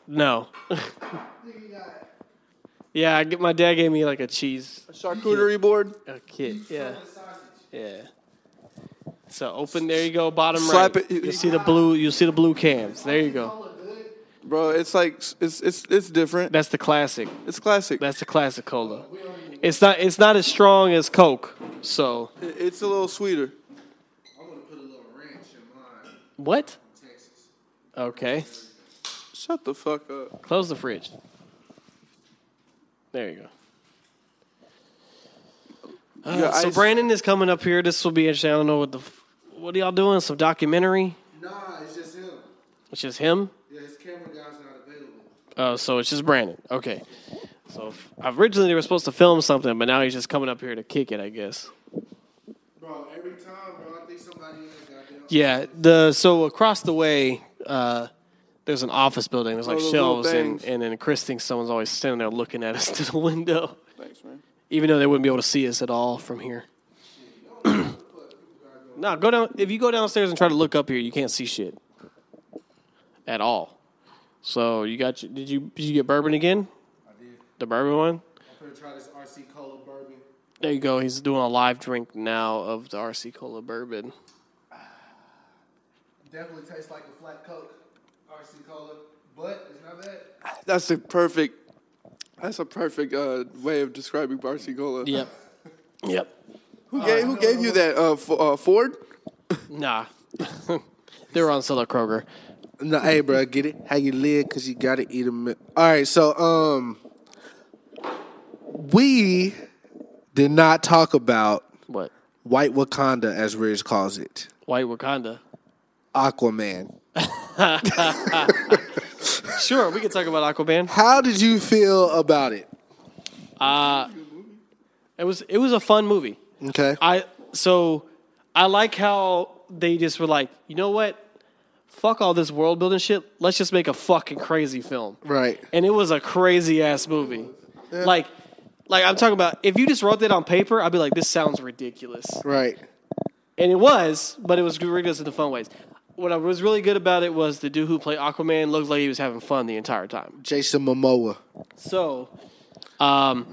Speaker 5: no. yeah, I get, my dad gave me like a cheese
Speaker 7: Charcuterie board.
Speaker 5: a kit. Yeah, yeah. So open. There you go. Bottom
Speaker 7: Slap
Speaker 5: right.
Speaker 7: it.
Speaker 5: You see the blue. You see the blue cans. There you go.
Speaker 7: Bro, it's like it's it's it's different.
Speaker 5: That's the classic.
Speaker 7: It's classic.
Speaker 5: That's the classic cola. It's not. It's not as strong as Coke. So
Speaker 7: It's a little sweeter.
Speaker 5: what? Okay.
Speaker 7: Shut the fuck up.
Speaker 5: Close the fridge. There you go. Uh,
Speaker 7: You got
Speaker 5: So
Speaker 7: ice?
Speaker 5: Brandon is coming up here. This will be interesting. I don't know what the f- what are y'all doing? Some documentary?
Speaker 4: Nah, it's just him.
Speaker 5: It's just him.
Speaker 4: Yeah, his camera guy's not available.
Speaker 5: Oh, so it's just Brandon. Okay. So f- originally they were supposed to film something, but now he's just coming up here to kick it, I guess.
Speaker 4: Bro, every time, bro, I think somebody in that goddamn.
Speaker 5: Yeah. The so across the way, uh, there's an office building. There's like
Speaker 7: Oh, those little
Speaker 5: shelves, and
Speaker 7: things.
Speaker 5: and then Chris thinks someone's always standing there looking at us through the window,
Speaker 7: Thanks, man.
Speaker 5: even though they wouldn't be able to see us at all from here. no, go down. If you go downstairs and try to look up here, you can't see shit at all. So you got your, did you did you get bourbon again? I did. The bourbon one.
Speaker 4: I'm gonna try this RC Cola bourbon.
Speaker 5: There you go. He's doing a live drink now of the RC Cola bourbon.
Speaker 4: Definitely tastes like a flat Coke. RC Cola, but it's not bad.
Speaker 7: That's a perfect. That's a perfect uh, way of describing RC Cola.
Speaker 5: Yep. yep.
Speaker 7: Who gave Who gave you that? Uh, F- uh, Ford.
Speaker 5: Nah. they were on sale at Kroger.
Speaker 4: No, hey, bro, get it? How you live? Cause you gotta eat them. All right, so um, we did not talk about
Speaker 5: What?
Speaker 4: White Wakanda, as Ridge calls it,
Speaker 5: White Wakanda.
Speaker 4: Aquaman.
Speaker 5: Sure, we could talk about Aquaman.
Speaker 4: How did you feel about it?
Speaker 5: It was it was a fun movie.
Speaker 4: Okay,
Speaker 5: I so I like how they just were like, you know what? Fuck all this world building shit. Let's just make a fucking crazy film.
Speaker 4: right.
Speaker 5: and it was a crazy ass movie. Like, like I'm talking about. If you just wrote that on paper, I'd be like, this sounds ridiculous,
Speaker 4: Right.
Speaker 5: and it was, but it was ridiculous in the fun ways. what I was really good about it was the dude who played Aquaman looked like he was having fun the entire time.
Speaker 4: Jason Momoa.
Speaker 5: So, um,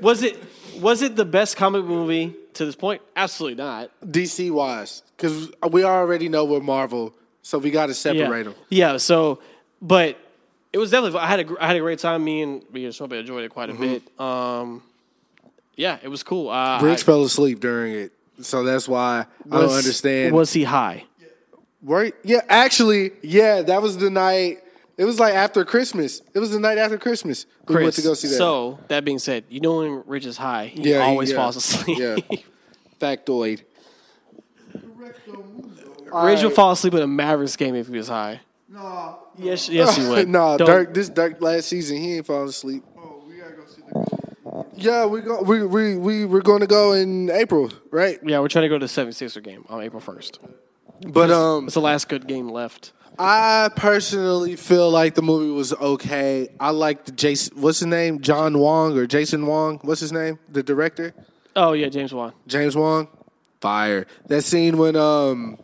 Speaker 5: was it was it the best comic movie to this point? Absolutely not.
Speaker 4: DC wise, because we already know we're Marvel, so we got to separate them.
Speaker 5: Yeah. yeah. So, but it was definitely. I had a gr- I had a great time. Me and me and Shope enjoyed it
Speaker 4: Mm-hmm.
Speaker 5: quite a bit. Um, yeah, it was cool. Uh,
Speaker 4: Briggs
Speaker 5: I-
Speaker 4: fell asleep during it, so that's why I don't
Speaker 5: was-
Speaker 4: understand.
Speaker 5: Was he high?
Speaker 4: Right? Yeah, actually, yeah, that was the night. It was like after Christmas. It was the night after Christmas. We went to go see that.
Speaker 5: So that being said, you know when Rich is high, he
Speaker 4: Yeah, he-
Speaker 5: always
Speaker 4: yeah.
Speaker 5: falls asleep.
Speaker 4: Yeah. factoid.
Speaker 5: Rich would fall asleep at a Mavericks game if he was high.
Speaker 7: No,
Speaker 5: Yes, yes, he would.
Speaker 4: nah,
Speaker 5: Don't-
Speaker 4: Dirk. This Dirk last season, he ain't falling asleep.
Speaker 7: oh, we gotta go see the.
Speaker 4: Yeah, we go. We we we we're going to go in April, right?
Speaker 5: Yeah, we're trying to go to the 76er game on April 1st.
Speaker 4: But um,
Speaker 5: It's the last good game left.
Speaker 4: I personally feel like the movie was okay. I liked the Jason. What's his name? John Wong or Jason Wong? What's his name? The director.
Speaker 5: Oh, yeah, James Wan.
Speaker 4: James Wong, fire. That scene when um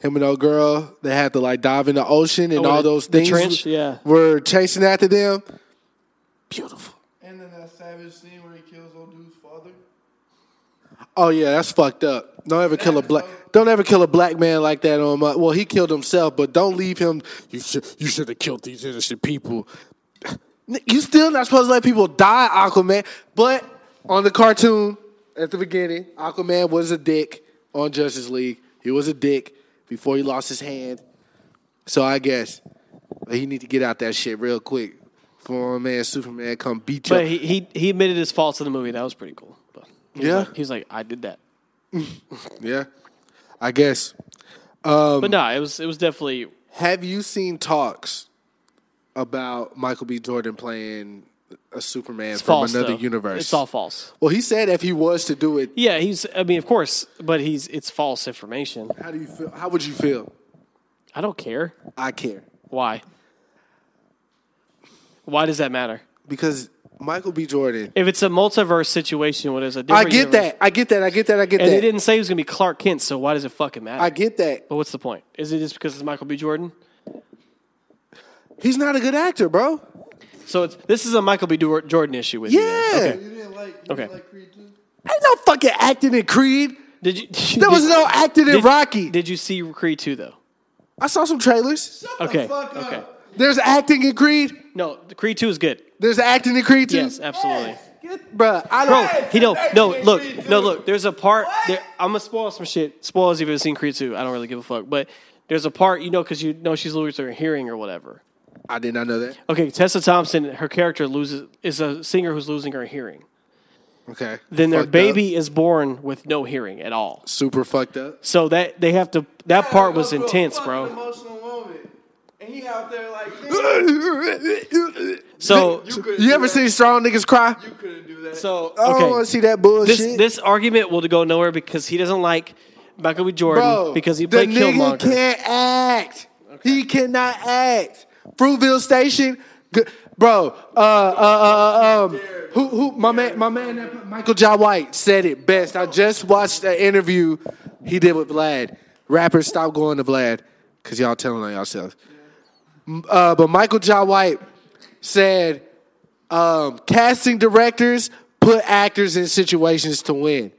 Speaker 4: him and old girl they had to like dive in the ocean and
Speaker 5: Oh,
Speaker 4: all
Speaker 5: the-
Speaker 4: those
Speaker 5: the
Speaker 4: things
Speaker 5: trench, yeah.
Speaker 4: were chasing after them. Beautiful.
Speaker 7: And then that savage scene where he kills old dude's father.
Speaker 4: Oh yeah, that's fucked up. Don't ever kill a black. Don't ever kill a black man like that on my. Well, he killed himself, but don't leave him. You should. You should have killed these innocent people. You still not supposed to let people die, Aquaman. But on the cartoon at the beginning, Aquaman was a dick on Justice League. He was a dick before he lost his hand. So I guess he need to get out that shit real quick. For my man Superman come beat you.
Speaker 5: But he, he, he admitted his faults in the movie. That was pretty cool. But he was
Speaker 4: Yeah.
Speaker 5: Like, he was like, I did that.
Speaker 4: yeah, I guess. Um,
Speaker 5: but nah, it was, it was definitely.
Speaker 4: Have you seen talks about Michael B. Jordan playing a Superman
Speaker 5: It's
Speaker 4: from
Speaker 5: false.
Speaker 4: another
Speaker 5: though.
Speaker 4: universe?
Speaker 5: It's all false.
Speaker 4: Well, he said if he was to do it,
Speaker 5: Yeah, he's, I mean, of course, but he's, it's false information.
Speaker 4: how do you feel? How would you feel?
Speaker 5: I don't care.
Speaker 4: I care
Speaker 5: Why? Why does that matter?
Speaker 4: because Michael B. Jordan.
Speaker 5: If it's a multiverse situation where there's a
Speaker 4: I
Speaker 5: different
Speaker 4: get
Speaker 5: universe-
Speaker 4: that. I get that. I get that. I get
Speaker 5: And they
Speaker 4: that.
Speaker 5: didn't say he was going to be Clark Kent, so why does it fucking matter?
Speaker 4: I get that.
Speaker 5: but what's the point? Is it just because it's Michael B. Jordan?
Speaker 4: He's not a good actor, bro.
Speaker 5: So it's, this is a Michael B. Dor- Jordan issue with
Speaker 4: Yeah.
Speaker 5: you. then. Okay.
Speaker 7: You didn't like. You
Speaker 5: Okay.
Speaker 7: Didn't like Creed too.
Speaker 4: Ain't no fucking acting in Creed.
Speaker 5: Did you?
Speaker 4: There was
Speaker 5: did-
Speaker 4: no acting in
Speaker 5: did-
Speaker 4: Rocky.
Speaker 5: Did you see Creed two though?
Speaker 4: I saw some trailers.
Speaker 5: okay.
Speaker 7: fuck up.
Speaker 5: okay.
Speaker 4: There's acting in Creed.
Speaker 5: No, the Creed two is good.
Speaker 4: There's acting in Creed too.
Speaker 5: Yes, absolutely.
Speaker 4: bro. I
Speaker 5: Bro,
Speaker 4: don't.
Speaker 5: he don't. No, look, no, look. There's a part. There, I'm gonna spoil some shit. Spoilers if you've seen Creed two. I don't really give a fuck. But there's a part you know because you know she's losing her hearing or whatever.
Speaker 4: I did not know that.
Speaker 5: Okay, Tessa Thompson, her character loses is a singer who's losing her hearing.
Speaker 4: Okay.
Speaker 5: Then their
Speaker 4: Fucked up.
Speaker 5: baby is born with no hearing at all.
Speaker 4: super fucked up.
Speaker 5: So that they have to. That part was
Speaker 7: Go through a
Speaker 5: intense,
Speaker 7: fucking
Speaker 5: bro.
Speaker 7: Emotional moment, and he out there like, "Nigga,
Speaker 4: you
Speaker 5: So
Speaker 7: couldn't do
Speaker 4: ever
Speaker 7: that.
Speaker 4: seen strong niggas cry?
Speaker 7: You couldn't do that.
Speaker 5: so
Speaker 4: I don't want
Speaker 5: okay.
Speaker 4: to see that bullshit.
Speaker 5: This this argument will go nowhere because he doesn't like Michael B. Jordan
Speaker 4: Bro,
Speaker 5: because he played
Speaker 4: the nigga
Speaker 5: Killmonger.
Speaker 4: can't act. He cannot act. Fruitville Station, g- bro. Uh, uh, uh, uh, um, who, who? My man, my man, that- Michael J. White said it best. I just watched an interview he did with Vlad. Rappers, stop going to Vlad because y'all telling on yourselves. M- Uh, but Michael J. White said, um, casting directors put actors in situations to win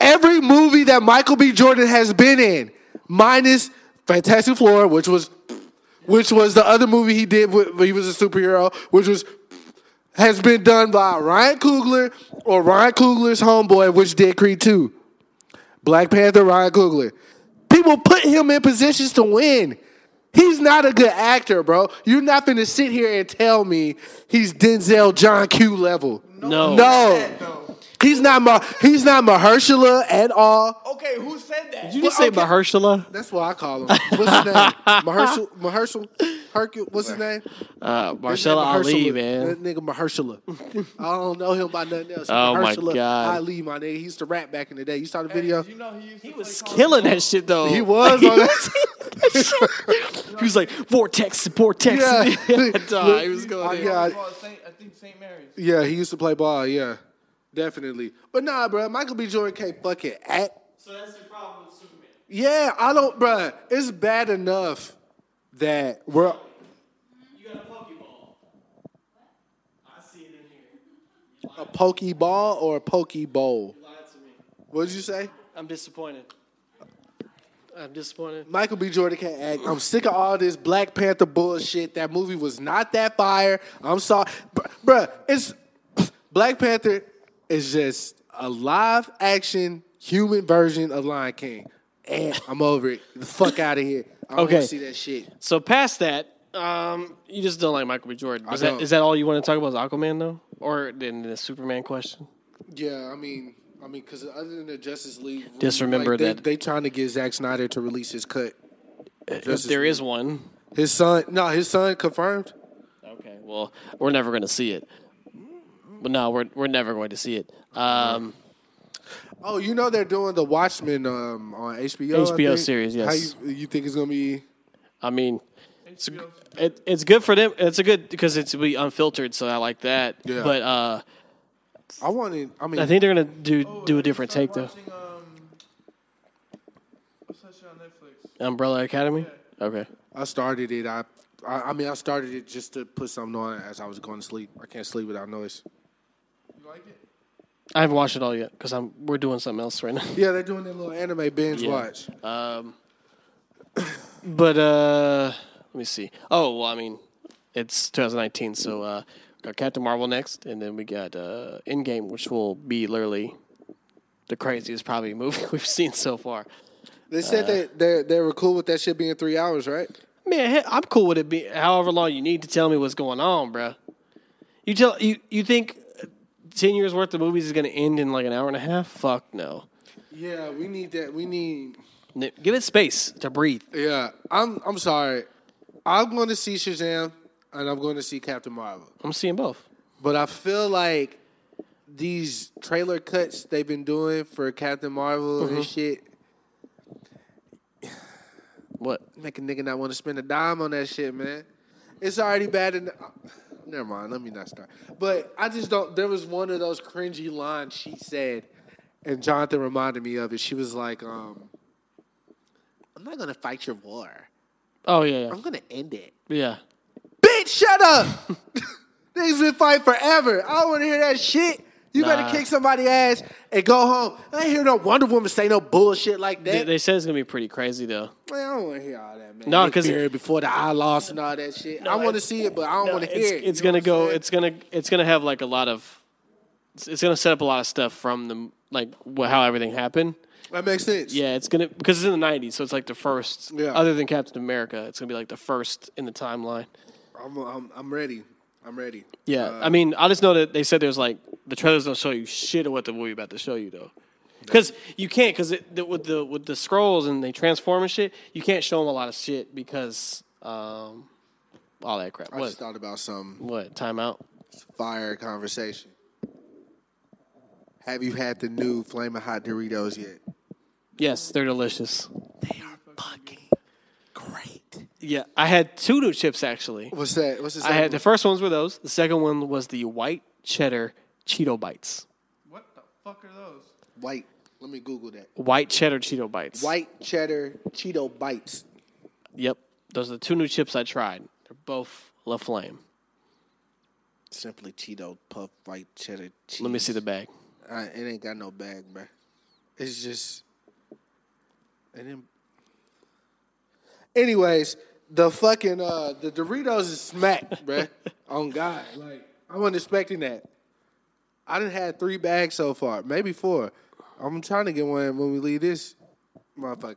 Speaker 4: every movie that Michael B. Jordan has been in, minus Fantastic Floor, which was which was the other movie he did with, where he was a superhero, which was has been done by Ryan Coogler or Ryan Coogler's homeboy, which did Creed 2. Black Panther, Ryan Coogler. People put him in positions to win. He's not a good actor, bro. You're not gonna sit here and tell me he's Denzel John Q level.
Speaker 5: No.
Speaker 4: No. He's not Ma- he's not Mahershala at all.
Speaker 7: Okay, who said that?
Speaker 5: Did you just say Mahershala?
Speaker 4: That's what I call him. What's his name? Mahershal, Mahershal, Hercule. What's his name?
Speaker 5: Uh,
Speaker 4: His name
Speaker 5: Marcella Ali,
Speaker 4: Mahershala.
Speaker 5: man.
Speaker 4: That nigga Mahershala. I don't know him by nothing else.
Speaker 5: Oh, my
Speaker 4: Mahershala
Speaker 5: God.
Speaker 4: Ali, my nigga. He used to rap back in the day. You saw the video?
Speaker 7: You know he used to
Speaker 5: was killing that shit though.
Speaker 4: He was on that.
Speaker 5: he was like vortex, vortex.
Speaker 4: Yeah.
Speaker 5: Duh, he was
Speaker 4: Oh,
Speaker 5: going. in.
Speaker 4: yeah,
Speaker 7: call it Saint, I think St. Mary's.
Speaker 4: yeah, he used to play ball. Yeah, definitely. But nah, bro, Michael B. Jordan can't fucking act.
Speaker 5: So that's the problem with Superman.
Speaker 4: Yeah, I don't, bruh. It's bad enough that we're. A pokeball or a pokeball? What did you say?
Speaker 5: I'm disappointed. I'm disappointed.
Speaker 4: Michael B. Jordan can't act. I'm sick of all this Black Panther bullshit. That movie was not that fire. I'm sorry, Br- bruh. It's Black Panther is just a live action human version of Lion King, and I'm over it. The fuck out of here. I don't
Speaker 5: Okay.
Speaker 4: want to see that shit.
Speaker 5: So past that, um, you just don't like Michael B. Jordan. Is that
Speaker 4: don't.
Speaker 5: is that all you want to talk about is Aquaman though, or in the Superman question?
Speaker 4: Yeah, I mean, I mean, because other than the Justice League,
Speaker 5: Just remember
Speaker 4: like, they,
Speaker 5: that-
Speaker 4: they trying to get Zack Snyder to release his cut.
Speaker 5: If there is one,
Speaker 4: His son, no, his son confirmed.
Speaker 5: okay. Well, we're never going to see it. But no, we're we're never going to see it. Um,
Speaker 4: Oh, you know they're doing the Watchmen um, on HBO. I
Speaker 5: HBO
Speaker 4: think.
Speaker 5: series, yes.
Speaker 4: How you, you think it's gonna be?
Speaker 5: I mean, it's it, it's good for them. It's a good because it's be unfiltered, so I like that.
Speaker 4: Yeah.
Speaker 5: But uh,
Speaker 4: I wanted. I mean,
Speaker 5: I think they're going to do do a different take though.
Speaker 7: um,
Speaker 5: Umbrella Academy. Okay.
Speaker 4: I started it. I, I, I mean, I started it just to put something on as I was going to sleep. I can't sleep without noise.
Speaker 5: I haven't watched it all yet because I'm we're doing something else right now.
Speaker 4: Yeah, they're doing that little anime binge
Speaker 5: Yeah.
Speaker 4: watch.
Speaker 5: But uh let me see. Oh, well, I mean, it's 2019, so uh got Captain Marvel next, and then we got uh Endgame, which will be literally the craziest probably movie we've seen so far. Uh,
Speaker 4: They said that they they were cool with that shit being three hours, right?
Speaker 5: Man, he- I'm cool with it. Be however long you need to tell me what's going on, bruh. You tell you you think uh, ten years worth of movies is going to end in like an hour and a half? Fuck no.
Speaker 4: Yeah, we need that. We need.
Speaker 5: N- Give it space to breathe.
Speaker 4: Yeah, I'm. I'm sorry. I'm going to see Shazam, and I'm going to see Captain Marvel.
Speaker 5: I'm seeing both.
Speaker 4: But I feel like these trailer cuts they've been doing for Captain Marvel and shit
Speaker 5: What?
Speaker 4: make a nigga not want to spend a dime on that shit, man. It's already bad. In never mind. Let me not start. But I just don't. There was one of those cringy lines she said, and Jonathan reminded me of it. She was like, um, "I'm not gonna fight your war.
Speaker 5: Oh yeah,
Speaker 4: I'm gonna end it."
Speaker 5: yeah. yeah.
Speaker 4: Bitch, shut up. Niggas been fighting forever. I don't want to hear that shit. You
Speaker 5: Nah.
Speaker 4: better kick somebody's ass and go home. I ain't hear no Wonder Woman say no bullshit like
Speaker 5: They,
Speaker 4: that.
Speaker 5: they said it's going to be pretty crazy though.
Speaker 4: Man, I don't want to hear all that, man.
Speaker 5: No,
Speaker 4: Nick
Speaker 5: 'cause-
Speaker 4: Fury before the eye loss and all that shit. I want to
Speaker 5: it's-
Speaker 4: see it, but I don't
Speaker 5: No,
Speaker 4: want to
Speaker 5: it's,
Speaker 4: hear it.
Speaker 5: It's
Speaker 4: You know
Speaker 5: gonna
Speaker 4: what
Speaker 5: go.
Speaker 4: I'm saying?
Speaker 5: It's gonna. It's gonna have like a lot of. It's, it's gonna set up a lot of stuff from the like wh- how everything happened.
Speaker 4: that makes sense.
Speaker 5: Yeah, it's gonna because it's in the '90s, so it's like the first.
Speaker 4: Yeah.
Speaker 5: Other than Captain America, it's gonna be like the first in the timeline.
Speaker 4: I'm, I'm, I'm ready. I'm ready.
Speaker 5: Yeah, I mean, I just know that they said there's like the trailers don't show you shit of what the movie about to show you though. Because you can't, because the, with the with the scrolls and they transform and shit, you can't show them a lot of shit because um, all that crap.
Speaker 4: I
Speaker 5: What?
Speaker 4: just thought about some
Speaker 5: What? Timeout.
Speaker 4: fire conversation. Have you had the new flaming hot Doritos yet?
Speaker 5: Yes, they're delicious.
Speaker 4: They are fucking great.
Speaker 5: Yeah, I had two new chips actually.
Speaker 4: What's that? What's this?
Speaker 5: I had the first ones were those. The second one was the white cheddar Cheeto bites.
Speaker 7: What the fuck are those?
Speaker 4: white. Let me Google that.
Speaker 5: White cheddar Cheeto bites.
Speaker 4: White cheddar Cheeto bites.
Speaker 5: Yep. Those are the two new chips I tried. They're both La Flame.
Speaker 4: Simply Cheeto puff white cheddar. Cheese.
Speaker 5: Let me see the bag.
Speaker 4: Uh, it ain't got no bag, bro. It's just. And then. Anyways, the fucking uh the Doritos is smack, bro. On God, like I wasn't expecting that. I didn't had three bags so far, maybe four. I'm trying to get one when we leave this motherfucker.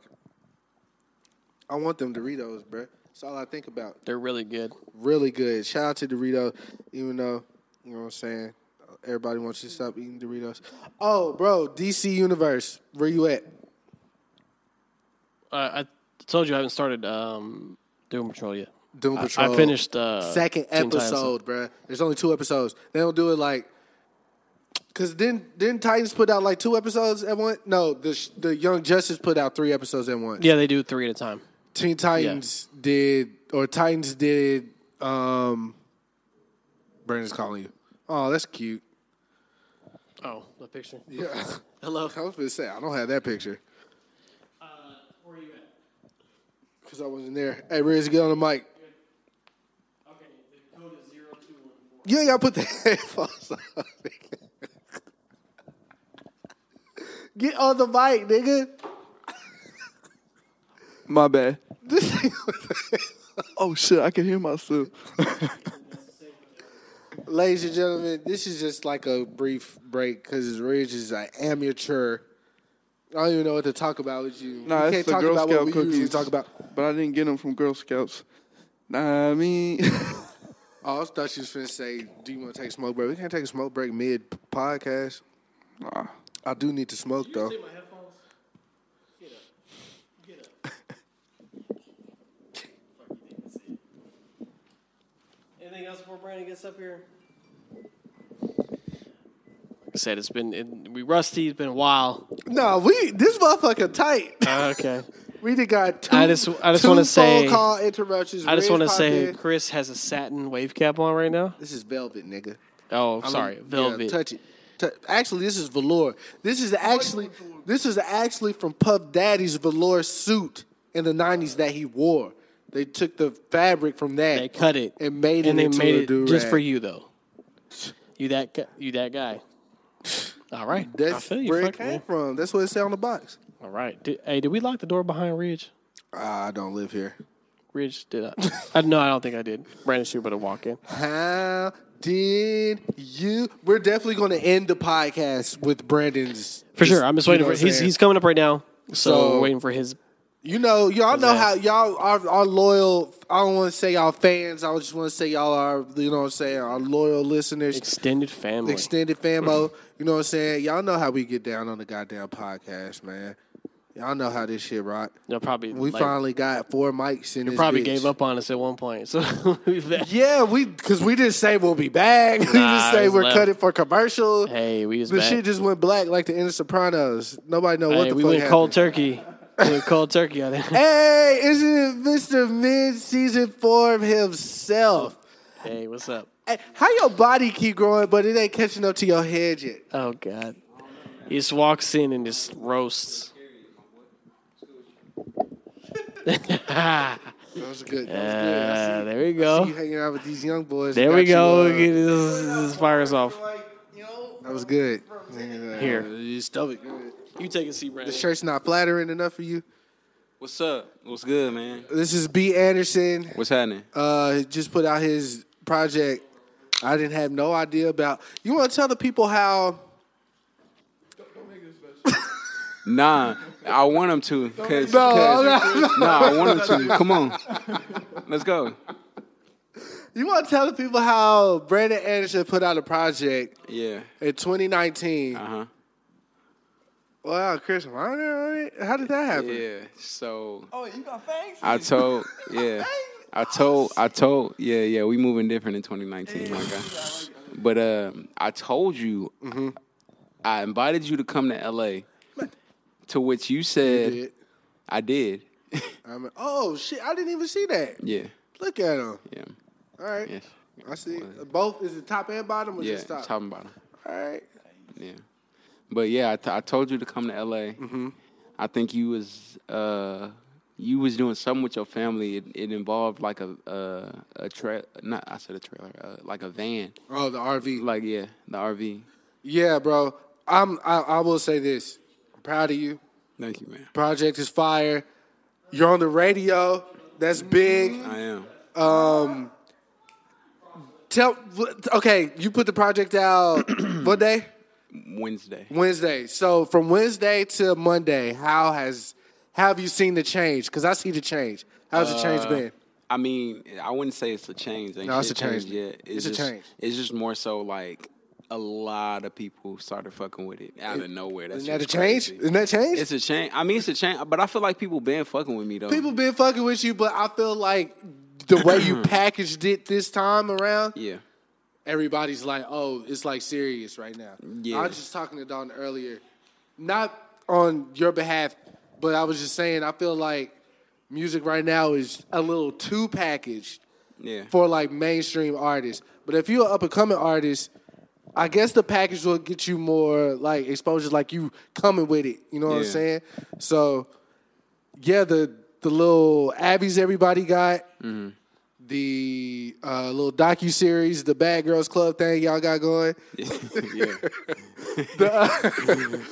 Speaker 4: I want them Doritos, bro. That's all I think about.
Speaker 5: They're really good.
Speaker 4: Really good. Shout out to Doritos, even though you know what I'm saying. Everybody wants you to stop eating Doritos. Oh, bro, DC Universe, where you at?
Speaker 5: Uh, I told you I haven't started um, Doom Patrol yet.
Speaker 4: Doom
Speaker 5: I-
Speaker 4: Patrol.
Speaker 5: I, finished uh,
Speaker 4: second
Speaker 5: Teen Titans.
Speaker 4: episode, bro. There's only two episodes. They don't do it like because didn't didn't Titans put out like two episodes at once? No, the sh- the Young Justice put out three episodes at once.
Speaker 5: Yeah, they do three at a time.
Speaker 4: Teen Titans did, or Titans did. um Brandon's calling you. Oh, that's cute.
Speaker 5: Oh, the picture.
Speaker 4: Yeah.
Speaker 5: Hello.
Speaker 4: I was gonna say I don't have that picture.
Speaker 5: We're
Speaker 4: because I wasn't there. Hey, Riz, get on the mic. You ain't gotta put the headphones on. nigga. Get on the mic, nigga.
Speaker 7: My bad.
Speaker 4: This nigga-
Speaker 7: Oh shit, I can hear myself.
Speaker 4: Ladies and gentlemen, this is just like a brief break because Ridge is an amateur. I don't even know what to talk about with you.
Speaker 7: Nah, it's
Speaker 4: we can't
Speaker 7: the
Speaker 4: talk
Speaker 7: Girl
Speaker 4: about
Speaker 7: Scout
Speaker 4: what we usually
Speaker 7: cookies.
Speaker 4: talk about.
Speaker 7: But I didn't get them from Girl Scouts. Nah, I mean,
Speaker 4: Oh, I thought you was finna say, "Do you want to take a smoke break?" We can't take a smoke break mid podcast.
Speaker 7: Nah.
Speaker 4: I do need to smoke though.
Speaker 5: Anything else before Brandon gets up here? Like I said, it's been it, we rusty. It's been a while.
Speaker 4: No, we this motherfucker tight.
Speaker 5: okay.
Speaker 4: we did got two.
Speaker 5: I just- I just
Speaker 4: two
Speaker 5: wanna
Speaker 4: phone
Speaker 5: say-
Speaker 4: call interruptions.
Speaker 5: I just
Speaker 4: Ridge
Speaker 5: want to
Speaker 4: popped
Speaker 5: say
Speaker 4: in.
Speaker 5: Chris has a satin wave cap on right now.
Speaker 4: this is velvet, nigga.
Speaker 5: Oh,
Speaker 4: I mean,
Speaker 5: sorry,
Speaker 4: yeah,
Speaker 5: velvet.
Speaker 4: touch it. Tou- Actually, this is velour. This is actually this is actually from Puff Daddy's velour suit in the '90s that he wore. They took the fabric from that.
Speaker 5: they cut it
Speaker 4: and made it
Speaker 5: and they
Speaker 4: into
Speaker 5: made
Speaker 4: a
Speaker 5: it just
Speaker 4: do-rag.
Speaker 5: for you though. You that gu- you that guy. All right, I
Speaker 4: That's
Speaker 5: feel you.
Speaker 4: where it
Speaker 5: fuck,
Speaker 4: came
Speaker 5: man.
Speaker 4: from. That's what it said on the box.
Speaker 5: All right, did, hey, did we lock the door behind Ridge?
Speaker 4: I don't live here.
Speaker 5: Ridge did I? I no, I don't think I did. Brandon should better walk in.
Speaker 4: How did you? We're definitely going to end the podcast with Brandon's
Speaker 5: For sure. I'm just waiting
Speaker 4: you know what
Speaker 5: for
Speaker 4: I'm
Speaker 5: he's
Speaker 4: saying?
Speaker 5: he's coming up right now. So,
Speaker 4: So-
Speaker 5: we're waiting for his
Speaker 4: You know, y'all know
Speaker 5: Exactly.
Speaker 4: how y'all are, are loyal. I don't want to say y'all fans. I just want to say y'all are, you know what I'm saying, our loyal listeners,
Speaker 5: extended family.
Speaker 4: extended famo. you know what I'm saying? Y'all know how we get down on the goddamn podcast, man. Y'all know how this shit rock.
Speaker 5: They'll probably
Speaker 4: We
Speaker 5: like,
Speaker 4: finally got four mics in this
Speaker 5: probably
Speaker 4: bitch.
Speaker 5: gave up on us at one point. So we back.
Speaker 4: Yeah, we because we didn't say we'll be back. we
Speaker 5: Nah,
Speaker 4: didn't say
Speaker 5: it's
Speaker 4: we're
Speaker 5: left.
Speaker 4: cutting for commercial.
Speaker 5: Hey, we just
Speaker 4: the
Speaker 5: back.
Speaker 4: shit just went black like the end of Sopranos. Nobody know what
Speaker 5: hey,
Speaker 4: the
Speaker 5: we
Speaker 4: fuck
Speaker 5: went
Speaker 4: happened.
Speaker 5: cold turkey. We went cold turkey out there.
Speaker 4: Hey, isn't it Mr. Mid season form himself?
Speaker 5: Hey, what's up?
Speaker 4: Hey, how your body keep growing, but it ain't catching up to your head yet?
Speaker 5: Oh god. He just walks in and just roasts.
Speaker 4: That was good. That was
Speaker 5: Uh,
Speaker 4: good.
Speaker 5: there we
Speaker 4: I see you
Speaker 5: go.
Speaker 4: hanging out with these young boys.
Speaker 5: There
Speaker 4: Got
Speaker 5: we
Speaker 4: you,
Speaker 5: go.
Speaker 4: uh,
Speaker 5: Get his, his fires off.
Speaker 4: that was good. Yeah,
Speaker 5: Here.
Speaker 4: Your stomach. good.
Speaker 5: You take a seat,
Speaker 4: The
Speaker 5: Brandon.
Speaker 4: shirt's not flattering enough for you.
Speaker 3: What's up? What's good, man?
Speaker 4: This is B. Anderson.
Speaker 3: What's happening?
Speaker 4: Uh, he just put out his project. I didn't have no idea about. You want to tell the people how?
Speaker 3: Nah, I want him to. Cause,
Speaker 4: No,
Speaker 3: 'cause-
Speaker 4: I'm not-
Speaker 3: nah, I want him to. Come on, let's go.
Speaker 4: You want to tell the people how Brandon Anderson put out a project
Speaker 3: Yeah.
Speaker 4: in 2019.
Speaker 3: Uh huh.
Speaker 4: Wow, Chris Minor on it? How did that happen?
Speaker 3: Yeah. So. Oh, you got fangs. I told. Yeah. I told. I told. Yeah, yeah. We moving different in 2019, my guy. But um, I told you.
Speaker 7: Mm-hmm.
Speaker 3: I invited you to come to LA. To which you said,
Speaker 4: Shit.
Speaker 3: I did.
Speaker 4: I mean, oh shit! I didn't even see that.
Speaker 3: Yeah.
Speaker 4: Look at him.
Speaker 3: Yeah.
Speaker 4: All right,
Speaker 3: Yes.
Speaker 4: I see both. Is it top and bottom or
Speaker 3: Yeah.
Speaker 4: just top?
Speaker 3: Top and bottom.
Speaker 4: All right.
Speaker 3: Yeah, but yeah, I, t- I told you to come to LA.
Speaker 6: Mm-hmm.
Speaker 3: I think you was uh, you was doing something with your family. It, it involved like a uh, a tra- not I said a trailer, uh, like a van.
Speaker 4: Oh, the RV.
Speaker 3: Like yeah, the RV.
Speaker 4: yeah, bro. I'm. I, I will say this. I'm proud of you.
Speaker 3: Thank you, man.
Speaker 4: Project is fire. You're on the radio. That's big.
Speaker 3: I am.
Speaker 4: Tell. Okay, you put the project out. what day?
Speaker 3: Wednesday.
Speaker 4: Wednesday. So from Wednesday to Monday, how has have you seen the change? Because I see the change. How's the change been?
Speaker 3: I mean, I wouldn't say it's a change. Ain't
Speaker 4: No, it's
Speaker 3: shit
Speaker 4: a change.
Speaker 3: changed Yet.
Speaker 4: It's a
Speaker 3: just,
Speaker 4: change.
Speaker 3: It's just more so like a lot of people started fucking with it out of nowhere. That's
Speaker 4: Isn't that a change? Isn't that change?
Speaker 3: It's a change. I mean, it's a change, but I feel like people been fucking with me though.
Speaker 4: People been fucking with you, but I feel like the way you packaged it this time around,
Speaker 3: yeah.
Speaker 4: everybody's like, "Oh, it's like serious right now."
Speaker 3: Yeah.
Speaker 4: I was just talking to Don earlier, not on your behalf, but I was just saying I feel like music right now is a little too packaged
Speaker 3: Yeah.
Speaker 4: for like mainstream artists. But if you're an up and coming artist, I guess the package will get you more like exposure, like you coming with it. You know what I'm
Speaker 3: Yeah.
Speaker 4: saying? So yeah, the the little Abby's everybody got, the uh, little docu series, the Bad Girls Club thing y'all got going.
Speaker 3: yeah. Out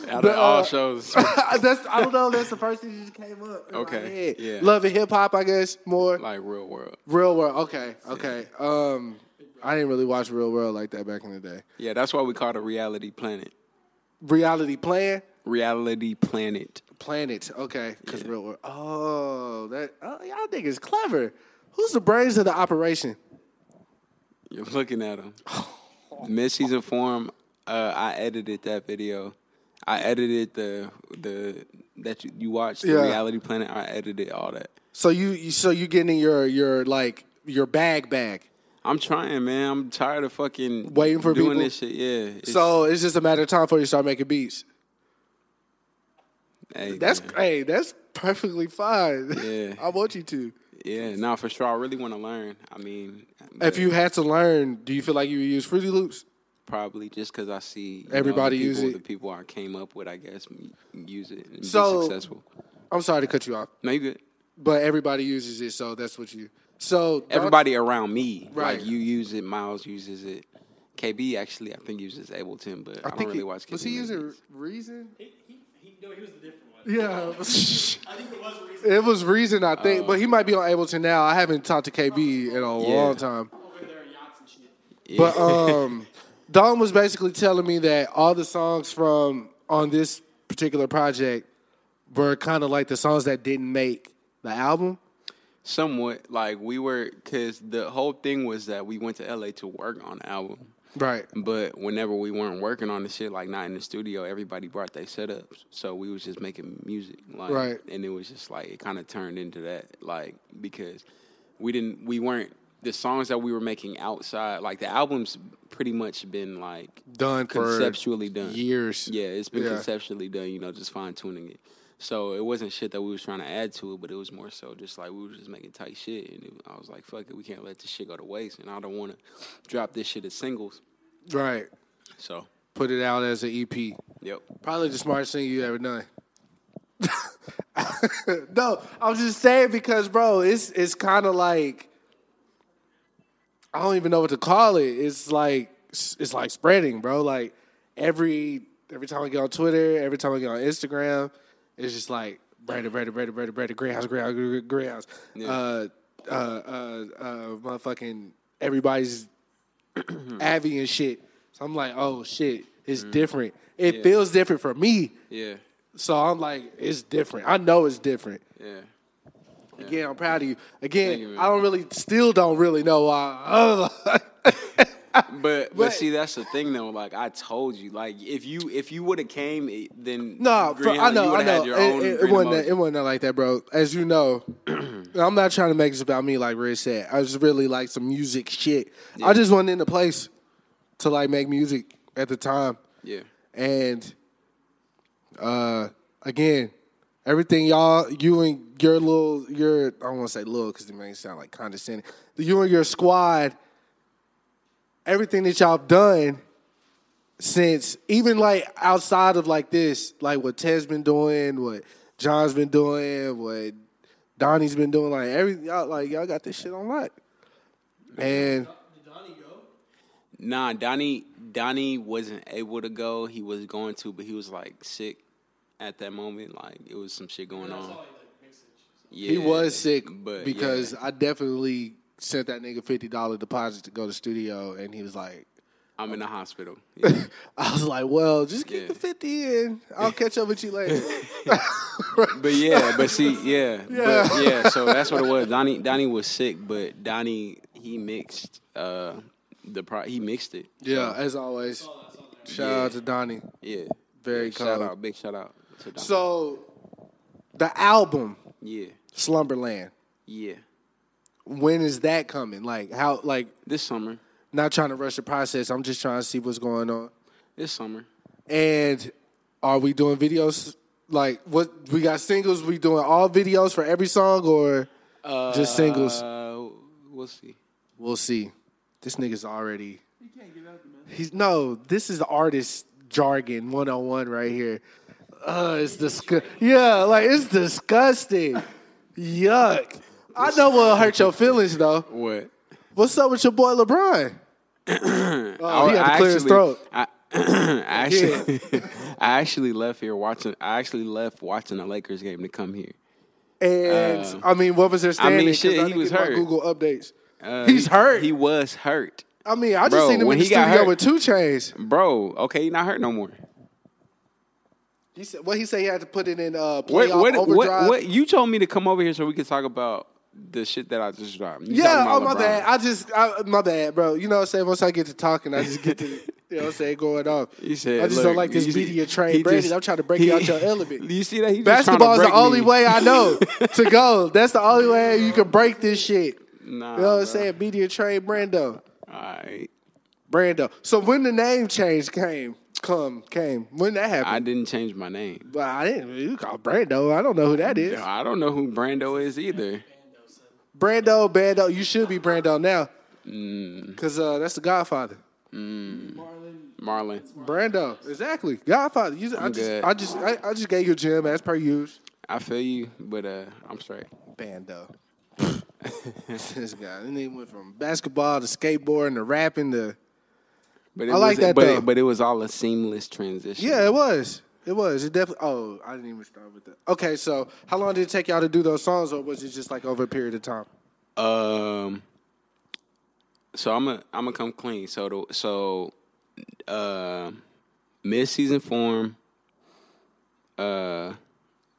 Speaker 3: of
Speaker 4: uh,
Speaker 3: all shows,
Speaker 4: that's I don't know. That's the first thing that just came up. in my
Speaker 3: Okay,
Speaker 4: head.
Speaker 3: yeah.
Speaker 4: Love and hip hop, I guess more
Speaker 3: like real world.
Speaker 4: real world. Okay, okay. Um, I didn't really watch Real World like that back in the day.
Speaker 3: Yeah, that's why we call it a reality planet.
Speaker 4: Reality Plan
Speaker 3: Reality planet.
Speaker 4: Planet. Okay, because Real World. Oh, that oh, y'all niggas clever. Who's the brains of the operation?
Speaker 3: You're looking at him. Mid-season form. Uh, I edited that video. I edited the the that you, you watched the
Speaker 4: Yeah.
Speaker 3: reality planet. I edited all that.
Speaker 4: So you, you so you getting in your your like your bag bag.
Speaker 3: I'm trying, man. I'm tired of fucking
Speaker 4: Waiting for
Speaker 3: doing
Speaker 4: people?
Speaker 3: this shit. Yeah. It's-
Speaker 4: so it's just a matter of time before you start making beats.
Speaker 3: hey,
Speaker 4: That's
Speaker 3: man.
Speaker 4: hey, that's perfectly fine.
Speaker 3: Yeah.
Speaker 4: I want you to.
Speaker 3: yeah. Nah, for sure. I really want to learn. I mean,
Speaker 4: If
Speaker 3: but
Speaker 4: you had to learn, do you feel like you would use Fruity Loops?
Speaker 3: probably just because I see you know,
Speaker 4: Everybody
Speaker 3: the
Speaker 4: use
Speaker 3: people,
Speaker 4: it.
Speaker 3: the people I came up with, I guess, m- use it and
Speaker 4: So-
Speaker 3: be successful.
Speaker 4: I'm sorry to cut you off,
Speaker 3: No, you good.
Speaker 4: but everybody uses it, so that's what you. So don't-
Speaker 3: Everybody around me,
Speaker 4: Right.
Speaker 3: Like you use it. Miles uses it. KB actually, I think uses Ableton, but I, don't really
Speaker 4: he,
Speaker 3: watch. KB
Speaker 4: was he
Speaker 3: make
Speaker 4: using
Speaker 3: beats.
Speaker 4: Reason?
Speaker 5: No, he was the different one.
Speaker 4: Yeah, it was-
Speaker 5: I think it was reason.
Speaker 4: it was Reason, I think, but he might be on Ableton now. I haven't talked to KB in a
Speaker 3: Oh. Yeah.
Speaker 4: long time.
Speaker 5: Over there in yachts and shit.
Speaker 4: But um, Don was basically telling me that all the songs from on this particular project were kind of like the songs that didn't make the album.
Speaker 3: Somewhat like we were, because the whole thing was that we went to LA to work on the album.
Speaker 4: Right.
Speaker 3: But whenever we weren't working on the shit, like not in the studio, everybody brought their setups. So we was just making music, like,
Speaker 4: Right.
Speaker 3: And it was just like it kind of turned into that, like because we didn't, we weren't the songs that we were making outside. Like the album's pretty much been like
Speaker 4: Done for
Speaker 3: conceptually done
Speaker 4: years.
Speaker 3: Yeah, it's been
Speaker 4: Yeah.
Speaker 3: conceptually done. You know, just fine tuning it. So it wasn't shit that we was trying to add to it, but it was more so just like we were just making tight shit, and it, I was like, "Fuck it, we can't let this shit go to waste," and I don't want to drop this shit as singles.
Speaker 4: Right.
Speaker 3: So,
Speaker 4: Put it out as an E EP.
Speaker 3: yep.
Speaker 4: Probably the smartest thing you ever done. no, I was just saying because, bro, it's it's kind of like I don't even know what to call it. It's like it's like spreading, bro. Like every every time I get on Twitter, every time I get on Instagram, it's just like Brandon, Brandon, Brandon, Brandon, Brandon, Greenhouse, Greenhouse, Greenhouse, Greenhouse. Uh, uh, uh, uh, motherfucking everybody's Abby and shit. So I'm like, oh shit, it's different. It feels different for me.
Speaker 3: Yeah,
Speaker 4: So I'm like, it's different. I know it's different.
Speaker 3: yeah.
Speaker 4: Again, I'm proud of you. Again,
Speaker 3: you, man.
Speaker 4: I don't really, still don't really know why.
Speaker 3: But, but see, that's the thing though. Like I told you, like if you if you would have came, it- then
Speaker 4: no, for,
Speaker 3: Green
Speaker 4: I
Speaker 3: Hell, you
Speaker 4: know, I
Speaker 3: would've had
Speaker 4: know.
Speaker 3: your
Speaker 4: It,
Speaker 3: own
Speaker 4: it, it
Speaker 3: green
Speaker 4: wasn't that,
Speaker 3: emoji.
Speaker 4: it wasn't that like that, bro. As you know, I'm not trying to make this about me, like Red said. I just really like some music shit. I just wasn't in the place to like make music at the time.
Speaker 3: yeah,
Speaker 4: And uh, again, everything y'all, you and your little, your I don't want to say little because it makes it sound like condescending. You and your squad, everything that y'all done since, even like outside of like this, like what Ted's been doing, what John's been doing, what Donnie's been doing, like every y'all, like y'all got this shit on lock. And
Speaker 3: nah. Donnie Donnie wasn't able to go. He was going to, but he was like sick at that moment. Like it was some shit going on. Yeah,
Speaker 4: He was sick
Speaker 3: but
Speaker 4: because
Speaker 3: yeah.
Speaker 4: I definitely sent that nigga fifty dollar deposit to go to studio, and he was like,
Speaker 3: I'm in the hospital. Yeah.
Speaker 4: "I was like, well, just keep
Speaker 3: Yeah.
Speaker 4: the fifty in. I'll catch up with you later."
Speaker 3: But yeah, but see, yeah, But yeah. So that's what it was. Donnie Donnie was sick, but Donnie he mixed uh the pro he mixed it.
Speaker 4: yeah, as always, shout out to Donnie.
Speaker 3: Yeah.
Speaker 4: Very
Speaker 3: shout
Speaker 4: cold.
Speaker 3: out, big shout out to Donnie.
Speaker 4: So, the album
Speaker 3: yeah.
Speaker 4: Slumberland.
Speaker 3: Yeah.
Speaker 4: When is that coming? Like how? Like
Speaker 3: This summer.
Speaker 4: not trying to rush the process. I'm just trying to see what's going on.
Speaker 3: This summer.
Speaker 4: And are we doing videos? Like what? We got singles. We doing all videos for every song or just singles?
Speaker 3: Uh we'll see.
Speaker 4: We'll see. This nigga's already. He can't get out the He's no. This is artist jargon 101 right here. Uh, it's disgusting. Yeah, like it's disgusting. Yuck. I know what'll hurt your feelings though.
Speaker 3: What?
Speaker 4: What's up with your boy LeBron? oh, he had to clear his throat.
Speaker 3: I, I actually, I actually left here watching. I actually left watching the Lakers game to come here.
Speaker 4: And I mean, what was their standing? 'Cause
Speaker 3: Uh, shit, he
Speaker 4: didn't
Speaker 3: was
Speaker 4: get my
Speaker 3: hurt.
Speaker 4: Google updates.
Speaker 3: Uh,
Speaker 4: He's
Speaker 3: he-
Speaker 4: hurt.
Speaker 3: He was hurt,
Speaker 4: I mean, I just
Speaker 3: Bro,
Speaker 4: seen him
Speaker 3: when
Speaker 4: in the
Speaker 3: he got
Speaker 4: studio
Speaker 3: hurt-
Speaker 4: with two chains.
Speaker 3: bro. Okay, he not hurt no more.
Speaker 4: He said, "What he said? He had to put it in uh, playoff
Speaker 3: What? What?
Speaker 4: overdrive."
Speaker 3: What? What? You told me to come over here so we could talk about the shit that I just dropped. You
Speaker 4: Yeah,
Speaker 3: talking
Speaker 4: oh
Speaker 3: about
Speaker 4: my
Speaker 3: LeBron.
Speaker 4: bad. I just I, my bad, bro. You know what I'm saying? Once I get to talking, I just get to you know what I'm saying going off.
Speaker 3: He said,
Speaker 4: I just
Speaker 3: look,
Speaker 4: don't like this
Speaker 3: you see-
Speaker 4: media
Speaker 3: he
Speaker 4: train, Brady.
Speaker 3: just-
Speaker 4: I'm trying to break
Speaker 3: he-
Speaker 4: you out your element.
Speaker 3: You see that? He just trying to
Speaker 4: Basketball is the
Speaker 3: break
Speaker 4: only
Speaker 3: me.
Speaker 4: way I know to go. That's the only way you can break this shit.
Speaker 3: Nah,
Speaker 4: you know what
Speaker 3: bro.
Speaker 4: I'm saying? Media train, Brando,
Speaker 3: All right.
Speaker 4: Brando. So when the name change came, come came when that
Speaker 3: I
Speaker 4: happened.
Speaker 3: didn't change my name.
Speaker 4: But I didn't. You call Brando. I don't know who that is.
Speaker 3: I don't know who Brando is either.
Speaker 4: Brando, Brando. You should be Brando now,
Speaker 3: Mm.
Speaker 4: because uh, that's the Godfather.
Speaker 3: Marlon.
Speaker 4: Brando, exactly. Godfather. You, I, just,
Speaker 3: good.
Speaker 4: I just, I, I just gave you a gem as per use.
Speaker 3: I feel you, but uh, I'm straight.
Speaker 4: Bando. this guy, and he went from basketball to skateboarding to rapping to
Speaker 3: But it
Speaker 4: I like
Speaker 3: was-
Speaker 4: that,
Speaker 3: but
Speaker 4: though.
Speaker 3: It, but it was all a seamless transition.
Speaker 4: yeah, it was, it was, it definitely. Oh, I didn't even start with that. Okay, so how long did it take y'all to do those songs, or was it just like over a period of time?
Speaker 3: Um. So I'm a I'm gonna come clean. So the, so, uh, mid season form. Uh,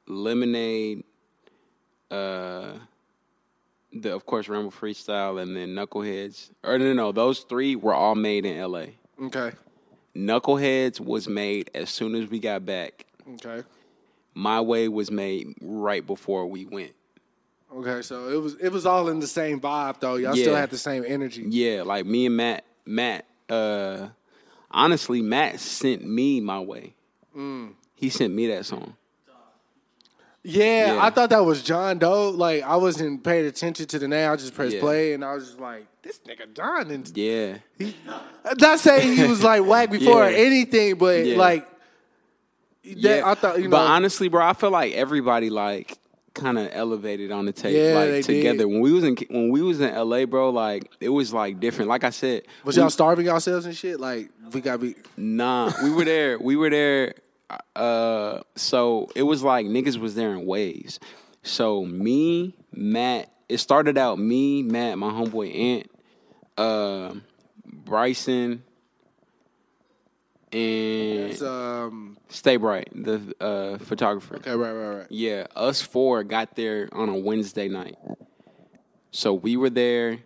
Speaker 3: lemonade. Uh, the of course Ramble Freestyle and then Knuckleheads. Or no, no, no, those three were all made in L.A.
Speaker 4: Okay,
Speaker 3: Knuckleheads was made as soon as we got back.
Speaker 4: okay,
Speaker 3: My Way was made right before we went.
Speaker 4: okay. So it was, it was all in the same vibe though. Y'all
Speaker 3: Yeah.
Speaker 4: still had the same energy.
Speaker 3: Yeah, like me and Matt, Matt, uh, honestly, Matt sent me my way.
Speaker 4: Mm.
Speaker 3: He sent me that song.
Speaker 4: Yeah,
Speaker 3: Yeah.
Speaker 4: I thought that was John Doe. Like I wasn't paying attention to the name. I just pressed
Speaker 3: Yeah.
Speaker 4: play, and I was just like, "This nigga John." And
Speaker 3: Yeah.
Speaker 4: not saying he was like whack before or
Speaker 3: Yeah.
Speaker 4: anything, but
Speaker 3: Yeah.
Speaker 4: like, that,
Speaker 3: yeah.
Speaker 4: I thought you know.
Speaker 3: But honestly, bro, I feel like everybody like kind of elevated on the tape
Speaker 4: Yeah,
Speaker 3: like
Speaker 4: they
Speaker 3: together.
Speaker 4: did.
Speaker 3: When we was in when we was in LA, bro, like it was like different. Like I said,
Speaker 4: was
Speaker 3: we-
Speaker 4: y'all starving yourselves and shit? Like we got be
Speaker 3: Nah, we were there. We were there. Uh, so it was like niggas was there in waves. So me, Matt. It started out me, Matt, my homeboy Ant, uh, Bryson, and
Speaker 4: it's, um
Speaker 3: Stay Bright, the uh, photographer.
Speaker 4: okay, right, right, right.
Speaker 3: Yeah, us four got there on a Wednesday night. So we were there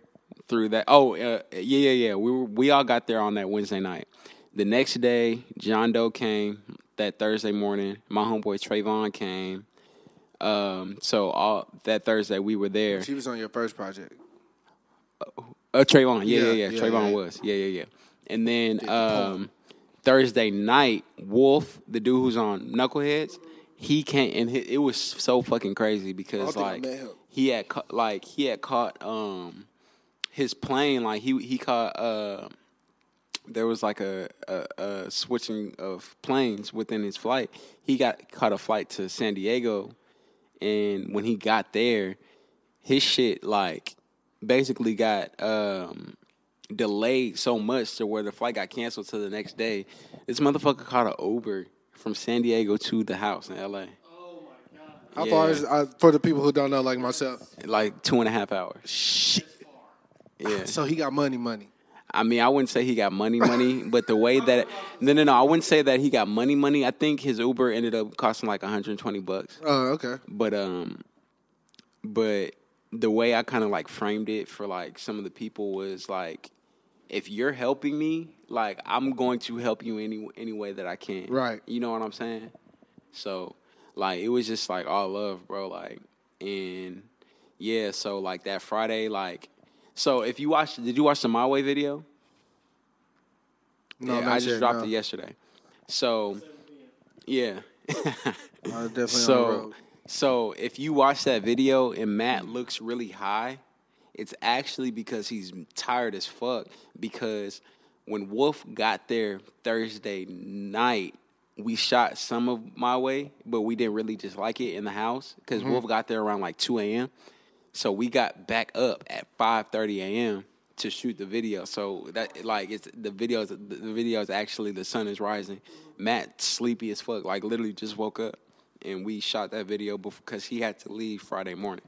Speaker 3: through that. Oh, uh, yeah, yeah, yeah. We were, we all got there on that Wednesday night. The next day, John Doe came that Thursday morning. My homeboy Trayvon came. Um, so all that Thursday we were there.
Speaker 4: She was on your first project.
Speaker 3: Uh, Trayvon, yeah,
Speaker 4: Yeah,
Speaker 3: yeah, yeah.
Speaker 4: yeah,
Speaker 3: Trayvon
Speaker 4: yeah.
Speaker 3: was, yeah, yeah, yeah. And then um, Thursday night, Wolf, the dude who's on Knuckleheads, he came and he, it was so fucking crazy because
Speaker 4: think I
Speaker 3: like
Speaker 4: met him.
Speaker 3: he had ca- like he had caught um his plane like he he caught uh there was like a, a, a switching of planes within his flight. He got caught a flight to San Diego, and when he got there, his shit like basically got um, delayed so much to where the flight got canceled to the next day. This motherfucker caught an Uber from San Diego to the house in L.A.
Speaker 4: How
Speaker 3: Yeah.
Speaker 4: far is uh, for the people who don't know, like myself?
Speaker 3: like two and a half hours.
Speaker 4: Shit.
Speaker 3: Yeah.
Speaker 4: So he got money, money.
Speaker 3: I mean, I wouldn't say he got money, money, but the way that no, no, no, I wouldn't say that he got money, money. I think his Uber ended up costing like 120 bucks.
Speaker 4: Oh, okay.
Speaker 3: But um, but the way I kind of like framed it for like some of the people was like, if you're helping me, like I'm going to help you any any way that I can.
Speaker 4: Right.
Speaker 3: You know what I'm saying? So like it was just like all love, bro. Like and yeah, so like that Friday, like so if you watched, did you watch the My Way video?
Speaker 4: No,
Speaker 3: yeah,
Speaker 4: not
Speaker 3: I just
Speaker 4: yet,
Speaker 3: dropped
Speaker 4: no.
Speaker 3: it yesterday. So, yeah.
Speaker 4: I was definitely on the
Speaker 3: so,
Speaker 4: road.
Speaker 3: so if you watch that video and Matt looks really high, it's actually because he's tired as fuck. Because when Wolf got there Thursday night, we shot some of my way, but we didn't really just like it in the house because Wolf got there around like two a.m. So we got back up at five thirty a.m. to shoot the video. So that like it's the videos. The the video is actually the sun is rising. Matt sleepy as fuck, like literally just woke up, and we shot that video because he had to leave Friday morning.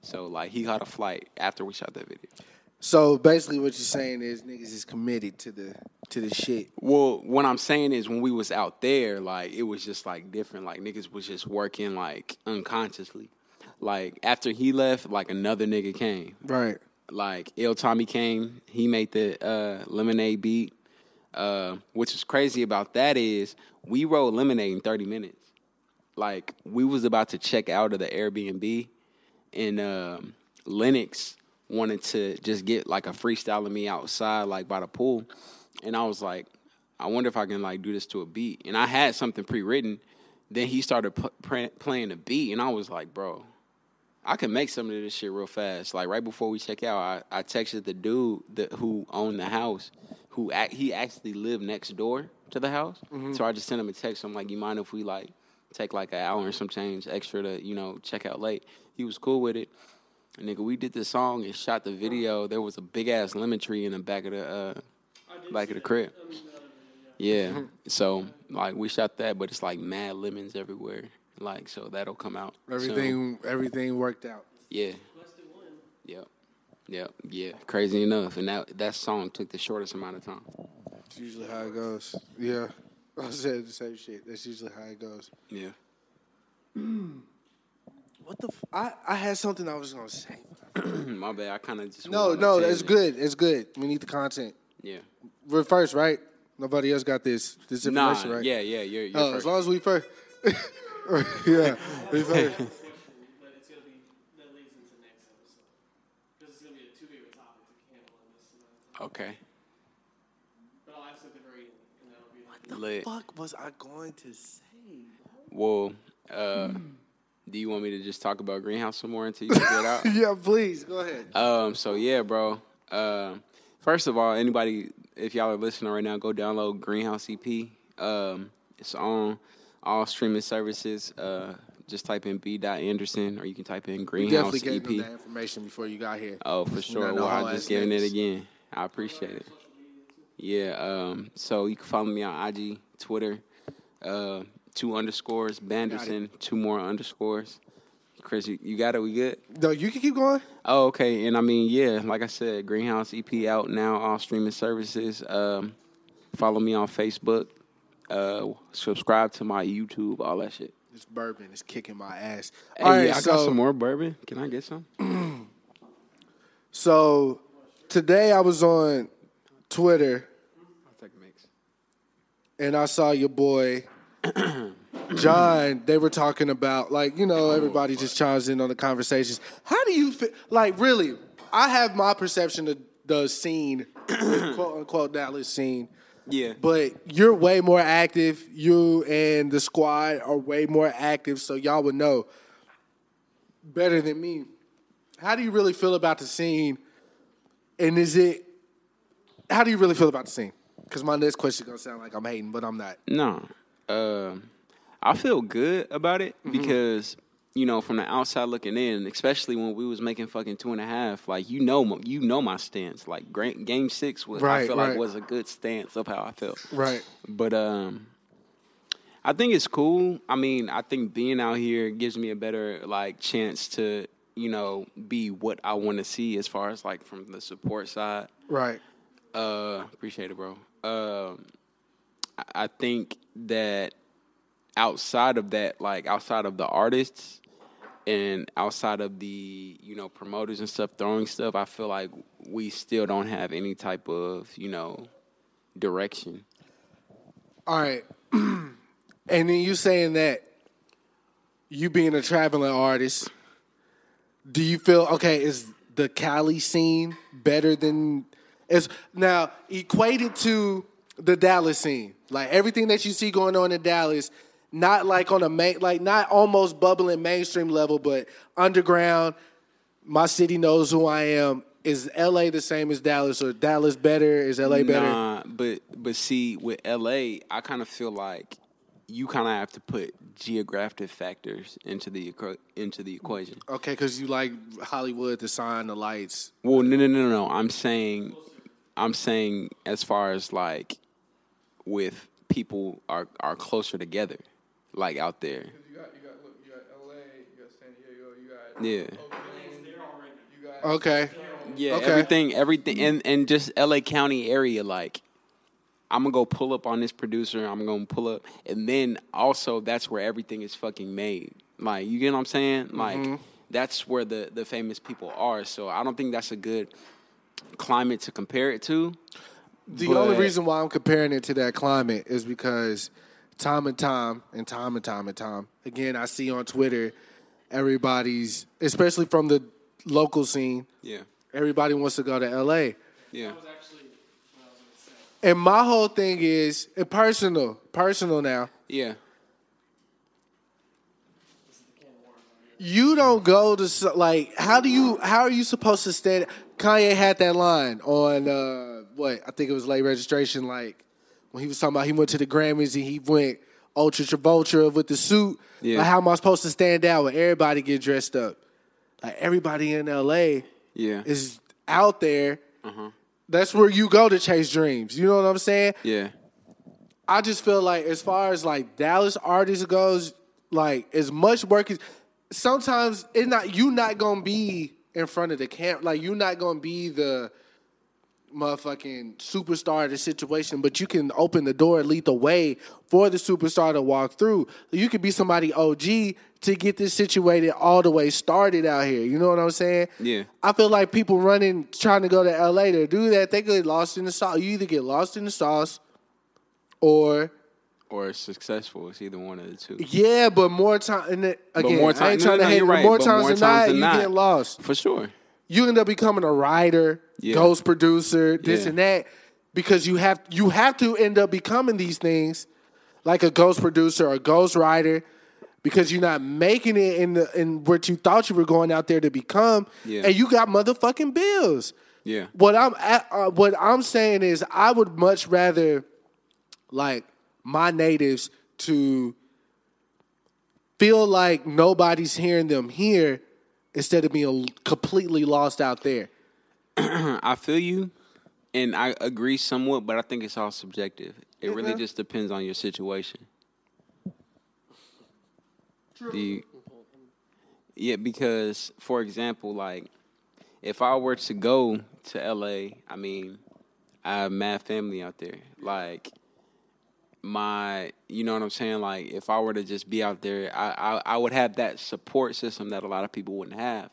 Speaker 3: So like he caught a flight after we shot that video.
Speaker 4: So basically, what you're saying is niggas is committed to the to the shit.
Speaker 3: Well, what I'm saying is when we was out there, like it was just like different. Like niggas was just working like unconsciously. Like after he left, like another nigga came.
Speaker 4: Right.
Speaker 3: Like Ill Tommy came, he made the uh, lemonade beat. Uh, which is crazy about that is we rolled lemonade in 30 minutes. Like we was about to check out of the Airbnb and um, Lennox wanted to just get like a freestyle of me outside, like by the pool. And I was like, I wonder if I can like do this to a beat. And I had something pre written. Then he started p- pr- playing a beat, and I was like, bro, I can make some of this shit real fast. Like right before we check out, I, I texted the dude that, who owned the house, who ac he actually lived next door to the house. So I just sent him a text. I'm like, you mind if we like take like an hour and some change extra to you know check out late? He was cool with it. And nigga, we did the song and shot the video. There was a big ass lemon tree in the back of the uh, back of the crib. Yeah. So like we shot that, but it's like mad lemons everywhere. Like so that'll come out. soon.
Speaker 4: Everything everything worked out.
Speaker 3: Yeah. Yep. Yep. Yeah. Crazy enough, and that that song took the shortest amount of time.
Speaker 4: That's usually how it goes. Yeah. I said the same shit. That's usually how it goes.
Speaker 3: Yeah.
Speaker 4: What the? F- I I had something I was gonna say.
Speaker 3: My bad. I kind of just
Speaker 4: No,
Speaker 3: went on
Speaker 4: no,
Speaker 3: a
Speaker 4: that's
Speaker 3: tangent.
Speaker 4: good. It's good. We need the content.
Speaker 3: Yeah.
Speaker 4: We're first, right? Nobody else got this this
Speaker 3: Nah.
Speaker 4: information, right?
Speaker 3: Yeah. Yeah. You're, you're
Speaker 4: Oh,
Speaker 3: first.
Speaker 4: as long as we first. yeah, we first.
Speaker 8: But it's gonna be that leads into next episode. This is gonna be a two big topic to handle in this.
Speaker 3: okay.
Speaker 8: But I'll ask at the very end, and that'll be like
Speaker 3: Lit.
Speaker 4: fuck was I going to say?
Speaker 3: Well, uh, do you want me to just talk about greenhouse some more until you figure it out?
Speaker 4: Yeah, please go ahead.
Speaker 3: Um, so yeah, bro. Um, first of all, anybody, if y'all are listening right now, go download Greenhouse EP. Um, it's on all streaming services. Uh, just type in B. Anderson, or you can type in
Speaker 4: You
Speaker 3: Greenhouse
Speaker 4: definitely gave them
Speaker 3: EP.
Speaker 4: that information before you got here.
Speaker 3: Oh, for sure.
Speaker 4: know
Speaker 3: Well,
Speaker 4: how
Speaker 3: I just
Speaker 4: ass
Speaker 3: giving it
Speaker 4: niggas.
Speaker 3: again. I appreciate it. Yeah. Um, so you can follow me on IG, Twitter, uh, two underscores, Banderson, two more underscores. Chris, you, you got it. We good?
Speaker 4: No, you can keep going.
Speaker 3: Oh, okay. And I mean, yeah, like I said, Greenhouse EP out now, all streaming services. Um, follow me on Facebook. Uh, subscribe to my YouTube, all that shit.
Speaker 4: This bourbon is kicking my ass.
Speaker 3: Hey,
Speaker 4: All right,
Speaker 3: I
Speaker 4: so,
Speaker 3: got some more bourbon. Can I get some?
Speaker 4: So today I was on Twitter
Speaker 3: I'll take a mix.
Speaker 4: and I saw your boy John. They were talking about like you know everybody just chimes in on the conversations. How do you feel? Like really, I have my perception of the scene, quote unquote Dallas scene.
Speaker 3: Yeah.
Speaker 4: But you're way more active. You and the squad are way more active, so y'all would know better than me. How do you really feel about the scene? And is it? How do you really feel about the scene? Because my next question gonna sound like I'm hating, but I'm not.
Speaker 3: No. Um, I feel good about it
Speaker 4: Mm-hmm.
Speaker 3: because you know, from the outside looking in, especially when we was making fucking two and a half, like you know, my- you know my stance. Like gra- game six was, I
Speaker 4: Right,
Speaker 3: feel
Speaker 4: right.
Speaker 3: like was a good stance of how I felt.
Speaker 4: Right.
Speaker 3: But um, I think it's cool. I mean, I think being out here gives me a better like chance to you know be what I want to see as far as like from the support side.
Speaker 4: Right.
Speaker 3: Uh, appreciate it, bro. Um, I- I think that outside of that, like outside of the artists and outside of the you know promoters and stuff throwing stuff, I feel like we still don't have any type of you know direction.
Speaker 4: All right. and then you saying that you being a traveling artist, do you feel okay? Is the Cali scene better than is now equated to the Dallas scene? Like everything that you see going on in Dallas, not like on a main, like not almost bubbling mainstream level, but underground. My city knows who I am. Is LA the same as Dallas, or Dallas better? Is LA better?
Speaker 3: Nah, but but see, with LA, I kind of feel like you kind of have to put geographic factors into the equa- into the equation.
Speaker 4: Okay, because you like Hollywood to sign the lights.
Speaker 3: Well, no, no, no, no. no. I'm saying, I'm saying, as far as like, with people are are closer together, like out there.
Speaker 9: You got, you got, look, you got LA, you got San Diego, you got
Speaker 3: Yeah.
Speaker 4: Okay.
Speaker 3: Yeah,
Speaker 4: Okay. Mm.
Speaker 3: everything, everything, and and just L.A. County area. Like, I'm gonna go pull up on this producer. I'm gonna pull up, and then also that's where everything is fucking made. Like, you get what I'm saying? Like,
Speaker 4: Mm-hmm.
Speaker 3: that's where the the famous people are. So I don't think that's a good climate to compare it to.
Speaker 4: The
Speaker 3: But-
Speaker 4: only reason why I'm comparing it to that climate is because time and time and time and time and time again, I see on Twitter everybody's, especially from the local scene,
Speaker 3: Yeah,
Speaker 4: everybody wants to go to LA.
Speaker 3: yeah,
Speaker 4: And my whole thing is and personal, personal now.
Speaker 3: yeah.
Speaker 4: You don't go to s- like how do you how are you supposed to stand? Kanye had that line on uh what I think it was late registration. Like when he was talking about he went to the Grammys and he went ultra Travolta with the suit.
Speaker 3: Yeah.
Speaker 4: Like how am I supposed to stand out when everybody get dressed up? Like everybody in L.A.
Speaker 3: Yeah.
Speaker 4: is out there. That's where you go to chase dreams. You know what I'm saying?
Speaker 3: Yeah.
Speaker 4: I just feel like as far as like Dallas artists goes, like as much work as sometimes it's not you not gonna be in front of the camp, like you not gonna be the motherfucking superstar of the situation, but you can open the door and lead the way for the superstar to walk through. You could be somebody OG to get this situated all the way started out here. You know what I'm saying?
Speaker 3: Yeah.
Speaker 4: I feel like people running trying to go to LA to do that, they get lost in the sauce. You either get lost in the sauce or
Speaker 3: Or successful. It's either one of the two.
Speaker 4: yeah, but more time and it- again,
Speaker 3: more
Speaker 4: I
Speaker 3: time-
Speaker 4: ain't
Speaker 3: no,
Speaker 4: trying to
Speaker 3: no, no,
Speaker 4: hate
Speaker 3: you're
Speaker 4: it, but
Speaker 3: right,
Speaker 4: more
Speaker 3: but
Speaker 4: times
Speaker 3: more
Speaker 4: than
Speaker 3: times
Speaker 4: not,
Speaker 3: than
Speaker 4: you
Speaker 3: not.
Speaker 4: get lost.
Speaker 3: For sure.
Speaker 4: You end up becoming a writer,
Speaker 3: Yeah.
Speaker 4: ghost producer, this
Speaker 3: Yeah.
Speaker 4: and that, because you have you have to end up becoming these things, like a ghost producer or ghost writer, because you're not making it in the in what you thought you were going out there to become,
Speaker 3: Yeah.
Speaker 4: and you got motherfucking bills.
Speaker 3: Yeah.
Speaker 4: What I'm at, uh, what I'm saying is, I would much rather like my natives to feel like nobody's hearing them here instead of being completely lost out there.
Speaker 3: I feel you, and I agree somewhat, but I think it's all subjective. It really just depends on your situation. Do you- yeah, because for example, like if I were to go to LA, I mean, I have mad family out there. Like my, you know what I'm saying? Like if I were to just be out there, I I, I would have that support system that a lot of people wouldn't have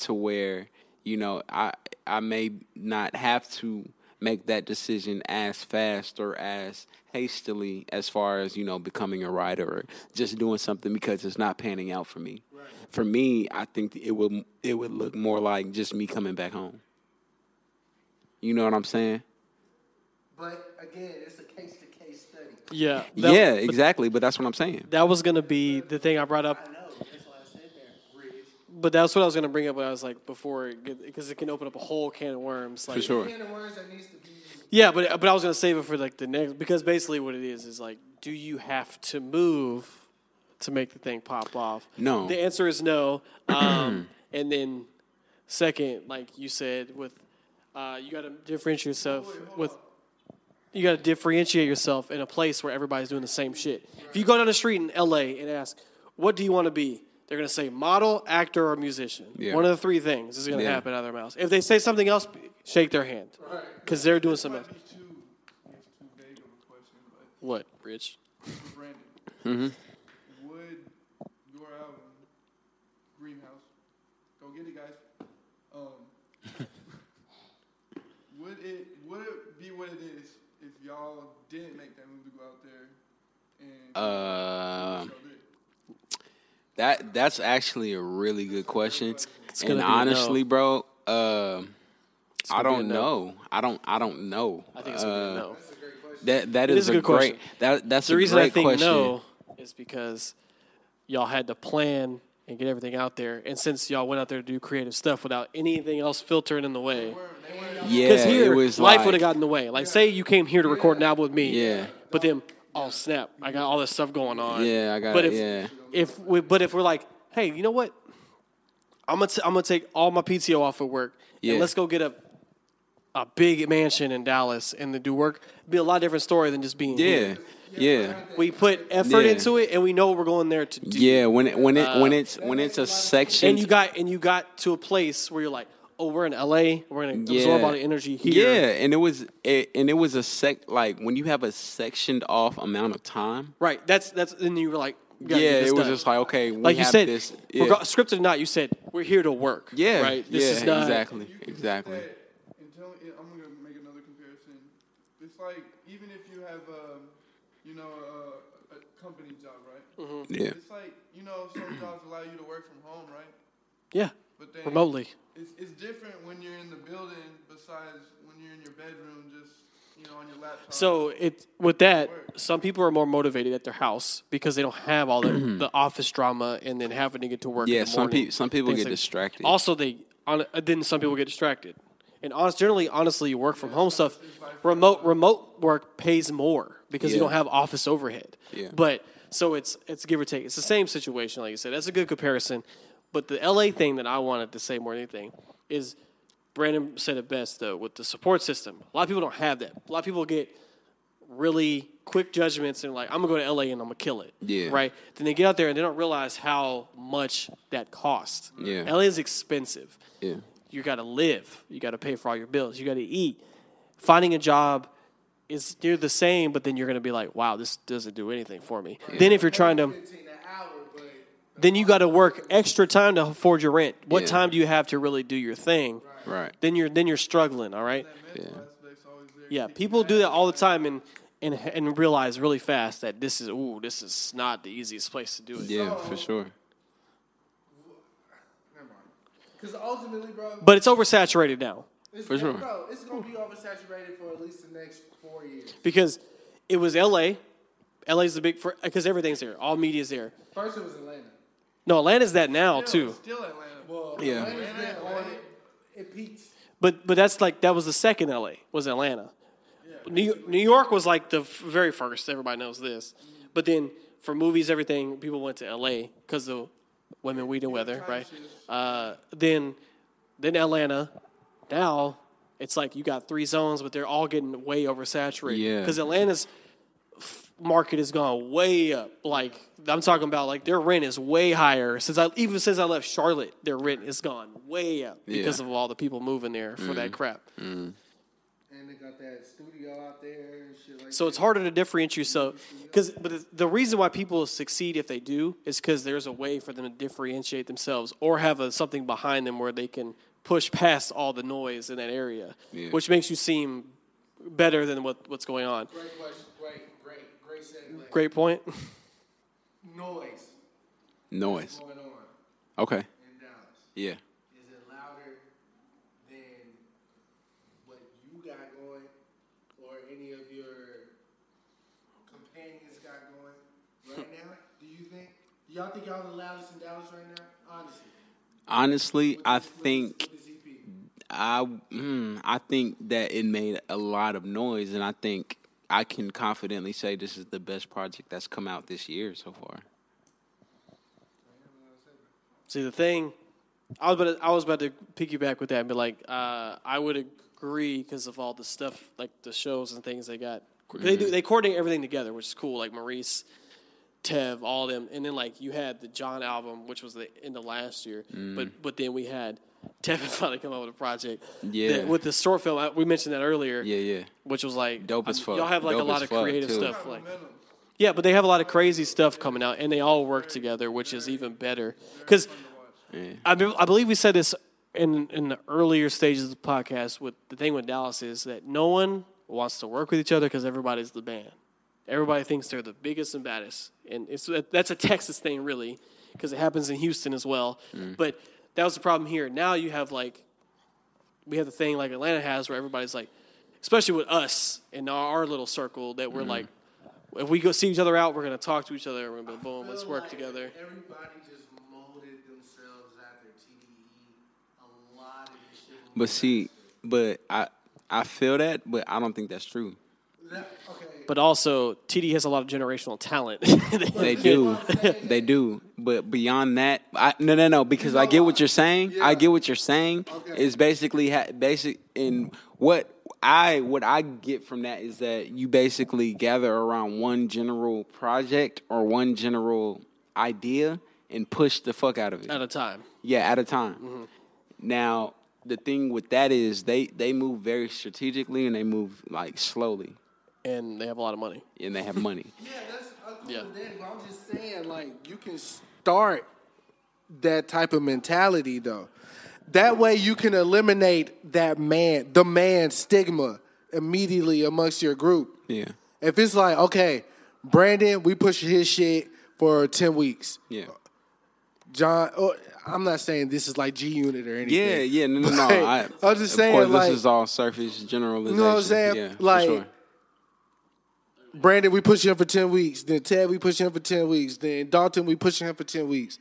Speaker 3: to where you know I I may not have to make that decision as fast or as hastily as far as you know becoming a writer or just doing something because it's not panning out for me. For me, I think it would it would look more like just me coming back home. You know what I'm saying?
Speaker 4: But again, it's a case to case study.
Speaker 5: Yeah.
Speaker 3: yeah,
Speaker 5: but
Speaker 3: exactly. But that's what I'm saying.
Speaker 5: That was gonna be the thing I brought up. But that's what I was gonna bring up. When I was like before, because it can open up a whole can of worms. Like,
Speaker 3: For sure.
Speaker 5: Yeah, but but I was gonna save it for like the next because basically what it is is like, do you have to move to make the thing pop off?
Speaker 3: No.
Speaker 5: The answer is no. Um, and then second, like you said, with uh, you got to differentiate yourself with. You got to differentiate yourself in a place where everybody's doing the same shit. If you go down the street in LA and ask, "What do you want to be?" They're gonna say model, actor, or musician.
Speaker 3: Yeah.
Speaker 5: One of the three things is gonna
Speaker 3: Yeah.
Speaker 5: happen out of their mouths. If they say something else, shake their hand because they're doing something. else.
Speaker 9: too vague of a question, but
Speaker 5: What, Rich?
Speaker 9: Brandon, would your album Greenhouse go get it, guys? Um, would it would it be what it is if y'all didn't make that move to go out there and
Speaker 3: Uh,
Speaker 9: show it?
Speaker 3: That that's actually a really good question.
Speaker 5: gonna
Speaker 3: And
Speaker 5: be a no.
Speaker 3: honestly, bro, um, I
Speaker 5: gonna be
Speaker 3: don't
Speaker 5: a no.
Speaker 3: know. I don't. I don't know.
Speaker 5: I think it's gonna be a
Speaker 3: Uh,
Speaker 5: no.
Speaker 3: That that
Speaker 5: It
Speaker 3: is, a,
Speaker 5: good
Speaker 3: great.
Speaker 5: question.
Speaker 3: That that's
Speaker 5: The
Speaker 3: a
Speaker 5: reason
Speaker 3: great
Speaker 5: I think
Speaker 3: question.
Speaker 5: no is because y'all had to plan and get everything out there, and since y'all went out there to do creative stuff without anything else filtering in the way,
Speaker 3: Yeah,
Speaker 5: because here
Speaker 3: it was
Speaker 5: life
Speaker 3: like,
Speaker 5: would have gotten in the way. Like, say you came here to record an album with me,
Speaker 3: Yeah.
Speaker 5: but then oh snap, I got all this stuff going on.
Speaker 3: Yeah, I got
Speaker 5: But
Speaker 3: it,
Speaker 5: if
Speaker 3: yeah.
Speaker 5: if we, but if we're like, hey, you know what? I'm gonna t- I'm gonna take all my PTO off of work
Speaker 3: Yeah.
Speaker 5: and let's go get a a big mansion in Dallas and then do work. Be a lot different story than just being
Speaker 3: Yeah,
Speaker 5: here.
Speaker 3: yeah,
Speaker 5: We put effort
Speaker 3: Yeah.
Speaker 5: into it and we know what we're going there to do.
Speaker 3: yeah. When it when it
Speaker 5: Uh,
Speaker 3: when it's when it's a section,
Speaker 5: and you got and you got to a place where you're like, oh, we're in LA, we're gonna absorb all the energy here.
Speaker 3: Yeah, and it was it, and it was a sec like when you have a sectioned off amount of time.
Speaker 5: Right. That's that's and you were like, we
Speaker 3: Yeah,
Speaker 5: gotta get this
Speaker 3: it was
Speaker 5: done.
Speaker 3: just like okay, we
Speaker 5: like you
Speaker 3: have
Speaker 5: said,
Speaker 3: this. Yeah,
Speaker 5: regar- scripted or not, you said we're here to work.
Speaker 3: yeah,
Speaker 5: Right. This
Speaker 3: yeah,
Speaker 5: is not
Speaker 3: exactly, exactly.
Speaker 7: Until I'm gonna make another comparison. It's like even if you have a, you know, a, a company job, right?
Speaker 5: Mm-hmm.
Speaker 3: Yeah.
Speaker 7: It's like you know some jobs allow you to work from home, right?
Speaker 5: Yeah.
Speaker 7: But then
Speaker 5: Remotely.
Speaker 7: It's, it's different when you're in the building. Besides when you're in your bedroom, just you know on your laptop.
Speaker 5: So it with that, some people are more motivated at their house because they don't have all the, the office drama and then having to get to work. in
Speaker 3: Yeah,
Speaker 5: the
Speaker 3: some
Speaker 5: morning.
Speaker 3: peop- some people
Speaker 5: Things
Speaker 3: get distracted.
Speaker 5: Also, they on, uh, then some people get distracted, and honest, generally, honestly, you work from home stuff. Remote remote work pays more because you
Speaker 3: Yeah.
Speaker 5: don't have office overhead.
Speaker 3: Yeah.
Speaker 5: But so it's it's give or take. It's the same situation, like you said. That's a good comparison. But the LA thing that I wanted to say more than anything is Brandon said it best though with the support system. A lot of people don't have that. A lot of people get really quick judgments and like I'm gonna go to LA and I'm gonna kill it.
Speaker 3: Yeah.
Speaker 5: Right. Then they get out there and they don't realize how much that costs.
Speaker 3: Yeah.
Speaker 5: LA is expensive.
Speaker 3: Yeah.
Speaker 5: You gotta live. You gotta pay for all your bills. You gotta eat. Finding a job is near the same, but then you're gonna be like, wow, this doesn't do anything for me. Then if you're trying to then you got to work extra time to afford your rent. What
Speaker 3: Yeah.
Speaker 5: time do you have to really do your thing?
Speaker 3: Right.
Speaker 5: Then you're then you're struggling. All right.
Speaker 3: Yeah.
Speaker 5: Yeah, people do that all the time and and and realize really fast that this is ooh, this is not the easiest place to do it.
Speaker 3: Yeah, for sure.
Speaker 4: Because ultimately, bro,
Speaker 5: But it's oversaturated now
Speaker 4: it's,
Speaker 3: for sure.
Speaker 4: bro, it's gonna be oversaturated for at least the next four years.
Speaker 5: because it was L.A. L.A.'s the big for because everything's there. All media's there.
Speaker 4: First, it was Atlanta.
Speaker 5: No, Atlanta's that now too.
Speaker 7: still Atlanta. Well,
Speaker 3: Yeah.
Speaker 4: Atlanta, on it, it peaked.
Speaker 5: But but that's like that was the second L.A. was Atlanta. New, New York was like the f- very first. Everybody knows this. But then for movies, everything people went to L.A. because of women, weed, and weather, right? Uh, then then Atlanta. Now it's like you got three zones, but they're all getting way oversaturated.
Speaker 3: Yeah.
Speaker 5: because Atlanta's f- market has gone way up. Like I'm talking about, like their rent is way higher since I even since I left Charlotte, their rent has gone way up because
Speaker 3: Yeah. Mm-hmm.
Speaker 5: of all the people moving there for that crap.
Speaker 4: And they got that studio out there and shit like
Speaker 5: So it's harder to differentiate yourself because, but the- the reason why people succeed if they do is because there's a way for them to differentiate themselves or have a, something behind them where they can push past all the noise in that area,
Speaker 3: Yeah.
Speaker 5: which makes you seem better than what, what's going on.
Speaker 4: Great question. Great, great, great segue.
Speaker 5: Great point.
Speaker 4: Noise
Speaker 3: Noise.
Speaker 4: going on
Speaker 3: Okay.
Speaker 4: in Dallas.
Speaker 3: Yeah.
Speaker 4: Is it louder than what you got going or any of your companions got going right now? Do you think? Do y'all think y'all the loudest in Dallas right now? Honestly.
Speaker 3: Honestly, I think
Speaker 4: With this EP.
Speaker 3: I mm, I think that it made a lot of noise, and I think I can confidently say this is the best project that's come out this year so far.
Speaker 5: See the thing, I was about to, I was about to piggyback with that and be like, uh, I would agree because of all the stuff like the shows and things they got. They
Speaker 3: Mm-hmm.
Speaker 5: do they coordinate everything together, which is cool. Like Maurice, Tev, all them, and then like you had the John album, which was the end of last year,
Speaker 3: Mm.
Speaker 5: but but then we had Tev finally come up with a project.
Speaker 3: Yeah.
Speaker 5: that- with the short film I- we mentioned that earlier.
Speaker 3: Yeah, yeah.
Speaker 5: which was like
Speaker 3: Dope as fuck.
Speaker 5: Y'all have like
Speaker 3: Dope
Speaker 5: a lot
Speaker 3: as
Speaker 5: of
Speaker 3: fuck,
Speaker 5: creative
Speaker 3: too.
Speaker 5: stuff, like yeah, but they have a lot of crazy stuff coming out, and they all work together, which is even better. Because I, be- I believe we said this in in the earlier stages of the podcast. With the thing with Dallas is that no one wants to work with each other because everybody's the band. Everybody thinks they're the biggest and baddest, and it's that's a Texas thing, really, because it happens in Houston as well.
Speaker 3: Mm.
Speaker 5: But that was the problem here. Now you have like we have the thing like Atlanta has where everybody's like, especially with us in our little circle, that we're
Speaker 3: Mm.
Speaker 5: like, if we go see each other out, we're gonna talk to each other. We're gonna be boom, let's work together.
Speaker 4: Everybody just molded themselves after TDE. E, A lot of this shit.
Speaker 3: But see, but I I feel that, but I don't think that's true.
Speaker 4: That- okay,
Speaker 5: But also, TD has a lot of generational talent.
Speaker 3: They do. they do. But beyond that, I, no, no, no. Because I get what you're saying. I get what you're saying. It's basically ha- basic. And what I what I get from that is that you basically gather around one general project or one general idea and push the fuck out of it.
Speaker 5: At a Mm-hmm. time.
Speaker 3: Yeah, at a time. Now the thing with that is they they move very strategically and they move like slowly
Speaker 5: And they have a lot of money.
Speaker 3: and they have money.
Speaker 5: Yeah.
Speaker 4: But I'm just saying, like, you can start that type of mentality, though. That way, you can eliminate that man, the man stigma immediately amongst your group.
Speaker 3: Yeah.
Speaker 4: If it's like, okay, Brandon, we push his shit for 10 weeks.
Speaker 3: Yeah.
Speaker 4: John, or, I'm not saying this is like G Unit or anything.
Speaker 3: Yeah, yeah, no, no, no.
Speaker 4: But
Speaker 3: I,
Speaker 4: I'm just
Speaker 3: of
Speaker 4: saying,
Speaker 3: course,
Speaker 4: like-
Speaker 3: this is all surface generalization.
Speaker 4: You know what I'm saying?
Speaker 3: Yeah, for
Speaker 4: like,
Speaker 3: sure.
Speaker 4: Brandon, we push him for 10 weeks. Then Ted, we push him for 10 weeks. Then Dalton, we push him for 10 weeks.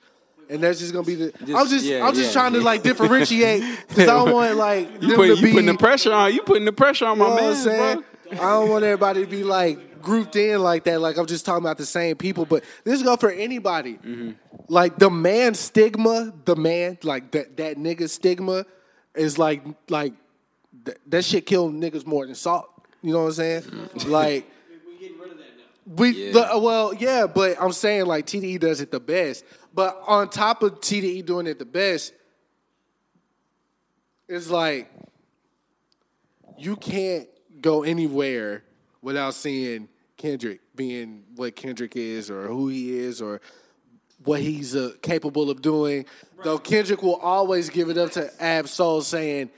Speaker 4: And that's just gonna be the. I'm just,
Speaker 3: yeah,
Speaker 4: I'm just
Speaker 3: yeah,
Speaker 4: trying to
Speaker 3: yeah.
Speaker 4: like differentiate because I don't want like
Speaker 3: you,
Speaker 4: them
Speaker 3: put,
Speaker 4: to
Speaker 3: you
Speaker 4: be.
Speaker 3: putting the pressure on. You putting the pressure on
Speaker 4: you
Speaker 3: my
Speaker 4: know what I'm
Speaker 3: man,
Speaker 4: saying? I don't want everybody to be like grouped in like that. Like I'm just talking about the same people, but this go for anybody.
Speaker 3: Mm-hmm.
Speaker 4: Like the man stigma, the man like that that nigga stigma is like like th- that shit killed niggas more than salt. You know what I'm saying? Like. We the, uh, well, yeah, but I'm saying like TDE does it the best. But on top of TDE doing it the best, it's like you can't go anywhere without seeing Kendrick being what Kendrick is, or who he is, or what he's uh, capable of doing. Though Kendrick will always give it up to Ab Soul, saying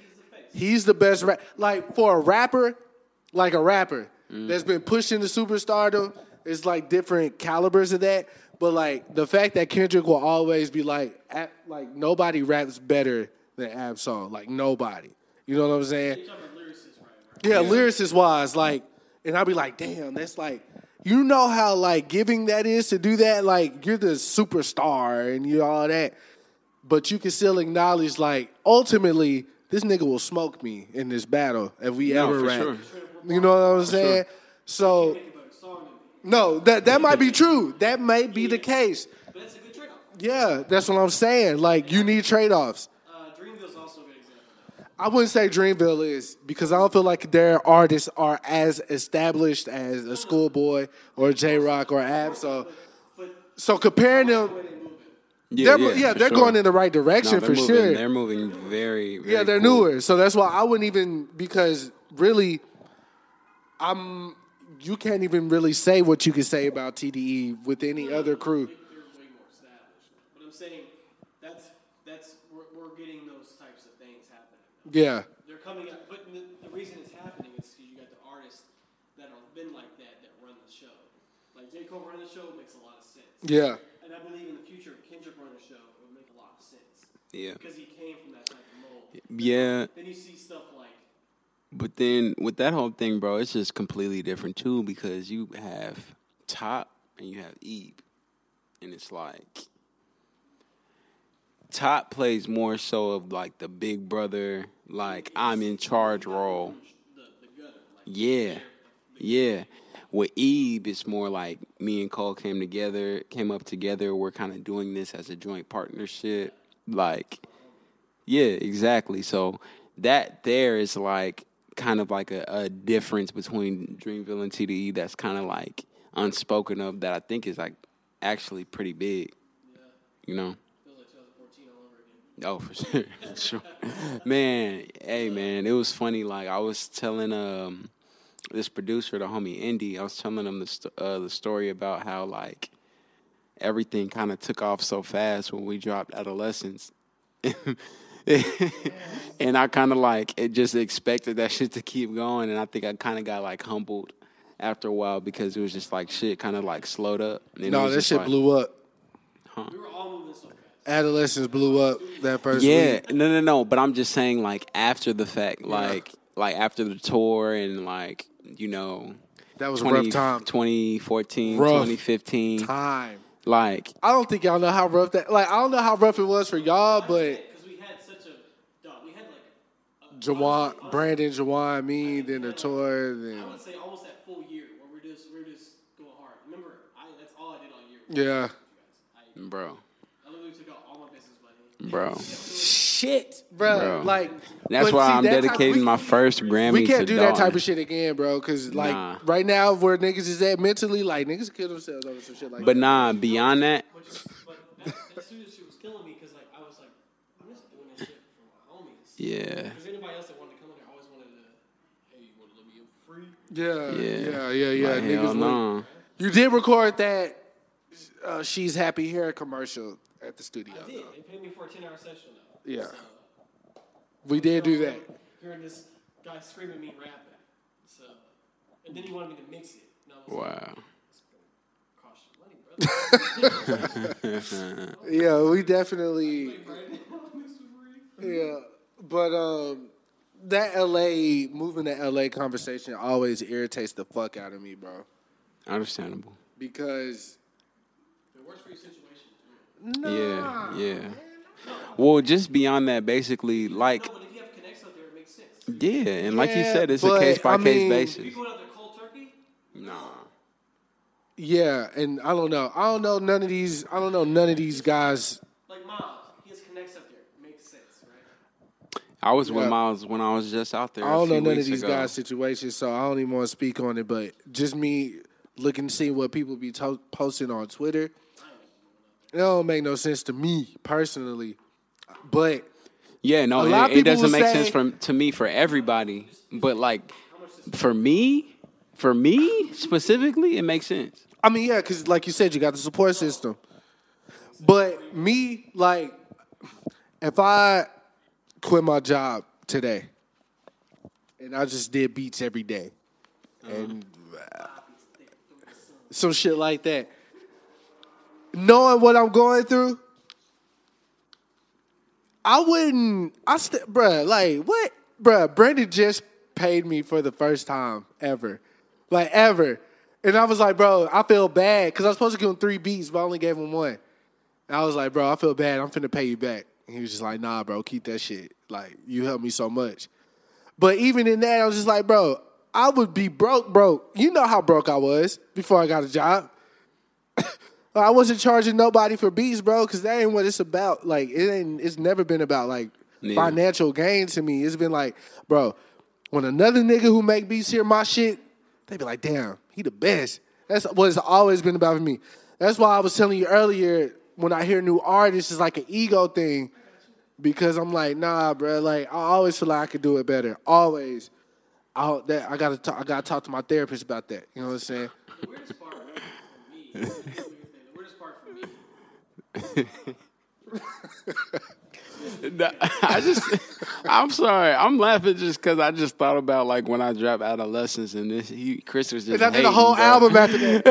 Speaker 4: he's the best rap. Like for a rapper, like a rapper
Speaker 3: Mm.
Speaker 4: that's been pushed into superstardom, it's like different calibers of that. But like the fact that Kendrick will always be like, Ab- like nobody raps better than Ab Soul. Like nobody. You know what I'm saying? Yeah, lyricist wise, like, and I'll be like, damn, that's like, you know how like giving that is to do that. Like, you're the superstar and you all that, but you can still acknowledge like ultimately this nigga will smoke me in this battle if we
Speaker 3: No,
Speaker 4: ever
Speaker 3: for
Speaker 4: rap.
Speaker 3: sure.
Speaker 4: You know what I'm saying? So, no, that that might be true. That may be the case.
Speaker 5: But that's a good trade-off.
Speaker 4: Yeah, that's what I'm saying. Like, you need trade offs.
Speaker 5: Uh, Dreamville's also a good example.
Speaker 4: I wouldn't say Dreamville is because I don't feel like their artists are as established as a Schoolboy or J Rock or Ab. So, so comparing them,
Speaker 3: Yeah,
Speaker 4: they're, yeah,
Speaker 3: for
Speaker 4: they're
Speaker 3: sure.
Speaker 4: going in the right
Speaker 3: No,
Speaker 4: direction for
Speaker 3: they're moving,
Speaker 4: sure.
Speaker 3: They're moving very, very
Speaker 4: yeah, they're
Speaker 3: cool.
Speaker 4: newer, so that's why I wouldn't even because really, I'm you can't even really say what you can say about TDE with any other crew.
Speaker 5: They're way more established. But I'm saying that's that's we're, we're getting those types of things happening.
Speaker 4: Yeah,
Speaker 5: They're coming up, but the, the reason it's happening is because you got the artists that have been like that that run the show. Like J Cole running the show makes a lot of sense.
Speaker 4: yeah,
Speaker 5: And I believe in the future, Kendrick running the show would make a lot of sense.
Speaker 3: Yeah.
Speaker 5: Because he came from that type of mold.
Speaker 3: Yeah,
Speaker 5: Then you see stuff like
Speaker 3: but then with that whole thing, bro, it's just completely different too because you have Top and you have Eve, and it's like Top plays more so of like the big brother, like I'm in charge role. Yeah, yeah. With Eve, it's more like me and Cole came together, came up together. We're kind of doing this as a joint partnership. Like, yeah, exactly. So that there is like kind of like a, a difference between Dreamville and TDE that's kind of like unspoken of that I think is like actually pretty big. You know? Oh, for sure, for sure. Man, hey man, it was funny. Like I was telling um this producer, the homie Indy, I was telling him the st- uh, the story about how like everything kind of took off so fast when we dropped Adolescence, and I kind of like it just expected that shit to keep going, and I think I kind of got like humbled after a while because it was just like shit kind of like slowed up. And it
Speaker 4: no,
Speaker 3: was
Speaker 4: that
Speaker 3: just,
Speaker 4: shit
Speaker 3: like-
Speaker 4: blew up. Adolescence blew up that first
Speaker 3: Yeah,
Speaker 4: week.
Speaker 3: no, no, no. But I'm just saying, like after the fact, like like after the tour and like you know,
Speaker 4: That was a rough time.
Speaker 3: 2014,
Speaker 4: Rough
Speaker 3: 2015.
Speaker 4: Time.
Speaker 3: Like
Speaker 4: I don't think y'all know how rough that. Like I don't know how rough it was for y'all, but
Speaker 5: because we had such a dog, we had like
Speaker 4: Jawan, Brandon, Jawan, me, then the tour, then
Speaker 5: I'd say almost that full year where we did just we were just going hard. Remember, I that's all I did all year.
Speaker 4: Yeah.
Speaker 3: Bro.
Speaker 5: I literally took out all my business money.
Speaker 3: Bro.
Speaker 4: Shit, bro.
Speaker 3: Bro.
Speaker 4: Like
Speaker 3: That's
Speaker 4: but
Speaker 3: why
Speaker 4: see,
Speaker 3: I'm
Speaker 4: that type-
Speaker 3: dedicating
Speaker 4: we-
Speaker 3: my first Grammy
Speaker 4: We can't
Speaker 3: to
Speaker 4: do that
Speaker 3: Dawn.
Speaker 4: type of shit again, bro. Because like
Speaker 3: Nah.
Speaker 4: right now, where niggas is at mentally, like niggas kill themselves over some shit like
Speaker 3: But
Speaker 4: that.
Speaker 3: nah, beyond that,
Speaker 5: But that, that student shit was killing me because like I was like, I'm just doing this shit for my homies.
Speaker 3: yeah.
Speaker 5: Because anybody else that wanted to come in there always wanted to, hey, you want to let me in free?
Speaker 4: Yeah, yeah, yeah,
Speaker 3: Yeah.
Speaker 4: yeah.
Speaker 3: Like,
Speaker 4: niggas,
Speaker 3: hell
Speaker 4: like-
Speaker 3: no.
Speaker 4: you did record that. Uh, She's happy here commercial at the studio.
Speaker 5: I did. They paid me for a 10 hour session though.
Speaker 4: Yeah.
Speaker 5: So,
Speaker 4: We did do that.
Speaker 5: hearing this guy screaming at me rapping. So, and then he wanted me to mix it. And I was like,
Speaker 3: Wow.
Speaker 5: cost you money, brother.
Speaker 4: Yeah, we definitely.
Speaker 5: Mix it free.
Speaker 4: Yeah, but um, that LA moving to LA conversation always irritates the fuck out of me, bro.
Speaker 3: Understandable.
Speaker 4: Because
Speaker 5: It works for your situation.
Speaker 3: Yeah, yeah. Well, just beyond that, basically, like,
Speaker 5: No, but if you have connects out there, it makes sense.
Speaker 3: yeah, and like you
Speaker 4: Yeah,
Speaker 3: said, it's
Speaker 4: but,
Speaker 3: a case by
Speaker 4: I mean-
Speaker 3: case
Speaker 5: If you
Speaker 3: basis.
Speaker 5: go out there cold turkey,
Speaker 3: Nah,
Speaker 4: yeah, and I don't know, I don't know none of these, I don't know none of these guys.
Speaker 5: like Miles, he has connects out there. It makes sense, right?
Speaker 3: I was with
Speaker 4: Yeah.
Speaker 3: Miles when I was just out there.
Speaker 4: I
Speaker 3: a
Speaker 4: don't know
Speaker 3: few
Speaker 4: none of
Speaker 3: weeks
Speaker 4: these
Speaker 3: ago.
Speaker 4: guys' situations, so I don't even want to speak on it. But just me looking, seeing what people be to- posting on Twitter, it don't make no sense to me personally. But
Speaker 3: Yeah, no,
Speaker 4: A lot of
Speaker 3: it, it
Speaker 4: people
Speaker 3: doesn't
Speaker 4: will
Speaker 3: make
Speaker 4: say-
Speaker 3: sense from to me for everybody, but like for me, for me specifically, it makes sense.
Speaker 4: I mean, yeah, because like you said, you got the support system. But me, like, if I quit my job today and I just did beats every day and uh, some shit like that, knowing what I'm going through, I wouldn't. I st- bruh, like what, bruh? Brandon just paid me for the first time ever, like ever, and I was like, bro, I feel bad because I was supposed to give him three beats, but I only gave him one. And I was like, bro, I feel bad. I'm finna pay you back. And he was just like, nah, bro, keep that shit. Like you helped me so much, but even in that, I was just like, bro, I would be broke, broke. You know how broke I was before I got a job. I wasn't charging nobody for beats, bro, because that ain't what it's about. Like it ain't. It's never been about like
Speaker 3: Yeah.
Speaker 4: financial gain to me. It's been like, bro, when another nigga who make beats hear my shit, they be like, damn, he the best. That's what it's always been about for me. That's why I was telling you earlier when I hear new artists, it's like an ego thing because I'm like, nah, bro. Like I always feel like I could do it better. Always. I that I gotta talk, I gotta talk to my therapist about that. You know what I'm saying?
Speaker 5: The weirdest part for me, this is the weird thing, the weirdest part for me,
Speaker 3: Nah, I just, I'm sorry, I'm laughing just because I just thought about like when I dropped adolescence and this. He, Chris was just.
Speaker 4: And I did a
Speaker 3: hating,
Speaker 4: whole
Speaker 3: bro.
Speaker 4: album after that.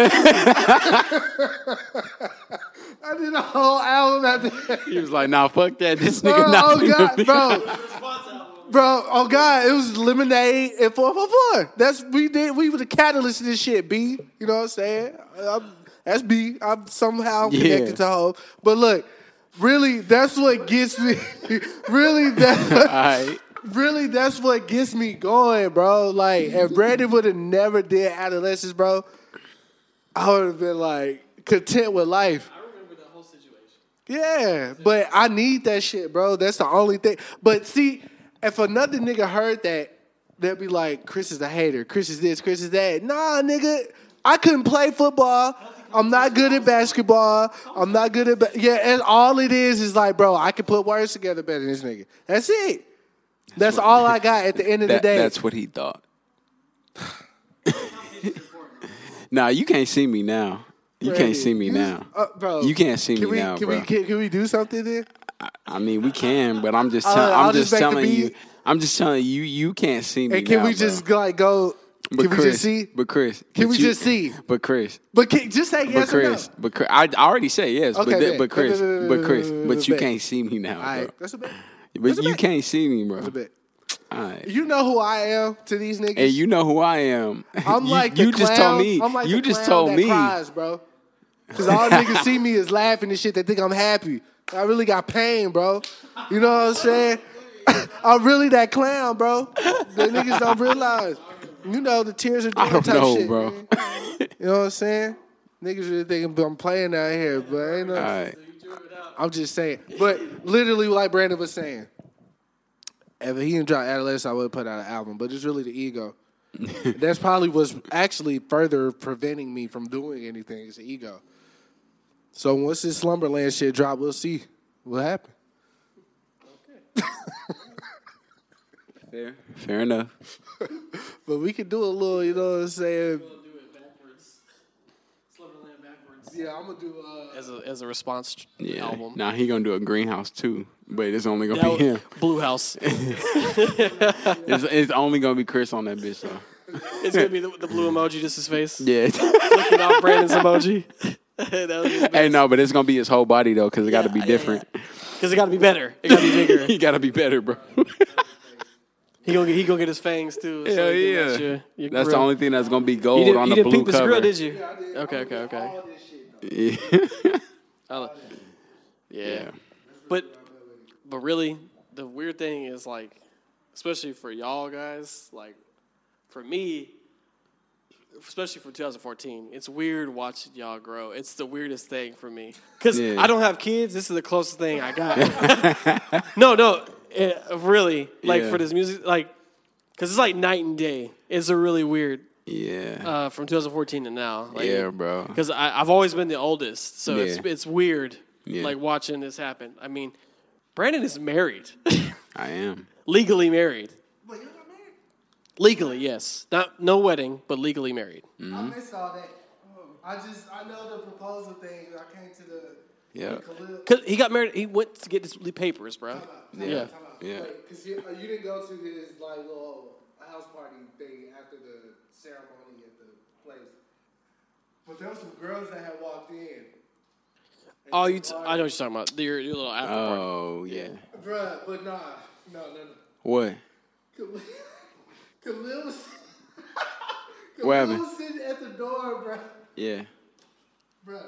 Speaker 4: I did a whole album after that.
Speaker 3: He was like, "Nah, fuck that. This
Speaker 4: Bro,
Speaker 3: nigga not."
Speaker 4: oh
Speaker 3: finna
Speaker 4: God,
Speaker 3: be-
Speaker 4: bro,
Speaker 5: response album.
Speaker 4: bro, oh God, it was Lemonade and four four four. That's we did. We were the catalyst to this shit. B, you know what I'm saying? I'm, that's B. I'm somehow connected
Speaker 3: Yeah.
Speaker 4: to Hope. But look, really, that's what gets me. really, that.
Speaker 3: All right.
Speaker 4: really that's what gets me going, bro. Like if Brandon would have never did adolescence, bro, I would have been like content with life.
Speaker 5: I remember that whole situation.
Speaker 4: Yeah, but I need that shit, bro. That's the only thing. But see, if another nigga heard that, they'd be like, "Chris is a hater. Chris is this. Chris is that." Nah, nigga, I couldn't play football. I'm not good at basketball. I'm not good at ba- yeah. And all it is is like, bro, I can put words together better than this nigga. That's it. That's, all I got at the end of
Speaker 3: That-
Speaker 4: the day.
Speaker 3: that's what he thought. nah, you can't see me now. You can't see me
Speaker 4: You-
Speaker 3: now.
Speaker 4: uh, bro.
Speaker 3: You can't see
Speaker 4: Can
Speaker 3: me
Speaker 4: we,
Speaker 3: now,
Speaker 4: can
Speaker 3: bro.
Speaker 4: We, can, can we do something then?
Speaker 3: I mean, we can, but I'm just,
Speaker 4: I'll-
Speaker 3: tell- I'm
Speaker 4: I'll just
Speaker 3: just,
Speaker 4: make the
Speaker 3: telling you,
Speaker 4: beat.
Speaker 3: I'm just telling you, you can't see me.
Speaker 4: And can
Speaker 3: now,
Speaker 4: we
Speaker 3: bro.
Speaker 4: just go, like go?
Speaker 3: But
Speaker 4: can
Speaker 3: Chris,
Speaker 4: we just see?
Speaker 3: But Chris,
Speaker 4: Can
Speaker 3: but
Speaker 4: we just see?
Speaker 3: But Chris,
Speaker 4: But can, just say
Speaker 3: but
Speaker 4: yes or no.
Speaker 3: Chris, but Chris, I, I already said yes,
Speaker 4: Okay,
Speaker 3: but th-
Speaker 4: bet.
Speaker 3: but Chris,
Speaker 4: Bet, bet, bet,
Speaker 3: but
Speaker 4: bet,
Speaker 3: Chris,
Speaker 4: bet,
Speaker 3: but you
Speaker 4: bet.
Speaker 3: can't see me now,
Speaker 4: All right,
Speaker 3: bro.
Speaker 4: that's a bet. that's a
Speaker 3: But you
Speaker 4: bet.
Speaker 3: can't see me,
Speaker 4: That's a
Speaker 3: bro.
Speaker 4: bet.
Speaker 3: All right.
Speaker 4: You know who I am to these niggas.
Speaker 3: And you know who I am.
Speaker 4: I'm
Speaker 3: you,
Speaker 4: like the
Speaker 3: you just
Speaker 4: clown-
Speaker 3: told me.
Speaker 4: I'm like
Speaker 3: you
Speaker 4: the
Speaker 3: just
Speaker 4: clown
Speaker 3: told
Speaker 4: that
Speaker 3: me.
Speaker 4: cries, bro. Because all niggas see me is laughing and shit. They think I'm happy. I really got pain, bro. You know what I'm saying? I'm really that clown, bro. The niggas don't realize. You know the tears are doing
Speaker 3: I don't
Speaker 4: tough
Speaker 3: know,
Speaker 4: shit,
Speaker 3: bro.
Speaker 4: man. You know what I'm saying? Niggas really thinking I'm playing out here, but ain't no.
Speaker 3: All right.
Speaker 4: I'm just saying. But literally, like Brandon was saying, if he didn't drop Adolescence, I would have put out an album. But it's really the ego. That's probably what's actually further preventing me from doing anything. It's the ego. So once this Slumberland shit drop, we'll see what happens.
Speaker 3: Fair. Fair enough.
Speaker 4: But we could do a little, you know what I'm saying? Yeah, I'm gonna do. Uh,
Speaker 5: as a as a response ch-
Speaker 3: Yeah.
Speaker 5: album.
Speaker 3: Now he gonna do a greenhouse too, but it's only gonna
Speaker 5: That
Speaker 3: be
Speaker 5: was-
Speaker 3: him.
Speaker 5: Blue House.
Speaker 3: It's, it's only gonna be Chris on that bitch though.
Speaker 5: it's gonna be the, the blue emoji, just his face.
Speaker 3: Yeah.
Speaker 5: Flicking off Brandon's emoji. that would be the
Speaker 3: hey, no, but it's gonna be his whole body though, because it got to be different.
Speaker 5: Because it got to be better. It got to be bigger.
Speaker 3: he got to be better, bro.
Speaker 5: He gonna get, he gonna get his fangs too. so
Speaker 3: Hell
Speaker 5: he can-
Speaker 3: yeah.
Speaker 5: That's, your, your
Speaker 3: That's the
Speaker 5: grill.
Speaker 3: only thing that's gonna be gold
Speaker 5: You didn't,
Speaker 3: on
Speaker 5: you
Speaker 3: the
Speaker 5: didn't
Speaker 3: blue
Speaker 5: peep his
Speaker 3: cover.
Speaker 5: grill, did you? Okay, okay, okay. I like- yeah. But but really, the weird thing is like, especially for y'all guys, like for me, especially from 2014, it's weird watching y'all grow. It's the weirdest thing for me because
Speaker 3: Yeah.
Speaker 5: I don't have kids. This is the closest thing I got. no, no, eh, really, like
Speaker 3: Yeah.
Speaker 5: for this music, like because it's like night and day. It's a really weird
Speaker 3: yeah.
Speaker 5: uh, from 2014 to now. Like,
Speaker 3: yeah, bro.
Speaker 5: because I've always been the oldest, so it's
Speaker 3: Yeah.
Speaker 5: it's weird,
Speaker 3: Yeah.
Speaker 5: like watching this happen. I mean, Brandon is married,
Speaker 3: I am.
Speaker 5: legally married. Legally, yes. Not no wedding, but legally married.
Speaker 4: I missed all that. I just I know the proposal thing. I came to the
Speaker 3: Yeah.
Speaker 5: Cause he got married. He went to get his papers, bro. Yeah.
Speaker 3: Yeah.
Speaker 4: Because you, uh, you didn't go to his like little house party thing after the ceremony at the place. But there were some girls that had walked in.
Speaker 5: Oh, you. T- I know what you're talking about. Your, your little after party.
Speaker 3: Oh yeah.
Speaker 4: Bruh, but nah. No, no, no.
Speaker 3: What?
Speaker 4: Khalil, Khalil was,
Speaker 3: What
Speaker 4: Khalil
Speaker 3: happened?
Speaker 4: was sitting at the door, bruh.
Speaker 3: Yeah.
Speaker 4: Bruh,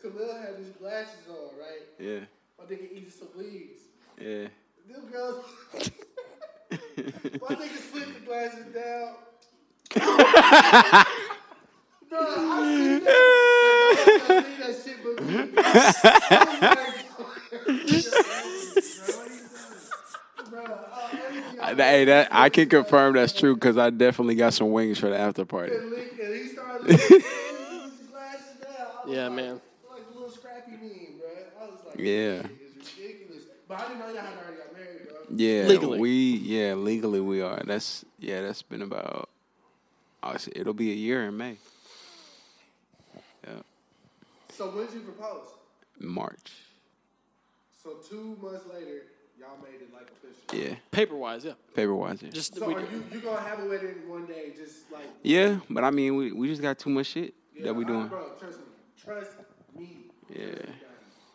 Speaker 4: Khalil had his glasses on, right?
Speaker 3: Yeah.
Speaker 4: My nigga eating some leaves.
Speaker 3: Yeah.
Speaker 4: Them girls. My nigga slipped the glasses down. Bro, I seen that. I seen that shit, but me.
Speaker 3: I- hey, that I can confirm that's true because I definitely got some wings for the after party.
Speaker 4: And he started looking his glasses down. I was
Speaker 5: Yeah,
Speaker 4: like,
Speaker 5: man.
Speaker 4: Like a little scrappy meme, bro. I was like,
Speaker 3: Yeah.
Speaker 4: this shit is ridiculous. But I didn't know y'all had already got married, bro.
Speaker 3: Yeah.
Speaker 5: Legally.
Speaker 3: We yeah legally we are. That's yeah. That's been about. oh, it's- It'll be a year in May. Yeah.
Speaker 4: So when did you propose?
Speaker 3: March.
Speaker 4: So two months later, y'all made it like official.
Speaker 3: Yeah.
Speaker 5: Paper wise, yeah.
Speaker 3: Paper wise. Yeah.
Speaker 5: Just
Speaker 4: So
Speaker 5: we,
Speaker 4: are you you gonna have a wedding one day? Just like
Speaker 3: yeah. But I mean, we we just got too much shit that we
Speaker 4: All right,
Speaker 3: doing.
Speaker 4: bro. Trust me. Trust me.
Speaker 3: Yeah.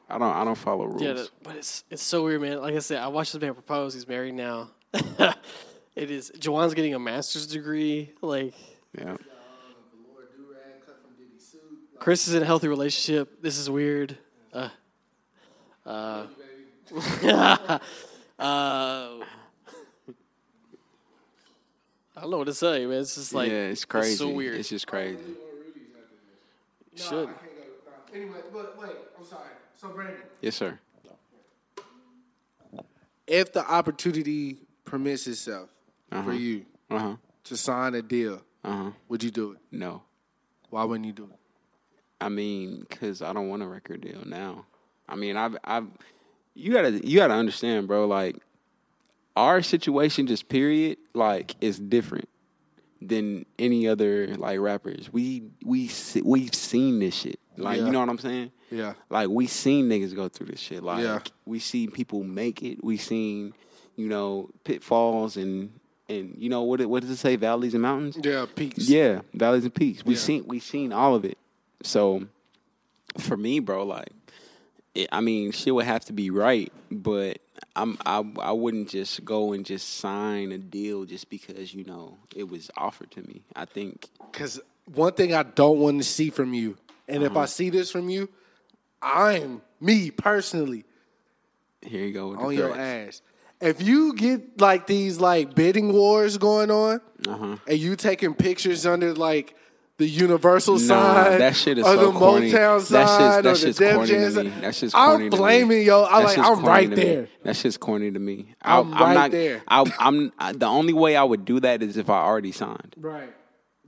Speaker 3: I don't I don't follow rules.
Speaker 5: yeah. that- But it's it's so weird, man. Like I said, I watched this man propose. He's married now. it is. Jawan's getting a master's degree. Like.
Speaker 3: yeah.
Speaker 4: Lord Durag cut from Diddy suit. Like,
Speaker 5: Chris is in a healthy relationship. This is weird. Uh, uh, uh, I don't know what to say, man. It's just like
Speaker 3: yeah, it's crazy.
Speaker 5: It's so weird.
Speaker 3: It's just crazy.
Speaker 5: It
Speaker 4: I
Speaker 5: should.
Speaker 4: can't go to nah. Anyway, but wait, I'm sorry. So Brandon,
Speaker 3: Yes, sir.
Speaker 4: if the opportunity permits itself for you
Speaker 3: Uh huh.
Speaker 4: to sign a deal,
Speaker 3: Uh huh.
Speaker 4: would you do it?
Speaker 3: No,
Speaker 4: Why wouldn't you do it?
Speaker 3: I mean, cause I don't want a record deal now. I mean, I've, I've, you gotta, you gotta understand, bro. Like, our situation, just period, like, is different than any other like rappers. We, we, se- we've seen this shit. Like,
Speaker 4: Yeah.
Speaker 3: you know what I'm saying?
Speaker 4: Yeah.
Speaker 3: Like, we seen niggas go through this shit. Like,
Speaker 4: Yeah.
Speaker 3: we seen people make it. We seen, you know, pitfalls and and you know what? it- What does it say? Valleys and mountains.
Speaker 4: Yeah, peaks.
Speaker 3: Yeah, valleys and peaks. We seen we seen all of it. So for me, bro, like it, I mean, shit would have to be right, but I'm I I wouldn't just go and just sign a deal just because you know it was offered to me. I think
Speaker 4: Because one thing I don't want to see from you, and if I see this from you, I'm me personally
Speaker 3: here you go with the
Speaker 4: on your ass.
Speaker 3: threats.
Speaker 4: if you get like these like bidding wars going on,
Speaker 3: Uh-huh.
Speaker 4: and you taking pictures under like the Universal
Speaker 3: Nah,
Speaker 4: sign,
Speaker 3: that shit is
Speaker 4: or
Speaker 3: so
Speaker 4: the
Speaker 3: corny.
Speaker 4: Motown
Speaker 3: That shit's-
Speaker 4: sign,
Speaker 3: that
Speaker 4: or the
Speaker 3: shit's
Speaker 4: Def
Speaker 3: corny to
Speaker 4: Jam
Speaker 3: me.
Speaker 4: sign.
Speaker 3: That shit's corny
Speaker 4: I'm
Speaker 3: to me.
Speaker 4: blaming yo. I
Speaker 3: That
Speaker 4: like
Speaker 3: shit's
Speaker 4: I'm
Speaker 3: corny
Speaker 4: right
Speaker 3: to me.
Speaker 4: there.
Speaker 3: That shit's corny to me. I,
Speaker 4: I'm right
Speaker 3: not,
Speaker 4: there.
Speaker 3: I, I'm I, the only way I would do that is if I already signed.
Speaker 4: Right.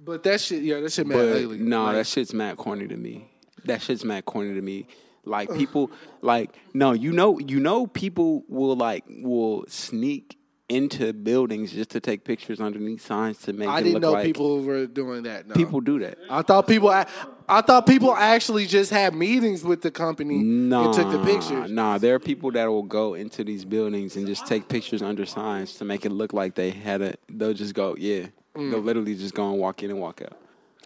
Speaker 4: But that shit, yeah, that shit mad
Speaker 3: But
Speaker 4: lately.
Speaker 3: no,
Speaker 4: Like,
Speaker 3: that shit's mad corny to me. That shit's mad corny to me. Like people, like no, you know, you know, people will like will sneak into buildings just to take pictures underneath signs to make
Speaker 4: I
Speaker 3: it
Speaker 4: didn't
Speaker 3: look
Speaker 4: know
Speaker 3: like
Speaker 4: people were doing that. No.
Speaker 3: people do that.
Speaker 4: I thought people. I, I thought people actually just had meetings with the company
Speaker 3: Nah,
Speaker 4: and took the pictures.
Speaker 3: Nah, there are people that will go into these buildings and just take pictures under signs to make it look like they had a. They'll just go, yeah. They'll
Speaker 4: Mm.
Speaker 3: literally just go and walk in and walk out.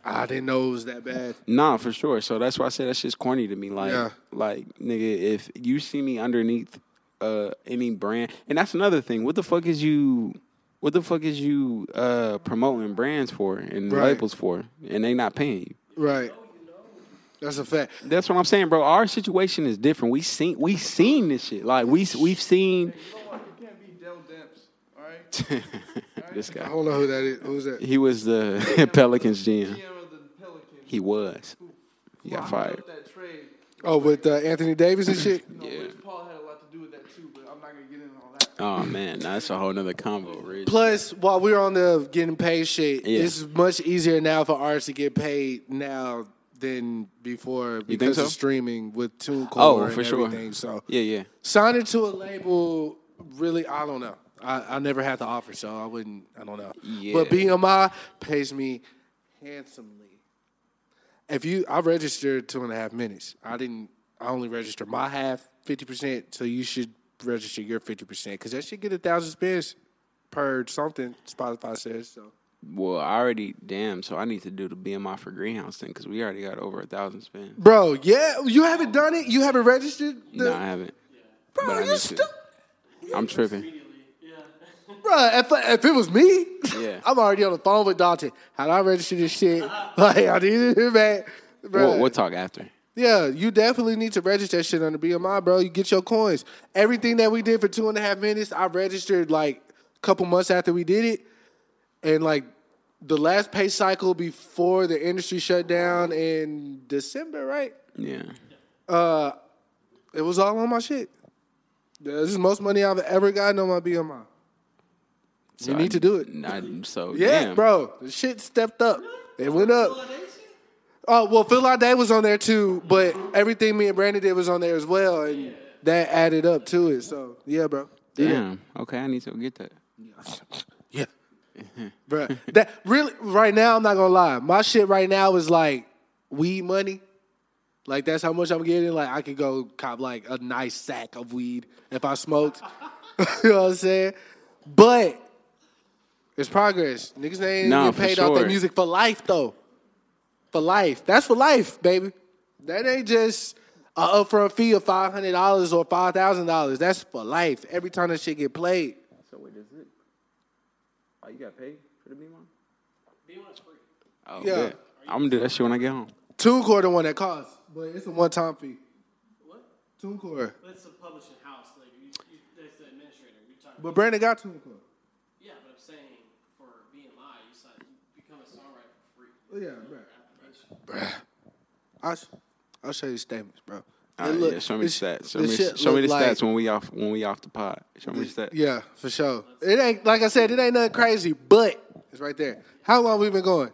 Speaker 4: I didn't know it was that bad.
Speaker 3: Nah, for sure. So that's why I say that shit's corny to me. Like,
Speaker 4: Yeah.
Speaker 3: like nigga, if you see me underneath uh any brand, and that's another thing. What the fuck is you? What the fuck is you uh promoting brands for and
Speaker 4: Right.
Speaker 3: labels for, and they not paying you?
Speaker 4: Right. That's a fact.
Speaker 3: That's what I'm saying, bro. Our situation is different. We seen we seen this shit. Like we we've seen this
Speaker 4: I
Speaker 3: guy.
Speaker 4: don't know who that is. Who's that?
Speaker 3: He was the Pelicans GM. He was. He got fired.
Speaker 10: That trade.
Speaker 4: Oh, with uh, Anthony Davis and shit.
Speaker 3: Yeah.
Speaker 10: Paul had a lot to do with that too, but I'm not gonna get into all that.
Speaker 3: Oh man, nah, that's a whole nother combo, Rich.
Speaker 4: Plus, while we're on the getting paid shit,
Speaker 3: Yeah.
Speaker 4: it's much easier now for artists to get paid now than before because
Speaker 3: think so?
Speaker 4: of streaming with TuneCore
Speaker 3: Oh,
Speaker 4: and
Speaker 3: for sure.
Speaker 4: everything. So
Speaker 3: Yeah, yeah.
Speaker 4: signing to a label really i don't know i, I never had the offer so i wouldn't i don't know but
Speaker 3: Yeah.
Speaker 4: bmi pays me handsomely if you i registered two and a half minutes i didn't i only register my half 50% so you should register your 50% because that should get a thousand spins per something spotify says so
Speaker 3: Well, I already damn. So I need to do the BMI for Greenhouse thing because we already got over a thousand spins.
Speaker 4: bro yeah you haven't done it you haven't registered the,
Speaker 3: No, I haven't.
Speaker 4: bro
Speaker 3: but I
Speaker 4: you
Speaker 3: need to.
Speaker 4: still
Speaker 3: I'm tripping.
Speaker 4: Bro, if, if it was me,
Speaker 3: Yeah.
Speaker 4: I'm already on the phone with Dante. How do I register this shit? Like, I need it back. Bro.
Speaker 3: We'll, we'll talk after.
Speaker 4: Yeah, you definitely need to register that shit under BMI, bro. You get your coins. Everything that we did for two and a half minutes, I registered like a couple months after we did it. And like the last pay cycle before the industry shut down in December, right?
Speaker 3: Yeah.
Speaker 4: It was all on my shit. This is the most money I've ever gotten on my BMI.
Speaker 3: So
Speaker 4: need to do it.
Speaker 3: I, so
Speaker 4: Yeah,
Speaker 3: damn.
Speaker 4: bro. The shit stepped up. It went up. Oh, well, Phil Day was on there too, but everything me and Brandon did was on there as well, and that added up to it. So, yeah, bro.
Speaker 3: Damn. Okay, I need to get that.
Speaker 4: Yeah. bro. That really right now, I'm not gonna lie. My shit right now is like weed money. Like that's how much I'm getting. Like I could go cop like a nice sack of weed if I smoked. you know what I'm saying? But it's progress. Niggas ain't
Speaker 3: Nah,
Speaker 4: getting paid
Speaker 3: for
Speaker 4: off their
Speaker 3: sure.
Speaker 4: music for life though. For life. That's for life, baby. That ain't just a upfront fee of five hundred dollars or five thousand dollars. That's for life. Every time that shit get played.
Speaker 3: So wait, is it? Oh, you got paid for the BMI? Oh,
Speaker 4: Yeah.
Speaker 3: yeah. I'm gonna Oh, do that shit when I get home.
Speaker 4: TuneCore the one that costs, but it's a one time fee. What? TuneCore.
Speaker 5: That's a publishing house. Like, you, you, that's the administrator. You're talking
Speaker 4: But Brandon got TuneCore.
Speaker 5: Yeah, but I'm saying for BMI, you, sign, you become a songwriter for free.
Speaker 4: Oh, Yeah, bro. I'll, sh- I'll show you statements, bro.
Speaker 3: All
Speaker 4: It
Speaker 3: right,
Speaker 4: look-
Speaker 3: yeah, show me the
Speaker 4: this-
Speaker 3: stats. Show me,
Speaker 4: this shit
Speaker 3: show me the
Speaker 4: look like-
Speaker 3: stats when we off when we off the pod. Show me the stats.
Speaker 4: Yeah, for sure. It ain't like I said, it ain't nothing crazy, but it's right there. How long we been going?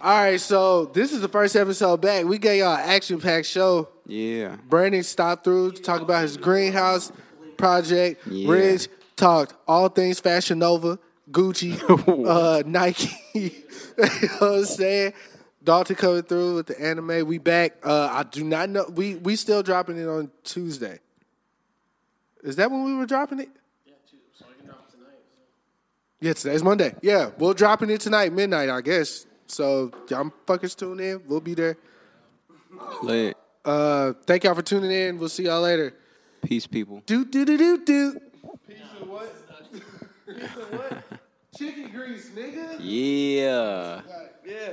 Speaker 4: All right, so this is the first episode back. We gave y'all an action packed show.
Speaker 3: Yeah.
Speaker 4: Brandon stopped through to talk about his greenhouse project.
Speaker 3: Yeah.
Speaker 4: Ridge talked all things Fashion Nova, Gucci, uh, Nike. you know what I'm saying? Dalton coming through with the anime. We back. Uh, I do not know. We we still dropping it on Tuesday. Is that when we were dropping it? Yeah, today's Monday. Yeah, we're dropping it tonight, midnight, I guess. So y'all fuckers tune in. We'll be there.
Speaker 3: Lit.
Speaker 4: Uh, thank y'all for tuning in. We'll see y'all later.
Speaker 3: Peace, people.
Speaker 4: Do do do do do.
Speaker 10: Chicken grease, nigga.
Speaker 3: Yeah.
Speaker 10: Yeah.